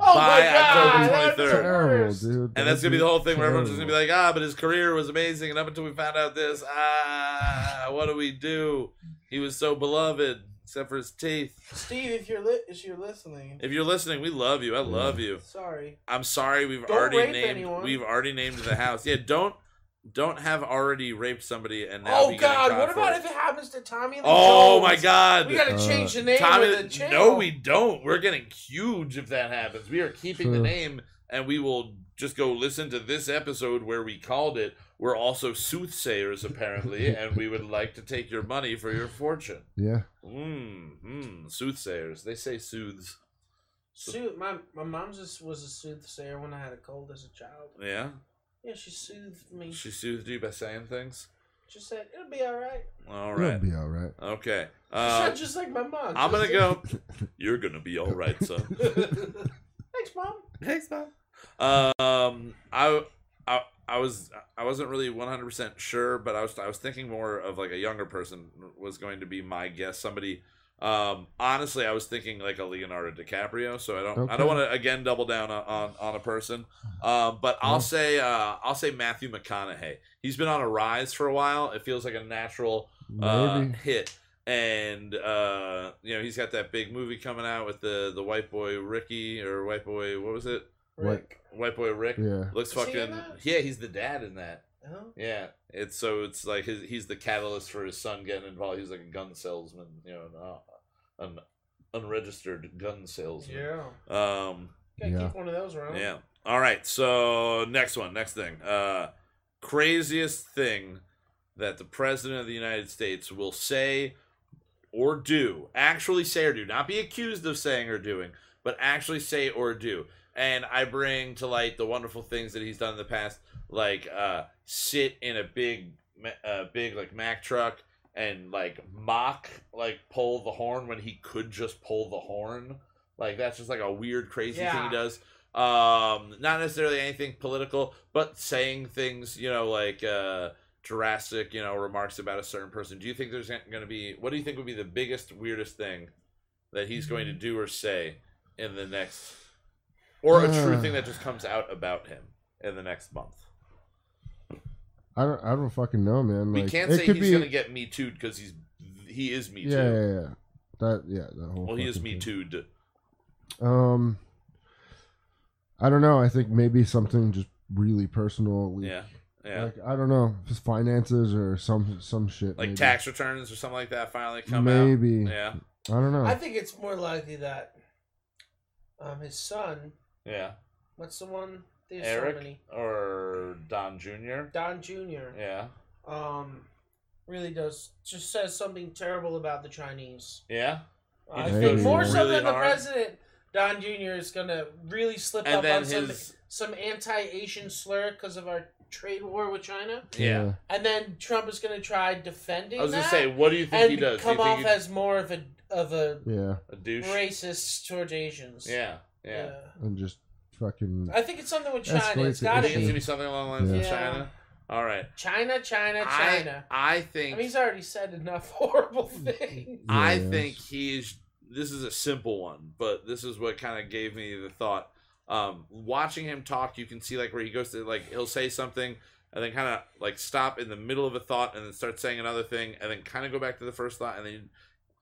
[SPEAKER 5] Oh
[SPEAKER 3] By
[SPEAKER 5] my
[SPEAKER 3] October
[SPEAKER 5] god! that's the
[SPEAKER 3] 23rd.
[SPEAKER 4] terrible,
[SPEAKER 5] worst.
[SPEAKER 4] dude.
[SPEAKER 3] And that's gonna be the whole thing where everyone's just gonna be like, ah, but his career was amazing, and up until we found out this, ah, what do we do? He was so beloved, except for his teeth.
[SPEAKER 5] Steve, if you're li- if you're listening,
[SPEAKER 3] If you're listening, we love you. I love you.
[SPEAKER 5] sorry.
[SPEAKER 3] I'm sorry we've
[SPEAKER 5] Don't
[SPEAKER 3] already
[SPEAKER 5] rape
[SPEAKER 3] named
[SPEAKER 5] anyone.
[SPEAKER 3] we've already named the house. Yeah, don't don't have already raped somebody and now
[SPEAKER 5] Oh
[SPEAKER 3] be getting
[SPEAKER 5] god!
[SPEAKER 3] caught
[SPEAKER 5] What
[SPEAKER 3] for
[SPEAKER 5] about
[SPEAKER 3] it.
[SPEAKER 5] if it happens to Tommy Lee
[SPEAKER 3] Oh
[SPEAKER 5] Jones?
[SPEAKER 3] my god.
[SPEAKER 5] We gotta change the name
[SPEAKER 3] Tommy,
[SPEAKER 5] of the channel.
[SPEAKER 3] no, we don't. We're getting huge if that happens. We are keeping the
[SPEAKER 4] Sure.
[SPEAKER 3] name, and we will just go listen to this episode where we called it. We're also soothsayers, apparently, and we would like to take your money for your fortune.
[SPEAKER 4] yeah.
[SPEAKER 3] Mm, mm, soothsayers. They say soothes.
[SPEAKER 5] Sooth- my my mom just was a soothsayer when I had a cold as a child.
[SPEAKER 3] Yeah?
[SPEAKER 5] Yeah, she soothed me.
[SPEAKER 3] She soothed you by saying things?
[SPEAKER 5] She said it'll be all right.
[SPEAKER 3] All
[SPEAKER 4] It'll
[SPEAKER 3] right.
[SPEAKER 4] be all right.
[SPEAKER 3] Okay.
[SPEAKER 5] She
[SPEAKER 3] Uh,
[SPEAKER 5] said just like my mom.
[SPEAKER 3] I'm going to go. You're going to be all right, son.
[SPEAKER 5] Thanks, mom.
[SPEAKER 3] Thanks, Bob. Um, I, I, I was, I wasn't really one hundred percent sure, but I was, I was thinking more of like a younger person was going to be my guess. Somebody, um, honestly, I was thinking like a Leonardo DiCaprio. So I don't, I
[SPEAKER 4] Okay.
[SPEAKER 3] don't want to again double down on, on, on a person. Um, but I'll
[SPEAKER 4] No.
[SPEAKER 3] say, uh, I'll say Matthew McConaughey. He's been on a rise for a while. It feels like a natural uh,
[SPEAKER 4] Maybe.
[SPEAKER 3] hit. And uh, you know he's got that big movie coming out with the the white boy Ricky or white boy what was it
[SPEAKER 5] Rick.
[SPEAKER 3] white boy Rick
[SPEAKER 4] yeah.
[SPEAKER 3] looks
[SPEAKER 5] Is he in
[SPEAKER 3] fucking
[SPEAKER 5] that?
[SPEAKER 3] yeah he's the dad in that
[SPEAKER 5] Huh?
[SPEAKER 3] yeah it's so it's like his, he's the catalyst for his son getting involved he's like a gun salesman you know an, an unregistered gun salesman
[SPEAKER 5] Yeah. Oh.
[SPEAKER 3] um
[SPEAKER 5] Gotta
[SPEAKER 4] Yeah.
[SPEAKER 5] keep one of those around.
[SPEAKER 3] yeah. All right. So next one. Next thing. Uh, craziest thing that the president of the United States will say or do. Actually say or do. Not be accused of saying or doing, but actually say or do. And I bring to light the wonderful things that he's done in the past, like uh, sit in a big, ma- uh, big like Mack truck and like mock, like pull the horn when he could just pull the horn. Like that's just like a weird, crazy thing
[SPEAKER 5] Yeah.
[SPEAKER 3] he does um not necessarily anything political but saying things you know like uh drastic, you know, remarks about a certain person. Do you think there's going to be what do you think would be the biggest weirdest thing that he's going to
[SPEAKER 4] Mm-hmm.
[SPEAKER 3] do or say in the next or a true thing that just comes out about him in the next month?
[SPEAKER 4] I don't. I don't fucking know, man. Like,
[SPEAKER 3] we can't
[SPEAKER 4] it
[SPEAKER 3] say
[SPEAKER 4] could
[SPEAKER 3] he's
[SPEAKER 4] be.
[SPEAKER 3] going to get me too because he's he is me too.
[SPEAKER 4] yeah, yeah, yeah. That yeah. That whole.
[SPEAKER 3] Well, he is
[SPEAKER 4] fucking
[SPEAKER 3] me
[SPEAKER 4] thing.
[SPEAKER 3] too.
[SPEAKER 4] Um, I don't know. I think maybe something just really personal. Like,
[SPEAKER 3] Yeah. Yeah.
[SPEAKER 4] Like I don't know, his finances or some some shit.
[SPEAKER 3] like
[SPEAKER 4] maybe.
[SPEAKER 3] tax returns or something like that finally come out.
[SPEAKER 4] Maybe.
[SPEAKER 3] Yeah.
[SPEAKER 4] I don't know.
[SPEAKER 5] I think it's more likely that um, his son,
[SPEAKER 3] Yeah.
[SPEAKER 5] what's the one? There's
[SPEAKER 3] Eric
[SPEAKER 5] so many.
[SPEAKER 3] or Don Jr.
[SPEAKER 5] Don Jr.
[SPEAKER 3] Yeah.
[SPEAKER 5] Um, really does just says something terrible about the Chinese.
[SPEAKER 3] Yeah. He
[SPEAKER 5] I
[SPEAKER 4] just
[SPEAKER 5] think
[SPEAKER 4] goes
[SPEAKER 5] more so
[SPEAKER 3] really
[SPEAKER 5] than the
[SPEAKER 3] hard.
[SPEAKER 5] president. Don Jr. is gonna really slip
[SPEAKER 3] And
[SPEAKER 5] up
[SPEAKER 3] then
[SPEAKER 5] on
[SPEAKER 3] his
[SPEAKER 5] some some anti-Asian slur because of our trade war with China,
[SPEAKER 3] yeah.
[SPEAKER 5] and then Trump is gonna try defending.
[SPEAKER 3] I was gonna
[SPEAKER 5] that
[SPEAKER 3] say, what do you think
[SPEAKER 5] and
[SPEAKER 3] he does? Do
[SPEAKER 5] come
[SPEAKER 3] you think
[SPEAKER 5] off
[SPEAKER 3] he's
[SPEAKER 5] as more of a of a
[SPEAKER 4] yeah, yeah,
[SPEAKER 3] a douche?
[SPEAKER 5] racist towards Asians.
[SPEAKER 3] Yeah. Yeah.
[SPEAKER 4] and just fucking.
[SPEAKER 5] I think it's something with China.
[SPEAKER 4] Escalates
[SPEAKER 5] It's
[SPEAKER 4] the
[SPEAKER 3] I
[SPEAKER 5] got
[SPEAKER 3] think it's
[SPEAKER 5] to
[SPEAKER 3] gonna
[SPEAKER 4] issue.
[SPEAKER 5] be
[SPEAKER 3] be something along the lines of
[SPEAKER 5] Yeah.
[SPEAKER 3] China. All right.
[SPEAKER 5] China, China, China.
[SPEAKER 3] I I
[SPEAKER 5] I,
[SPEAKER 3] think Hmm.
[SPEAKER 5] mean, he's already said enough horrible things.
[SPEAKER 3] I
[SPEAKER 4] Yeah.
[SPEAKER 3] think he's. This is a simple one, but this is what kind of gave me the thought. Um, watching him talk, you can see like where he goes to like he'll say something and then kind of like stop in the middle of a thought and then start saying another thing and then kind of go back to the first thought and then he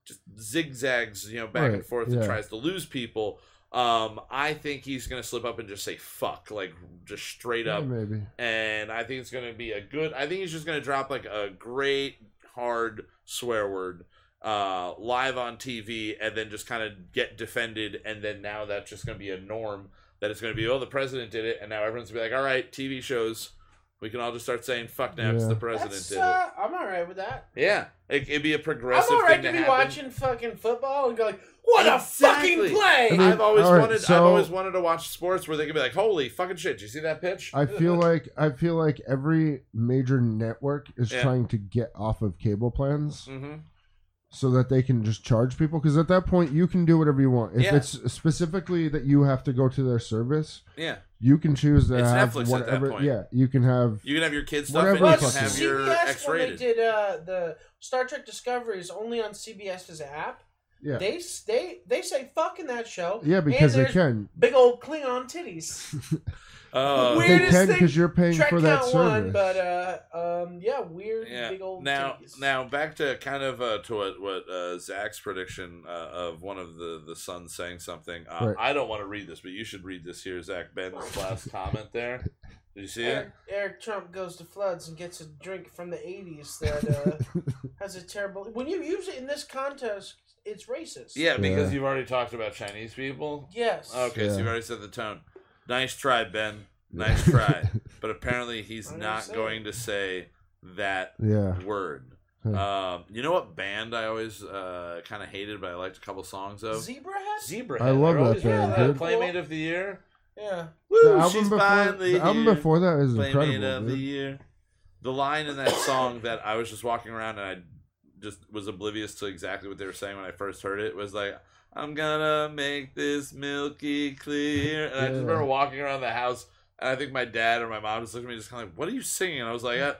[SPEAKER 3] just zigzags you know back and
[SPEAKER 4] Right,
[SPEAKER 3] forth and
[SPEAKER 4] yeah.
[SPEAKER 3] tries to lose people. Um, I think he's gonna slip up and just say fuck like just straight
[SPEAKER 4] Yeah,
[SPEAKER 3] up
[SPEAKER 4] maybe.
[SPEAKER 3] and I think it's going to be a good. I think he's just going to drop like a great hard swear word uh, live on TV, and then just kind of get defended, and then now that's just going to be a norm that it's going to be oh the president did it, and now everyone's gonna be like all right TV shows we can all just start saying fuck now because
[SPEAKER 4] Yeah.
[SPEAKER 3] the president
[SPEAKER 5] That's,
[SPEAKER 3] did
[SPEAKER 5] uh, I'm all right with that.
[SPEAKER 3] it. Yeah, it, it'd be a
[SPEAKER 5] I'm
[SPEAKER 3] progressive
[SPEAKER 5] all right
[SPEAKER 3] thing
[SPEAKER 5] to
[SPEAKER 3] to
[SPEAKER 5] be
[SPEAKER 3] happen.
[SPEAKER 5] watching fucking football and go like, what a
[SPEAKER 3] Exactly.
[SPEAKER 5] fucking play!
[SPEAKER 4] I mean,
[SPEAKER 3] I've always
[SPEAKER 4] all right,
[SPEAKER 3] wanted. I've
[SPEAKER 4] so-
[SPEAKER 3] always wanted to watch sports where they can be like, "Holy fucking shit! Did you see that pitch?"
[SPEAKER 4] I feel like I feel like every major network is
[SPEAKER 3] Yeah.
[SPEAKER 4] trying to get off of cable plans
[SPEAKER 3] mm-hmm.
[SPEAKER 4] so that they can just charge people. Because at that point, you can do whatever you want. If
[SPEAKER 3] Yeah.
[SPEAKER 4] it's specifically that you have to go to their service,
[SPEAKER 3] Yeah,
[SPEAKER 4] you can choose to
[SPEAKER 3] It's
[SPEAKER 4] have
[SPEAKER 3] Netflix at that
[SPEAKER 4] whatever.
[SPEAKER 3] point.
[SPEAKER 4] Yeah, you can have.
[SPEAKER 3] you can have your kids stuff
[SPEAKER 4] Whatever
[SPEAKER 3] and
[SPEAKER 5] Plus,
[SPEAKER 3] you
[SPEAKER 4] the
[SPEAKER 3] can have
[SPEAKER 4] fuck it
[SPEAKER 3] your
[SPEAKER 5] CBS when they
[SPEAKER 3] X-rated.
[SPEAKER 5] did uh, the Star Trek Discovery is only on CBS's app.
[SPEAKER 4] Yeah.
[SPEAKER 5] They s- they they say fuck in that show.
[SPEAKER 4] Yeah,
[SPEAKER 5] and
[SPEAKER 4] because they
[SPEAKER 5] there's
[SPEAKER 4] can.
[SPEAKER 5] Big old Klingon titties.
[SPEAKER 3] Uh,
[SPEAKER 4] They
[SPEAKER 5] Weirdest
[SPEAKER 4] can
[SPEAKER 5] thing-
[SPEAKER 4] because you're paying
[SPEAKER 5] Trek
[SPEAKER 4] for that
[SPEAKER 5] count
[SPEAKER 4] service.
[SPEAKER 5] one, but uh, um, yeah, weird
[SPEAKER 3] yeah.
[SPEAKER 5] big old
[SPEAKER 3] now,
[SPEAKER 5] titties.
[SPEAKER 3] now back to kind of uh, to what what uh, Zach's prediction uh, of one of the the sons saying something. Uh,
[SPEAKER 4] Right.
[SPEAKER 3] I don't want to read this, but you should read this here, Zach Ben's last comment there. Did you see it?
[SPEAKER 5] Eric, Eric Trump goes to floods and gets a drink from the '80s that uh, has a terrible. When you use it in this context, it's racist.
[SPEAKER 3] Yeah, because
[SPEAKER 4] Yeah.
[SPEAKER 3] you've already talked about Chinese people.
[SPEAKER 5] Yes.
[SPEAKER 3] Okay, so
[SPEAKER 4] Yeah.
[SPEAKER 3] you've already set the tone. Nice try, Ben. Nice try. But apparently, he's
[SPEAKER 5] I'm
[SPEAKER 3] not
[SPEAKER 5] just
[SPEAKER 3] going to say that
[SPEAKER 4] yeah.
[SPEAKER 3] word.
[SPEAKER 4] Hmm.
[SPEAKER 3] Um, you know what band I always uh, kind of hated, but I liked a couple songs of.
[SPEAKER 5] Zebra head.
[SPEAKER 3] Zebra.
[SPEAKER 4] I love
[SPEAKER 3] They're always
[SPEAKER 4] that band,
[SPEAKER 3] like,
[SPEAKER 5] dude.
[SPEAKER 3] Playmate of the year.
[SPEAKER 5] yeah.
[SPEAKER 3] Woo,
[SPEAKER 4] the album
[SPEAKER 3] she's
[SPEAKER 4] before,
[SPEAKER 3] finally
[SPEAKER 4] the album
[SPEAKER 3] here.
[SPEAKER 4] before that is
[SPEAKER 3] Playmate
[SPEAKER 4] incredible.
[SPEAKER 3] of the
[SPEAKER 4] dude.
[SPEAKER 3] year. The line in that song that I was just walking around and I just was oblivious to exactly what they were saying when I first heard it was like, "I'm gonna make this milky clear." And I just
[SPEAKER 4] Yeah.
[SPEAKER 3] remember walking around the house and I think my dad or my mom just looked at me just kind of like, "What are you singing?" And I was like, uh,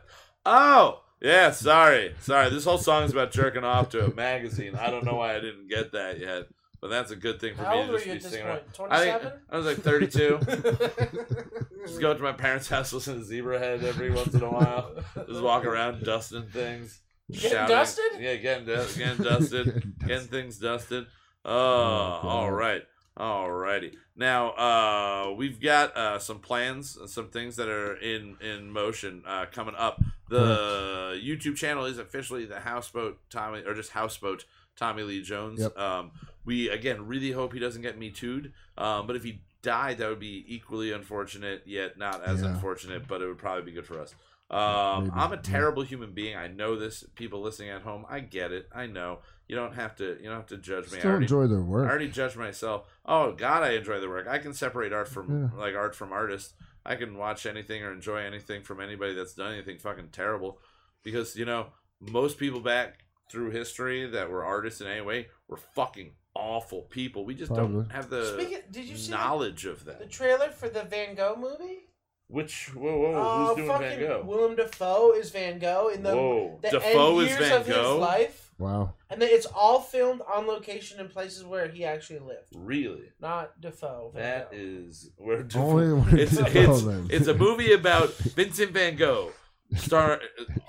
[SPEAKER 3] "Oh." Yeah, sorry, sorry. This whole song is about jerking off to a magazine. I don't know why I didn't get that yet, but that's a good thing for
[SPEAKER 5] How
[SPEAKER 3] me to
[SPEAKER 5] old are
[SPEAKER 3] just
[SPEAKER 5] you
[SPEAKER 3] be
[SPEAKER 5] at this
[SPEAKER 3] singing. around.
[SPEAKER 5] point?
[SPEAKER 3] I think
[SPEAKER 5] Twenty-seven.
[SPEAKER 3] I was like thirty-two. Just go to my parents' house, listen to Zebra Head every once in a while. Just walk around dusting things.
[SPEAKER 5] Getting
[SPEAKER 3] shouting.
[SPEAKER 5] dusted?
[SPEAKER 3] Yeah, getting, du- getting dusted. getting things dusted. Oh, all
[SPEAKER 4] God.
[SPEAKER 3] right. All righty. Now, uh, we've got uh, some plans and some things that are in, in motion uh, coming up. The YouTube channel is officially the Houseboat Tommy, or just Houseboat Tommy Lee Jones.
[SPEAKER 4] Yep.
[SPEAKER 3] Um, we, again, really hope he doesn't get Me Too'd. Um, but if he died, that would be equally unfortunate, yet not as
[SPEAKER 4] Yeah.
[SPEAKER 3] unfortunate, but it would probably be good for us. Um,
[SPEAKER 4] Maybe,
[SPEAKER 3] I'm a
[SPEAKER 4] yeah.
[SPEAKER 3] terrible human being. I know this. People listening at home, I get it. I know. You don't have to. You don't have to judge me. I
[SPEAKER 4] Still
[SPEAKER 3] already,
[SPEAKER 4] enjoy their
[SPEAKER 3] I
[SPEAKER 4] work.
[SPEAKER 3] already judge myself. Oh God, I enjoy the work. I can separate art from like art from artist. I can watch anything or enjoy anything from anybody that's done anything fucking terrible, because you know most people back through history that were artists in any way were fucking awful people. We just don't
[SPEAKER 4] Probably.
[SPEAKER 3] have the
[SPEAKER 5] Speaking, did you see the,
[SPEAKER 3] knowledge of
[SPEAKER 5] the
[SPEAKER 3] that.
[SPEAKER 5] trailer for the Van Gogh movie?
[SPEAKER 3] Which whoa whoa,
[SPEAKER 5] Uh,
[SPEAKER 3] who's doing Van
[SPEAKER 5] fucking
[SPEAKER 3] Gogh?
[SPEAKER 5] Willem Dafoe is Van Gogh in the,
[SPEAKER 3] Whoa,
[SPEAKER 5] the
[SPEAKER 3] Defoe
[SPEAKER 5] end
[SPEAKER 3] is
[SPEAKER 5] years
[SPEAKER 3] Van
[SPEAKER 5] of his
[SPEAKER 3] Gogh?
[SPEAKER 5] life.
[SPEAKER 4] Wow.
[SPEAKER 5] And then it's all filmed on location in places where he actually lived,
[SPEAKER 3] Really?
[SPEAKER 5] not Defoe. Van
[SPEAKER 3] That
[SPEAKER 5] Gogh.
[SPEAKER 3] is where
[SPEAKER 4] Only
[SPEAKER 3] Defoe-
[SPEAKER 4] when
[SPEAKER 3] it's,
[SPEAKER 4] Defoe
[SPEAKER 3] it's,
[SPEAKER 4] lives.
[SPEAKER 3] it's a movie about Vincent Van Gogh. Star,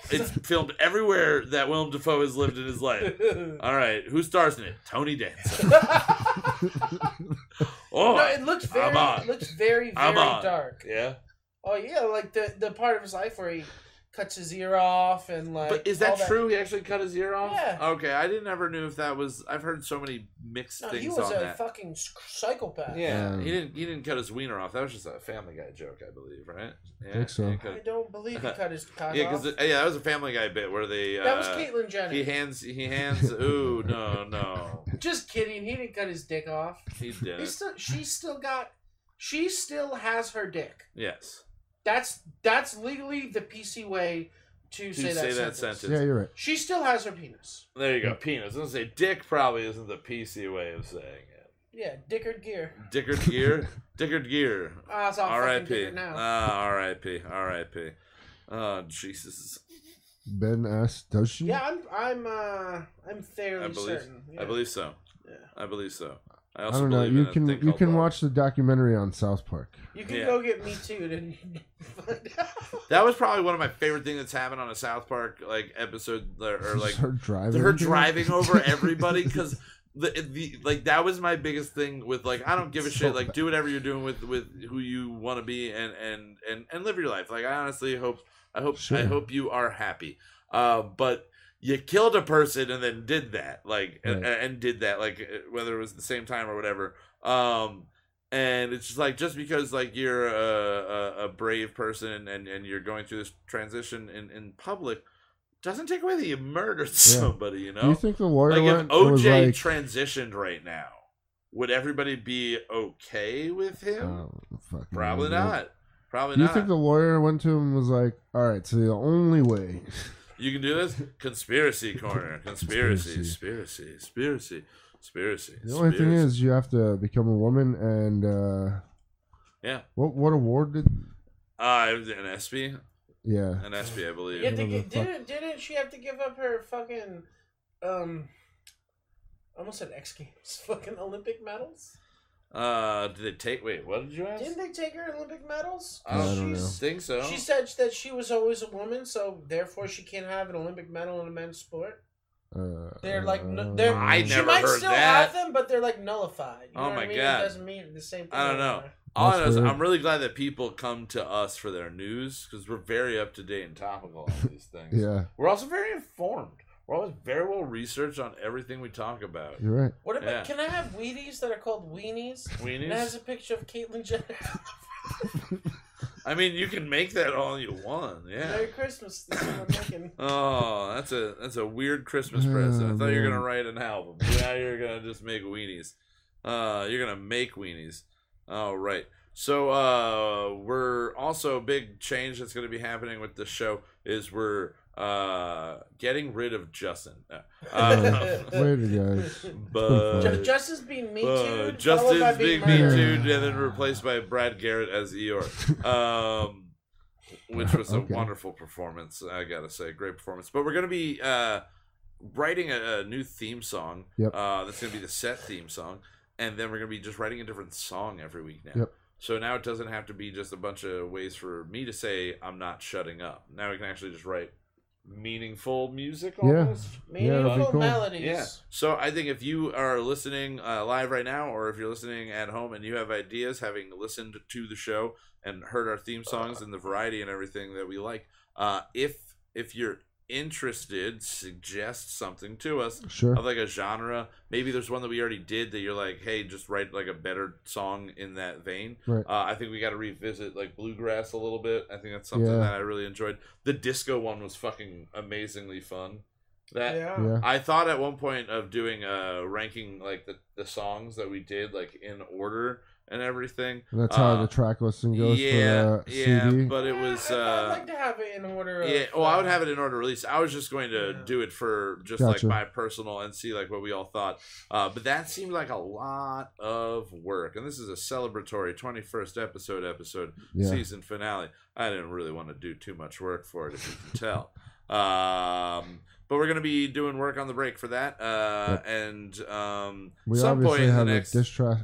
[SPEAKER 3] it's filmed everywhere that Willem Dafoe has lived in his life. All right, who stars in it? Tony Danza. Oh,
[SPEAKER 5] no, it looks very,
[SPEAKER 3] I'm on.
[SPEAKER 5] it looks very, very
[SPEAKER 3] I'm on.
[SPEAKER 5] dark.
[SPEAKER 3] yeah.
[SPEAKER 5] Oh yeah, like the the part of his life where he cuts his ear off and like.
[SPEAKER 3] But is
[SPEAKER 5] all
[SPEAKER 3] that true? He actually cut his ear off.
[SPEAKER 5] Yeah.
[SPEAKER 3] Okay, I didn't ever knew if that was. I've heard so many mixed
[SPEAKER 5] No,
[SPEAKER 3] things
[SPEAKER 5] he was
[SPEAKER 3] on
[SPEAKER 5] a
[SPEAKER 3] that.
[SPEAKER 5] fucking sc- psychopath.
[SPEAKER 3] yeah,
[SPEAKER 4] Um,
[SPEAKER 3] he didn't. He didn't cut his wiener off. That was just a Family Guy joke, I believe, right? Yeah,
[SPEAKER 4] Think so.
[SPEAKER 3] he didn't cut
[SPEAKER 5] I
[SPEAKER 3] it.
[SPEAKER 5] don't believe he cut his cock
[SPEAKER 3] Yeah,
[SPEAKER 5] off.
[SPEAKER 3] because yeah, that was a Family Guy bit where they.
[SPEAKER 5] that was
[SPEAKER 3] uh,
[SPEAKER 5] Caitlyn Jenner.
[SPEAKER 3] He hands. He hands. Ooh, no, no.
[SPEAKER 5] Just kidding. He didn't cut his dick off.
[SPEAKER 3] He
[SPEAKER 5] He
[SPEAKER 3] did.
[SPEAKER 5] still, she still got, she still has her dick.
[SPEAKER 3] Yes.
[SPEAKER 5] That's that's legally the PC way to,
[SPEAKER 3] To
[SPEAKER 5] say, that, sentence.
[SPEAKER 4] Yeah, you're right.
[SPEAKER 5] She still has her penis.
[SPEAKER 3] There you go. Penis. I was gonna say dick probably isn't the PC way of saying it.
[SPEAKER 5] Yeah, Dickard Gear.
[SPEAKER 3] Dickard Gear. Dickard Gear.
[SPEAKER 5] Ah, it's all fucking
[SPEAKER 3] R.I.P.
[SPEAKER 5] Dickard now.
[SPEAKER 3] Ah, R.I.P. R.I.P. Oh Jesus.
[SPEAKER 4] Ben asks, does she?
[SPEAKER 5] yeah, I'm I'm uh I'm fairly
[SPEAKER 3] I believe-
[SPEAKER 5] certain.
[SPEAKER 3] I
[SPEAKER 5] yeah.
[SPEAKER 3] believe so.
[SPEAKER 5] Yeah.
[SPEAKER 3] I believe so. I
[SPEAKER 4] I
[SPEAKER 3] also
[SPEAKER 4] don't know.
[SPEAKER 3] believe
[SPEAKER 4] You
[SPEAKER 3] in a
[SPEAKER 4] can
[SPEAKER 3] thing
[SPEAKER 4] you
[SPEAKER 3] called
[SPEAKER 4] can
[SPEAKER 3] love.
[SPEAKER 4] watch the documentary on South Park.
[SPEAKER 5] You can
[SPEAKER 3] Yeah.
[SPEAKER 5] go get me too and find out.
[SPEAKER 3] That was probably one of my favorite things that's happened on a South Park like episode or, or like
[SPEAKER 4] her driving.
[SPEAKER 3] her driving over everybody because the, the like that was my biggest thing with like I don't give a
[SPEAKER 4] So
[SPEAKER 3] shit like
[SPEAKER 4] bad.
[SPEAKER 3] do whatever you're doing with with who you want to be and and and and live your life like I honestly hope I hope I
[SPEAKER 4] Sure.
[SPEAKER 3] hope you are happy uh, but you killed a person and then did that like and,
[SPEAKER 4] Right.
[SPEAKER 3] and did that like uh, whether it was the same time or whatever um and it's just like just because like you're a, a, a brave person and, and you're going through this transition in, in public doesn't take away that you murdered somebody you know
[SPEAKER 4] Do you think the lawyer
[SPEAKER 3] like if
[SPEAKER 4] went? and was
[SPEAKER 3] OJ
[SPEAKER 4] like,
[SPEAKER 3] transitioned right now, would everybody be okay with him?
[SPEAKER 4] oh, fucking
[SPEAKER 3] Probably
[SPEAKER 4] idiot.
[SPEAKER 3] not. Probably
[SPEAKER 4] Do you
[SPEAKER 3] not.
[SPEAKER 4] think the lawyer went to him and was like, "All right, so the only way
[SPEAKER 3] you can do this? Conspiracy corner. Conspiracy. Conspiracy.
[SPEAKER 4] Conspiracy.
[SPEAKER 3] Conspiracy. Conspiracy.
[SPEAKER 4] The only thing
[SPEAKER 3] conspiracy.
[SPEAKER 4] is, you have to become a woman, and uh,
[SPEAKER 3] Yeah.
[SPEAKER 4] what what award did?
[SPEAKER 3] uh, it was an SB,
[SPEAKER 4] Yeah,
[SPEAKER 3] an SB, I believe.
[SPEAKER 5] You have to
[SPEAKER 4] Whatever
[SPEAKER 5] get,
[SPEAKER 4] the fuck.
[SPEAKER 5] didn't didn't she have to give up her fucking um I almost said X Games fucking Olympic medals?
[SPEAKER 3] Uh, did they take? Wait, what did you ask?
[SPEAKER 5] Didn't they take her Olympic medals?
[SPEAKER 3] I don't,
[SPEAKER 4] I don't
[SPEAKER 5] She's-
[SPEAKER 3] think so.
[SPEAKER 5] She said that she was always a woman, so therefore she can't have an Olympic medal in a men's sport.
[SPEAKER 4] uh, um,
[SPEAKER 5] They're like n- they're,
[SPEAKER 3] I
[SPEAKER 5] she
[SPEAKER 3] never
[SPEAKER 5] might
[SPEAKER 3] heard
[SPEAKER 5] still
[SPEAKER 3] that.
[SPEAKER 5] have them, but they're like nullified. You
[SPEAKER 3] Oh
[SPEAKER 5] know what
[SPEAKER 3] my
[SPEAKER 5] I mean?
[SPEAKER 3] God.
[SPEAKER 5] It doesn't mean the same thing.
[SPEAKER 3] I don't know.
[SPEAKER 5] anymore.
[SPEAKER 3] All I know
[SPEAKER 4] That's
[SPEAKER 3] is
[SPEAKER 4] weird.
[SPEAKER 3] I'm really glad that people come to us for their news because we're very up to date and topical on these things.
[SPEAKER 4] yeah,
[SPEAKER 3] We're also very informed. We're always very well researched on everything we talk about.
[SPEAKER 4] you're right.
[SPEAKER 5] What about?
[SPEAKER 3] Yeah.
[SPEAKER 5] Can I have Wheaties that are called weenies? And that has a
[SPEAKER 3] Weenies.
[SPEAKER 5] picture of Caitlyn Jenner.
[SPEAKER 3] I mean, you can make that all you want. Yeah.
[SPEAKER 5] Merry Christmas. That's what I'm making.
[SPEAKER 3] Oh, that's a that's a weird Christmas present. I
[SPEAKER 4] Oh,
[SPEAKER 3] thought you were
[SPEAKER 4] man.
[SPEAKER 3] gonna write an album. Now you're gonna just make weenies. Uh, you're gonna make weenies. All right. So uh, we're also a big change that's gonna be happening with the show is we're uh getting rid of Justin. No. Uh,
[SPEAKER 4] Later, guys.
[SPEAKER 3] but
[SPEAKER 5] Ju- Justice being me
[SPEAKER 3] Uh,
[SPEAKER 5] too.
[SPEAKER 3] Justin's Big Me
[SPEAKER 4] murdered.
[SPEAKER 3] Too, and then replaced by Brad Garrett as Eeyore, um, which was a
[SPEAKER 4] Okay.
[SPEAKER 3] wonderful performance. I gotta say, great performance. But we're gonna be uh, writing a, a new theme song.
[SPEAKER 4] Yep.
[SPEAKER 3] Uh, that's gonna be the set theme song, and then we're gonna be just writing a different song every week now.
[SPEAKER 4] Yep.
[SPEAKER 3] So now it doesn't have to be just a bunch of ways for me to say I'm not shutting up. Now we can actually just write meaningful music
[SPEAKER 4] Yeah.
[SPEAKER 3] almost.
[SPEAKER 4] that'd be
[SPEAKER 5] Meaningful
[SPEAKER 4] cool.
[SPEAKER 5] melodies.
[SPEAKER 3] Yeah. So I think if you are listening uh, live right now, or if you're listening at home and you have ideas, having listened to the show and heard our theme
[SPEAKER 4] Uh.
[SPEAKER 3] songs and the variety and everything that we like, uh, if if you're interested, suggest something to us
[SPEAKER 4] Sure.
[SPEAKER 3] of like a genre. Maybe there's one that we already did that you're like, hey, just write like a better song in that vein.
[SPEAKER 4] Right.
[SPEAKER 3] Uh, I think we got to revisit like bluegrass a little bit. I think that's something
[SPEAKER 4] Yeah.
[SPEAKER 3] that I really enjoyed. The disco one was fucking amazingly fun. That
[SPEAKER 5] Yeah.
[SPEAKER 4] Yeah.
[SPEAKER 3] I thought at one point of doing uh ranking like the, the songs that we did like in order and everything.
[SPEAKER 4] And that's how
[SPEAKER 3] Uh,
[SPEAKER 4] the track listing goes
[SPEAKER 3] yeah,
[SPEAKER 4] for the
[SPEAKER 3] yeah,
[SPEAKER 4] CD.
[SPEAKER 3] but it
[SPEAKER 5] Yeah,
[SPEAKER 3] was.
[SPEAKER 5] I'd- I'd
[SPEAKER 3] Uh,
[SPEAKER 5] like to have it in order. Of,
[SPEAKER 3] yeah, well, I would
[SPEAKER 5] uh,
[SPEAKER 3] have it in order of release. I was just going to
[SPEAKER 5] Yeah.
[SPEAKER 3] do it for just
[SPEAKER 4] Gotcha.
[SPEAKER 3] like my personal and see like what we all thought. Uh, but that seemed like a lot of work, and this is a celebratory 21st episode episode
[SPEAKER 4] yeah.
[SPEAKER 3] season finale. I didn't really want to do too much work for it, if you can tell. Um, but we're gonna be doing work on the break for that, uh, and um,
[SPEAKER 4] we
[SPEAKER 3] some point
[SPEAKER 4] obviously
[SPEAKER 3] in the
[SPEAKER 4] have
[SPEAKER 3] next,
[SPEAKER 4] a diss track.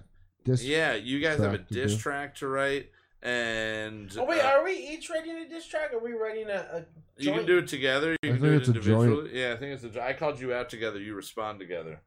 [SPEAKER 4] Diss,
[SPEAKER 3] yeah, you guys have a
[SPEAKER 4] track to
[SPEAKER 3] diss
[SPEAKER 4] do.
[SPEAKER 3] track to write, and
[SPEAKER 5] Oh wait,
[SPEAKER 3] uh,
[SPEAKER 5] are we each writing a diss track? Or are we writing a?
[SPEAKER 3] you can
[SPEAKER 5] joint?
[SPEAKER 3] do it together. You
[SPEAKER 4] I
[SPEAKER 3] can
[SPEAKER 4] think
[SPEAKER 3] do it
[SPEAKER 4] it's a joint.
[SPEAKER 3] individually. Yeah, I think it's a. jo- I called you out together. You respond together.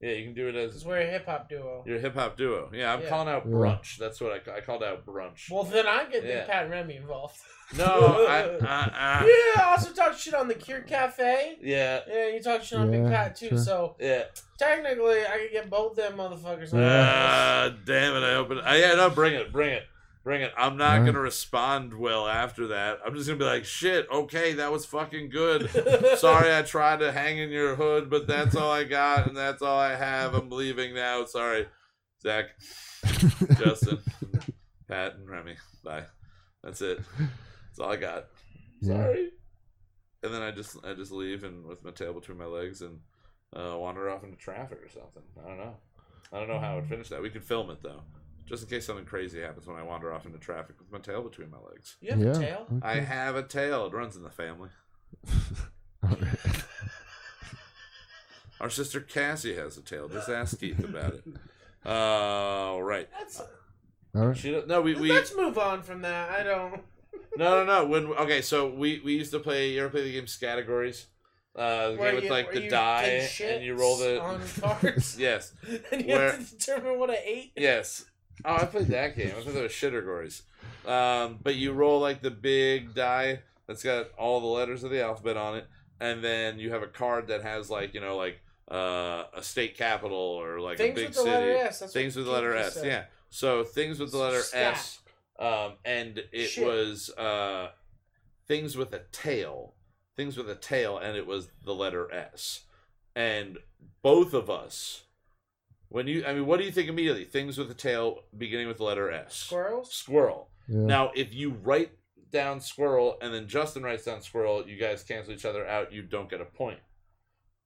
[SPEAKER 3] Yeah, you can do it
[SPEAKER 5] Because
[SPEAKER 3] as
[SPEAKER 5] we're a hip hop duo.
[SPEAKER 3] your hip hop duo. Yeah, I'm
[SPEAKER 5] Yeah.
[SPEAKER 3] calling out
[SPEAKER 4] Yeah.
[SPEAKER 3] brunch. That's what I, ca- I called out brunch.
[SPEAKER 5] Well, then I get
[SPEAKER 3] Yeah.
[SPEAKER 5] the Pat and Remy involved.
[SPEAKER 3] no, I, uh, uh,
[SPEAKER 5] yeah, I also talk shit on the Cure Cafe.
[SPEAKER 3] yeah,
[SPEAKER 5] Yeah, you talk shit on
[SPEAKER 4] Yeah,
[SPEAKER 5] Big Pat too.
[SPEAKER 4] sure.
[SPEAKER 5] So
[SPEAKER 3] yeah.
[SPEAKER 5] technically, I could get both them motherfuckers. on this.
[SPEAKER 3] Ah, damn it! I opened. Uh, yeah, no, bring it, bring it, bring it. I'm not
[SPEAKER 4] Alright.
[SPEAKER 3] gonna respond well after that. I'm just gonna be like, shit. Okay, that was fucking good. Sorry, I tried to hang in your hood, but that's all I got, and that's all I have. I'm leaving now. Sorry, Zach, Justin, Pat, and Remy. Bye. That's it. That's all I got.
[SPEAKER 4] yeah.
[SPEAKER 3] Sorry. And then I just I just leave and with my tail between my legs and uh, wander off into traffic or something. I don't know. I don't know how I would finish that. We could film it though, just in case something crazy happens when I wander off into traffic with my tail between my legs.
[SPEAKER 5] You have
[SPEAKER 4] yeah. Mm.
[SPEAKER 5] a tail.
[SPEAKER 3] I
[SPEAKER 4] okay.
[SPEAKER 3] have a tail. It runs in the family.
[SPEAKER 4] Alright.
[SPEAKER 3] Our sister Cassie has a tail. Just ask Keith about it. Uh, right.
[SPEAKER 5] That's,
[SPEAKER 4] Alright.
[SPEAKER 3] She don't- no, we, we
[SPEAKER 5] let's move on from that. I don't.
[SPEAKER 3] no no no. When okay, so we we used to play. You ever play the game categories? Uh, the
[SPEAKER 5] where
[SPEAKER 3] game with
[SPEAKER 5] you-
[SPEAKER 3] like
[SPEAKER 5] where
[SPEAKER 3] the
[SPEAKER 5] you
[SPEAKER 3] die
[SPEAKER 5] take
[SPEAKER 3] and
[SPEAKER 5] shits
[SPEAKER 3] you roll the
[SPEAKER 5] on cards,
[SPEAKER 3] yes.
[SPEAKER 5] and you
[SPEAKER 3] Where-
[SPEAKER 5] have to determine what I ate.
[SPEAKER 3] Yes. Oh, I played that game. I thought that was Shittergories. Um, but you roll like the big die that's got all the letters of the alphabet on it, and then you have a card that has like you know like uh, a state capital or like a
[SPEAKER 5] Things
[SPEAKER 3] big
[SPEAKER 5] with the
[SPEAKER 3] city.
[SPEAKER 5] letter S. That's
[SPEAKER 3] things
[SPEAKER 5] what
[SPEAKER 3] with the letter
[SPEAKER 5] Keith
[SPEAKER 3] S.
[SPEAKER 5] just said.
[SPEAKER 3] Yeah. So things with the letter
[SPEAKER 5] Stack.
[SPEAKER 3] S. Um, and it
[SPEAKER 5] Shit.
[SPEAKER 3] was uh, things with a tail. Things with a tail, and it was the letter S. And both of us, when you, I mean, what do you think immediately? Things with a tail beginning with the letter S.
[SPEAKER 5] Squirrels.
[SPEAKER 3] Squirrel.
[SPEAKER 4] Yeah.
[SPEAKER 3] Now, if you write down squirrel and then Justin writes down squirrel, you guys cancel each other out. You don't get a point.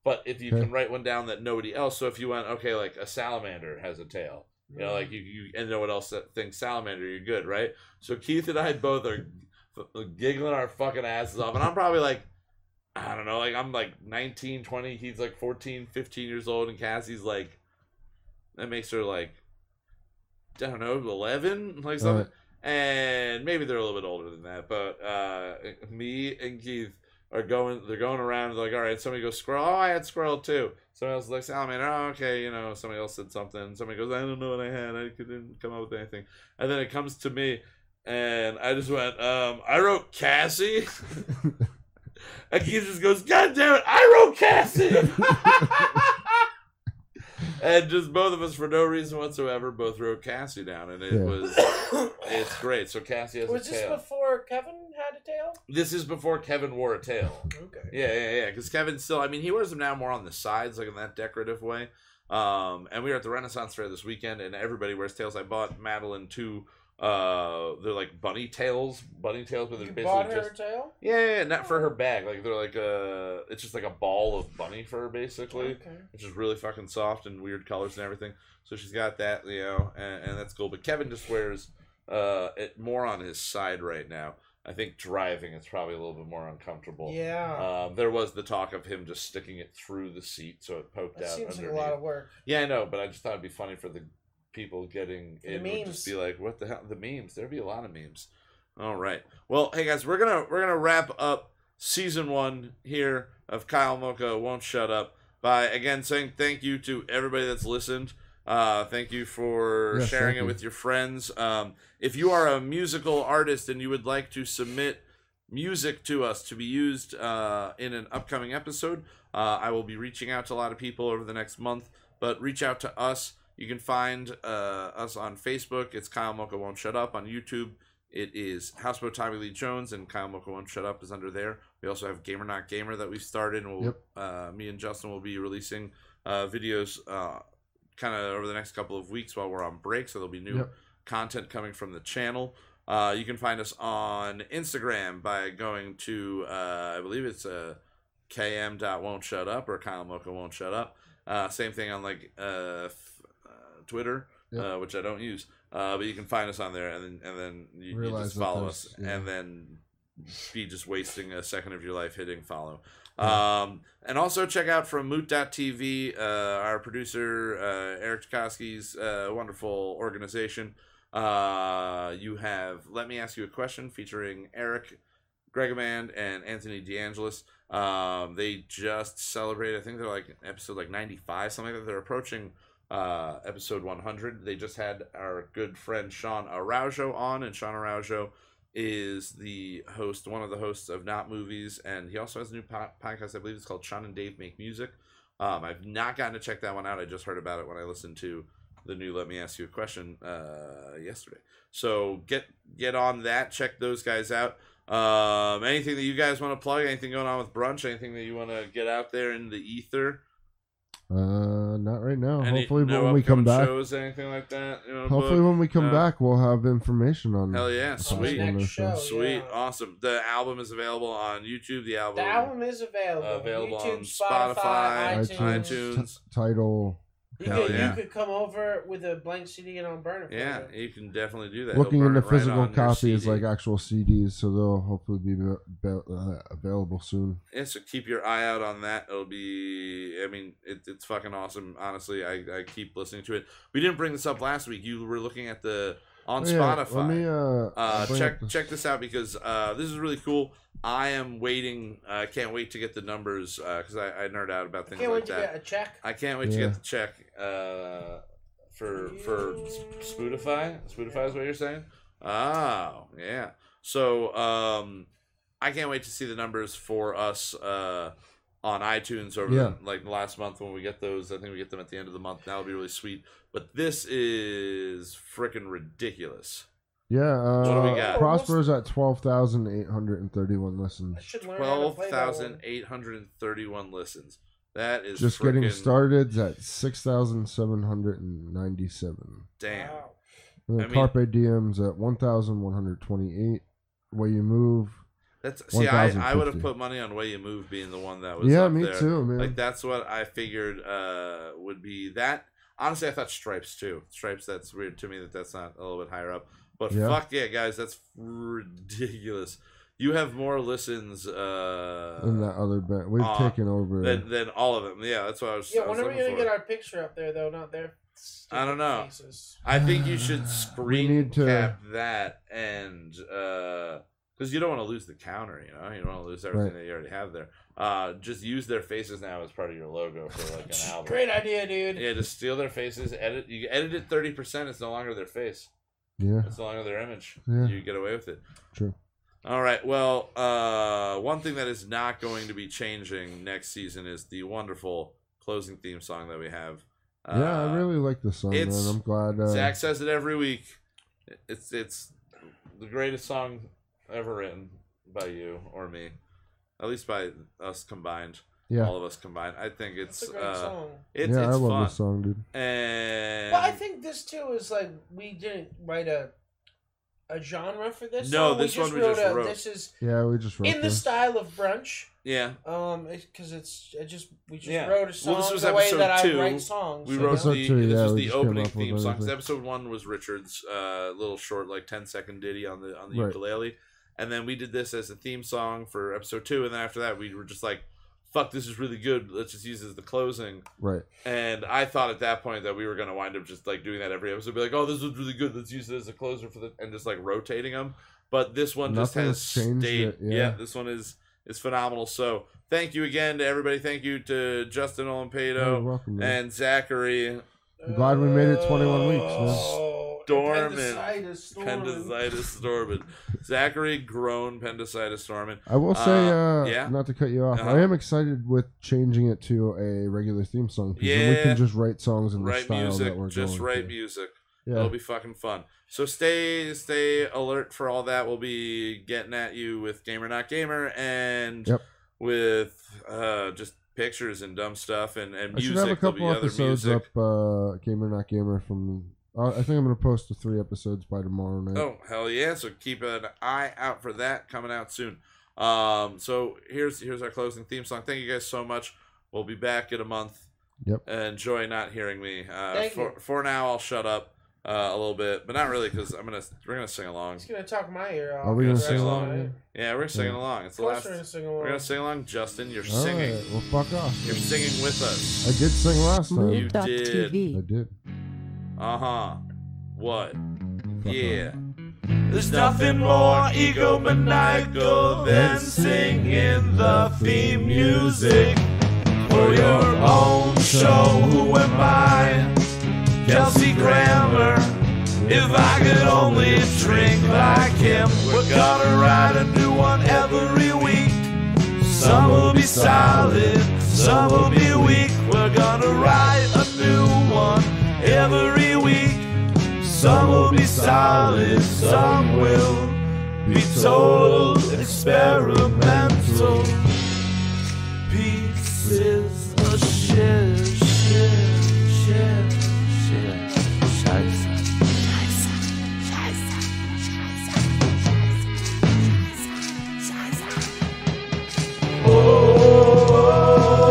[SPEAKER 3] But if you
[SPEAKER 4] Okay.
[SPEAKER 3] can write one down that nobody else, so if you went, okay, like a salamander has a tail, you know, like you, you and no one else that thinks salamander, you're good, right? So Keith and I both are f- giggling our fucking asses off, and I'm probably like, I don't know, like I'm like 19, 20, he's like 14, 15 years old, and Cassie's like, that makes her like, I don't know, 11, like something
[SPEAKER 4] Alright.
[SPEAKER 3] and maybe they're a little bit older than that. But uh, me and Keith are going. They're going around. They're like, all right, somebody goes squirrel. Oh, I had squirrel too. Somebody else is like salamander. Oh, okay, you know. Somebody else said something. Somebody goes, I don't know what I had. I couldn't come up with anything. And then it comes to me, and I just went, um, I wrote Cassie. and Keith just goes, God damn it, I wrote Cassie. and just both of us, for no reason whatsoever, both wrote Cassie down, and it
[SPEAKER 4] Yeah.
[SPEAKER 3] was it's great. So Cassie has
[SPEAKER 5] Was
[SPEAKER 3] a
[SPEAKER 5] this
[SPEAKER 3] tail.
[SPEAKER 5] before Kevin had a tail?
[SPEAKER 3] this is before Kevin wore a tail.
[SPEAKER 5] Okay.
[SPEAKER 3] Yeah, yeah, yeah. Because Kevin still, I mean, he wears them now more on the sides, like in that decorative way. Um, and we were at the Renaissance Fair this weekend, and everybody wears tails. I bought Madeline two. Uh, they're like bunny tails, bunny tails, but they're
[SPEAKER 5] You bought
[SPEAKER 3] basically
[SPEAKER 5] her
[SPEAKER 3] just
[SPEAKER 5] a tail.
[SPEAKER 3] yeah, yeah, yeah, not for her bag. Like they're like uh it's just like a ball of bunny fur basically
[SPEAKER 5] Okay.
[SPEAKER 3] which is really fucking soft and weird colors and everything. So she's got that, you know, and, and that's cool. But Kevin just wears uh, it more on his side right now. I think driving is probably a little bit more uncomfortable.
[SPEAKER 5] Yeah.
[SPEAKER 3] Um, there was the talk of him just sticking it through the seat so it poked
[SPEAKER 5] that
[SPEAKER 3] out
[SPEAKER 5] seems like
[SPEAKER 3] underneath.
[SPEAKER 5] a lot of work.
[SPEAKER 3] yeah, I know, but I just thought it'd be funny for the people getting
[SPEAKER 5] The
[SPEAKER 3] it would just
[SPEAKER 5] memes.
[SPEAKER 3] be like, what the hell? The memes. There'd be a lot of memes. All right. Well, hey guys, we're gonna we're gonna wrap up season one here of Kyle Mocha won't shut up by again saying thank you to everybody that's listened. Uh, thank you for
[SPEAKER 4] Yes,
[SPEAKER 3] sharing
[SPEAKER 4] thank
[SPEAKER 3] it
[SPEAKER 4] you.
[SPEAKER 3] with your friends. Um, if you are a musical artist and you would like to submit music to us to be used uh, in an upcoming episode, uh, I will be reaching out to a lot of people over the next month. But reach out to us. You can find uh, us on Facebook. It's Kyle Mocha Won't Shut Up. On YouTube, it is Houseboat Tommy Lee Jones and Kyle Mocha Won't Shut Up is under there. We also have Gamer Not Gamer that we've started, and we'll,
[SPEAKER 4] Yep.
[SPEAKER 3] uh, me and Justin will be releasing uh, videos uh, kind of over the next couple of weeks while we're on break. So there'll be new
[SPEAKER 4] Yep.
[SPEAKER 3] content coming from the channel. Uh, you can find us on Instagram by going to, uh, I believe it's uh, km.won't shut up or Kyle Mocha won't shut up. Uh, same thing on like uh, f- uh, Twitter,
[SPEAKER 4] Yep.
[SPEAKER 3] uh, which I don't use. Uh, but you can find us on there, and then and then you, you
[SPEAKER 4] Realize
[SPEAKER 3] just
[SPEAKER 4] that
[SPEAKER 3] follow
[SPEAKER 4] there's-
[SPEAKER 3] us,
[SPEAKER 4] yeah.
[SPEAKER 3] and then be just wasting a second of your life hitting follow. Um, and also check out from moot.tv, uh, our producer, uh, Eric Tchaikovsky's uh, wonderful organization. Uh, you have Let Me Ask You a Question featuring Eric Gregomand and Anthony DeAngelis. Um, they just celebrated, I think they're like episode like 95, something like that. They're approaching uh, episode 100. They just had our good friend Sean Araujo on, and Sean Araujo is the host, one of the hosts of Not Movies, and he also has a new po- podcast. I believe it's called Sean and Dave Make Music. Um, I've not gotten to check that one out. I just heard about it when I listened to the new Let Me Ask You a Question uh, yesterday. So get get on that. Check those guys out. Um, anything that you guys want to plug? Anything going on with brunch? Anything that you want to get out there in the ether?
[SPEAKER 4] Uh, not right now.
[SPEAKER 3] Any-
[SPEAKER 4] hopefully,
[SPEAKER 3] no
[SPEAKER 4] when we come
[SPEAKER 3] upcoming
[SPEAKER 4] back,
[SPEAKER 3] shows, anything like that. You know,
[SPEAKER 4] hopefully when we come
[SPEAKER 3] uh,
[SPEAKER 4] back, we'll have information on.
[SPEAKER 3] hell yeah,
[SPEAKER 5] On the
[SPEAKER 4] Sweet.
[SPEAKER 3] sweet,
[SPEAKER 5] next
[SPEAKER 4] Wonderful.
[SPEAKER 5] show,
[SPEAKER 3] sweet, Oh,
[SPEAKER 5] yeah.
[SPEAKER 3] awesome. The album is available on YouTube. The album,
[SPEAKER 5] The album is available.
[SPEAKER 3] available
[SPEAKER 5] YouTube,
[SPEAKER 3] on Spotify,
[SPEAKER 5] iTunes.
[SPEAKER 3] iTunes.
[SPEAKER 4] t- title.
[SPEAKER 5] You,
[SPEAKER 3] Hell
[SPEAKER 5] could,
[SPEAKER 3] yeah.
[SPEAKER 5] you could come over with a blank CD and on burner. for
[SPEAKER 3] yeah,
[SPEAKER 5] you.
[SPEAKER 3] you can definitely do that. He'll
[SPEAKER 4] Looking
[SPEAKER 3] burn
[SPEAKER 4] into
[SPEAKER 3] it right
[SPEAKER 4] physical
[SPEAKER 3] on your
[SPEAKER 4] copies,
[SPEAKER 3] CD.
[SPEAKER 4] like actual CDs, so they'll hopefully be be- be- uh, available soon.
[SPEAKER 3] yeah, so keep your eye out on that. It'll be, I mean, it, it's fucking awesome. Honestly, I, I keep listening to it. We didn't bring this up last week. You were looking at the on
[SPEAKER 4] Oh, yeah,
[SPEAKER 3] Spotify.
[SPEAKER 4] Let me uh,
[SPEAKER 3] uh,
[SPEAKER 4] bring
[SPEAKER 3] check
[SPEAKER 4] up the-
[SPEAKER 3] check this out because uh, this is really cool. I am waiting. uh, I can't wait to get the numbers because I, I nerd out about
[SPEAKER 5] I
[SPEAKER 3] things
[SPEAKER 5] can't
[SPEAKER 3] like
[SPEAKER 5] wait to get
[SPEAKER 3] that.
[SPEAKER 5] a check.
[SPEAKER 3] I can't wait to
[SPEAKER 4] Yeah.
[SPEAKER 3] get the check uh, for for S- Spotify. Spotify is what you're saying. Oh yeah. So um, I can't wait to see the numbers for us uh, on iTunes over
[SPEAKER 4] Yeah.
[SPEAKER 3] the, like last month when we get those. I think we get them at the end of the month. That'll be really sweet. But this is freaking ridiculous.
[SPEAKER 4] Yeah,
[SPEAKER 3] What do we
[SPEAKER 4] uh,
[SPEAKER 3] got?
[SPEAKER 4] Prosper's at twelve thousand eight hundred and thirty-one
[SPEAKER 5] I
[SPEAKER 4] listens.
[SPEAKER 5] should learn how to
[SPEAKER 3] twelve
[SPEAKER 5] play that
[SPEAKER 3] thousand
[SPEAKER 5] one.
[SPEAKER 3] eight hundred and thirty-one listens. That is
[SPEAKER 4] Just getting
[SPEAKER 3] frickin'
[SPEAKER 4] started at six thousand seven hundred and ninety-seven.
[SPEAKER 3] Damn,
[SPEAKER 5] Wow.
[SPEAKER 4] And
[SPEAKER 3] I
[SPEAKER 4] then
[SPEAKER 3] mean-
[SPEAKER 4] Carpe Diem's at 1,128. Way you move.
[SPEAKER 3] that's see, I, I would have
[SPEAKER 4] 1,050.
[SPEAKER 3] put money on Way You Move being the one that was.
[SPEAKER 4] Yeah,
[SPEAKER 3] up
[SPEAKER 4] me
[SPEAKER 3] there.
[SPEAKER 4] too, man.
[SPEAKER 3] Like that's what I figured uh, would be that. Honestly, I thought Stripes too. Stripes. That's weird to me that that's not a little bit higher up. But
[SPEAKER 4] Yeah.
[SPEAKER 3] fuck yeah, guys, that's ridiculous. You have more listens uh,
[SPEAKER 4] and that other band. We've
[SPEAKER 3] uh,
[SPEAKER 4] taken over.
[SPEAKER 3] than than all of them. Yeah, that's what I was. I
[SPEAKER 5] Yeah,
[SPEAKER 3] was
[SPEAKER 5] when are we
[SPEAKER 3] looking
[SPEAKER 5] gonna
[SPEAKER 3] for.
[SPEAKER 5] get our picture up there though? Not there.
[SPEAKER 3] I don't know.
[SPEAKER 5] Faces.
[SPEAKER 3] I think you should
[SPEAKER 4] We
[SPEAKER 3] screen
[SPEAKER 4] need to-
[SPEAKER 3] cap that and because you don't want to lose the counter, you know, you don't want to lose everything
[SPEAKER 4] Right.
[SPEAKER 3] that you already have there. Uh, just use their faces now as part of your logo for like an album.
[SPEAKER 5] Great idea, dude.
[SPEAKER 3] Yeah, just steal their faces. Edit you edit it thirty percent. It's no longer their face.
[SPEAKER 4] yeah,
[SPEAKER 3] It's no longer their image.
[SPEAKER 4] Yeah.
[SPEAKER 3] You get away with it.
[SPEAKER 4] true.
[SPEAKER 3] All right. Well, uh, one thing that is not going to be changing next season is the wonderful closing theme song that we have. Uh,
[SPEAKER 4] yeah, I really like this song, man.
[SPEAKER 3] it's-
[SPEAKER 4] I'm glad. Uh,
[SPEAKER 3] Zach says it every week. It's it's the greatest song ever written by you or me, at least by us combined,
[SPEAKER 4] yeah,
[SPEAKER 3] all of us combined. I think it's
[SPEAKER 5] It's a great
[SPEAKER 3] uh,
[SPEAKER 5] song.
[SPEAKER 3] it's
[SPEAKER 4] yeah, I
[SPEAKER 3] it's
[SPEAKER 4] love
[SPEAKER 3] fun.
[SPEAKER 4] this song, dude.
[SPEAKER 3] And
[SPEAKER 5] But I think this too is like we didn't write a a genre for this.
[SPEAKER 3] No,
[SPEAKER 5] song.
[SPEAKER 3] this one we just wrote.
[SPEAKER 5] This is
[SPEAKER 4] Yeah, we just wrote
[SPEAKER 5] in the
[SPEAKER 4] this.
[SPEAKER 5] style of brunch.
[SPEAKER 3] yeah,
[SPEAKER 5] Um, because it's it just we just
[SPEAKER 3] Yeah.
[SPEAKER 5] wrote a song
[SPEAKER 3] Well, this was
[SPEAKER 5] the way
[SPEAKER 3] episode
[SPEAKER 5] that
[SPEAKER 3] two.
[SPEAKER 5] I write songs.
[SPEAKER 3] we
[SPEAKER 5] you
[SPEAKER 3] wrote
[SPEAKER 5] know?
[SPEAKER 4] Episode
[SPEAKER 3] the
[SPEAKER 4] two,
[SPEAKER 3] this
[SPEAKER 4] yeah,
[SPEAKER 3] was
[SPEAKER 4] we
[SPEAKER 3] the
[SPEAKER 4] just came
[SPEAKER 3] opening
[SPEAKER 4] up with
[SPEAKER 3] theme song. 'cause
[SPEAKER 4] everything.
[SPEAKER 3] Episode one was Richard's uh, little short, like 10 second ditty on the on the
[SPEAKER 4] Right.
[SPEAKER 3] ukulele, and then we did this as a theme song for episode two, and then after that we were just like, "Fuck, this is really good. Let's just use it as the closing."
[SPEAKER 4] right.
[SPEAKER 3] And I thought at that point that we were going to wind up just like doing that every episode, be like, "Oh, this was really good. Let's use it as a closer for the," and just like rotating them. But this one just
[SPEAKER 4] Nothing
[SPEAKER 3] has
[SPEAKER 4] has changed
[SPEAKER 3] stayed.
[SPEAKER 4] it,
[SPEAKER 3] yeah.
[SPEAKER 4] yeah.
[SPEAKER 3] this one is is phenomenal. So thank you again to everybody. Thank you to Justin
[SPEAKER 4] You're
[SPEAKER 3] Olimpedo
[SPEAKER 4] welcome, man.
[SPEAKER 3] and Zachary
[SPEAKER 4] I'm glad we made it 21 weeks, man.
[SPEAKER 5] Oh,
[SPEAKER 3] Stormin'.
[SPEAKER 5] appendicitis, stormin'.
[SPEAKER 3] Pendacitis Stormin. Zachary Grown Pendacitis Stormin.
[SPEAKER 4] I will say,
[SPEAKER 3] uh,
[SPEAKER 4] uh,
[SPEAKER 3] yeah.
[SPEAKER 4] not to cut you off,
[SPEAKER 3] Uh-huh.
[SPEAKER 4] I am excited with changing it to a regular theme song. 'cause then we
[SPEAKER 3] Yeah.
[SPEAKER 4] can just write songs in the
[SPEAKER 3] Write
[SPEAKER 4] style
[SPEAKER 3] music.
[SPEAKER 4] that we're
[SPEAKER 3] Just
[SPEAKER 4] going
[SPEAKER 3] write
[SPEAKER 4] to.
[SPEAKER 3] music.
[SPEAKER 4] Yeah,
[SPEAKER 3] It'll be fucking fun. So stay stay alert for all that. We'll be getting at you with Gamer Not Gamer and
[SPEAKER 4] Yep.
[SPEAKER 3] with uh, just pictures and dumb stuff and, and
[SPEAKER 4] I
[SPEAKER 3] music.
[SPEAKER 4] should have a
[SPEAKER 3] There'll be
[SPEAKER 4] couple
[SPEAKER 3] other
[SPEAKER 4] episodes
[SPEAKER 3] music.
[SPEAKER 4] up, uh, gamer not gamer, from Uh, I think I'm gonna post the three episodes by tomorrow night.
[SPEAKER 3] Oh hell yeah! So keep an eye out for that coming out soon. Um, so here's here's our closing theme song. Thank you guys so much. We'll be back in a month.
[SPEAKER 4] Yep.
[SPEAKER 3] Enjoy not hearing me. Uh,
[SPEAKER 5] Thank
[SPEAKER 3] for
[SPEAKER 5] you.
[SPEAKER 3] for now, I'll shut up uh, a little bit, but not really because I'm gonna we're gonna sing along.
[SPEAKER 5] He's gonna talk my ear off.
[SPEAKER 4] Are we
[SPEAKER 5] for
[SPEAKER 4] gonna
[SPEAKER 5] the rest
[SPEAKER 4] sing
[SPEAKER 5] of the
[SPEAKER 4] along?
[SPEAKER 5] night.
[SPEAKER 3] Yeah, we're singing along. It's
[SPEAKER 5] Of
[SPEAKER 3] the
[SPEAKER 5] course
[SPEAKER 3] last.
[SPEAKER 5] we're gonna sing
[SPEAKER 3] We're gonna
[SPEAKER 5] along.
[SPEAKER 3] sing along, Justin. You're
[SPEAKER 4] All
[SPEAKER 3] singing.
[SPEAKER 4] right, well, fuck off.
[SPEAKER 3] You're singing with us.
[SPEAKER 4] I did sing last time.
[SPEAKER 3] You did.
[SPEAKER 4] I
[SPEAKER 6] Move.tv.
[SPEAKER 4] did.
[SPEAKER 3] Uh huh. What?
[SPEAKER 4] Fuck
[SPEAKER 3] Yeah.
[SPEAKER 1] There's nothing more egomaniacal than singing the theme music for your own show. Who am I? Kelsey Grammer. If I could only drink like him, we're gonna write a new one every week. Some will be solid, some will be weak. We're gonna write a new one every week. Some will be solid, some will be total experimental pieces of shit, shit, shit, shit. Scheiße.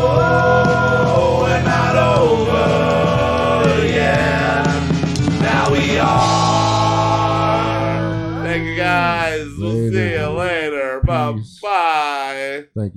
[SPEAKER 1] Oh, we're not over yet. Now we are.
[SPEAKER 3] Thank you guys. We'll see you
[SPEAKER 4] Later.
[SPEAKER 3] later. Bye
[SPEAKER 4] Peace.
[SPEAKER 3] bye.
[SPEAKER 4] Thank you.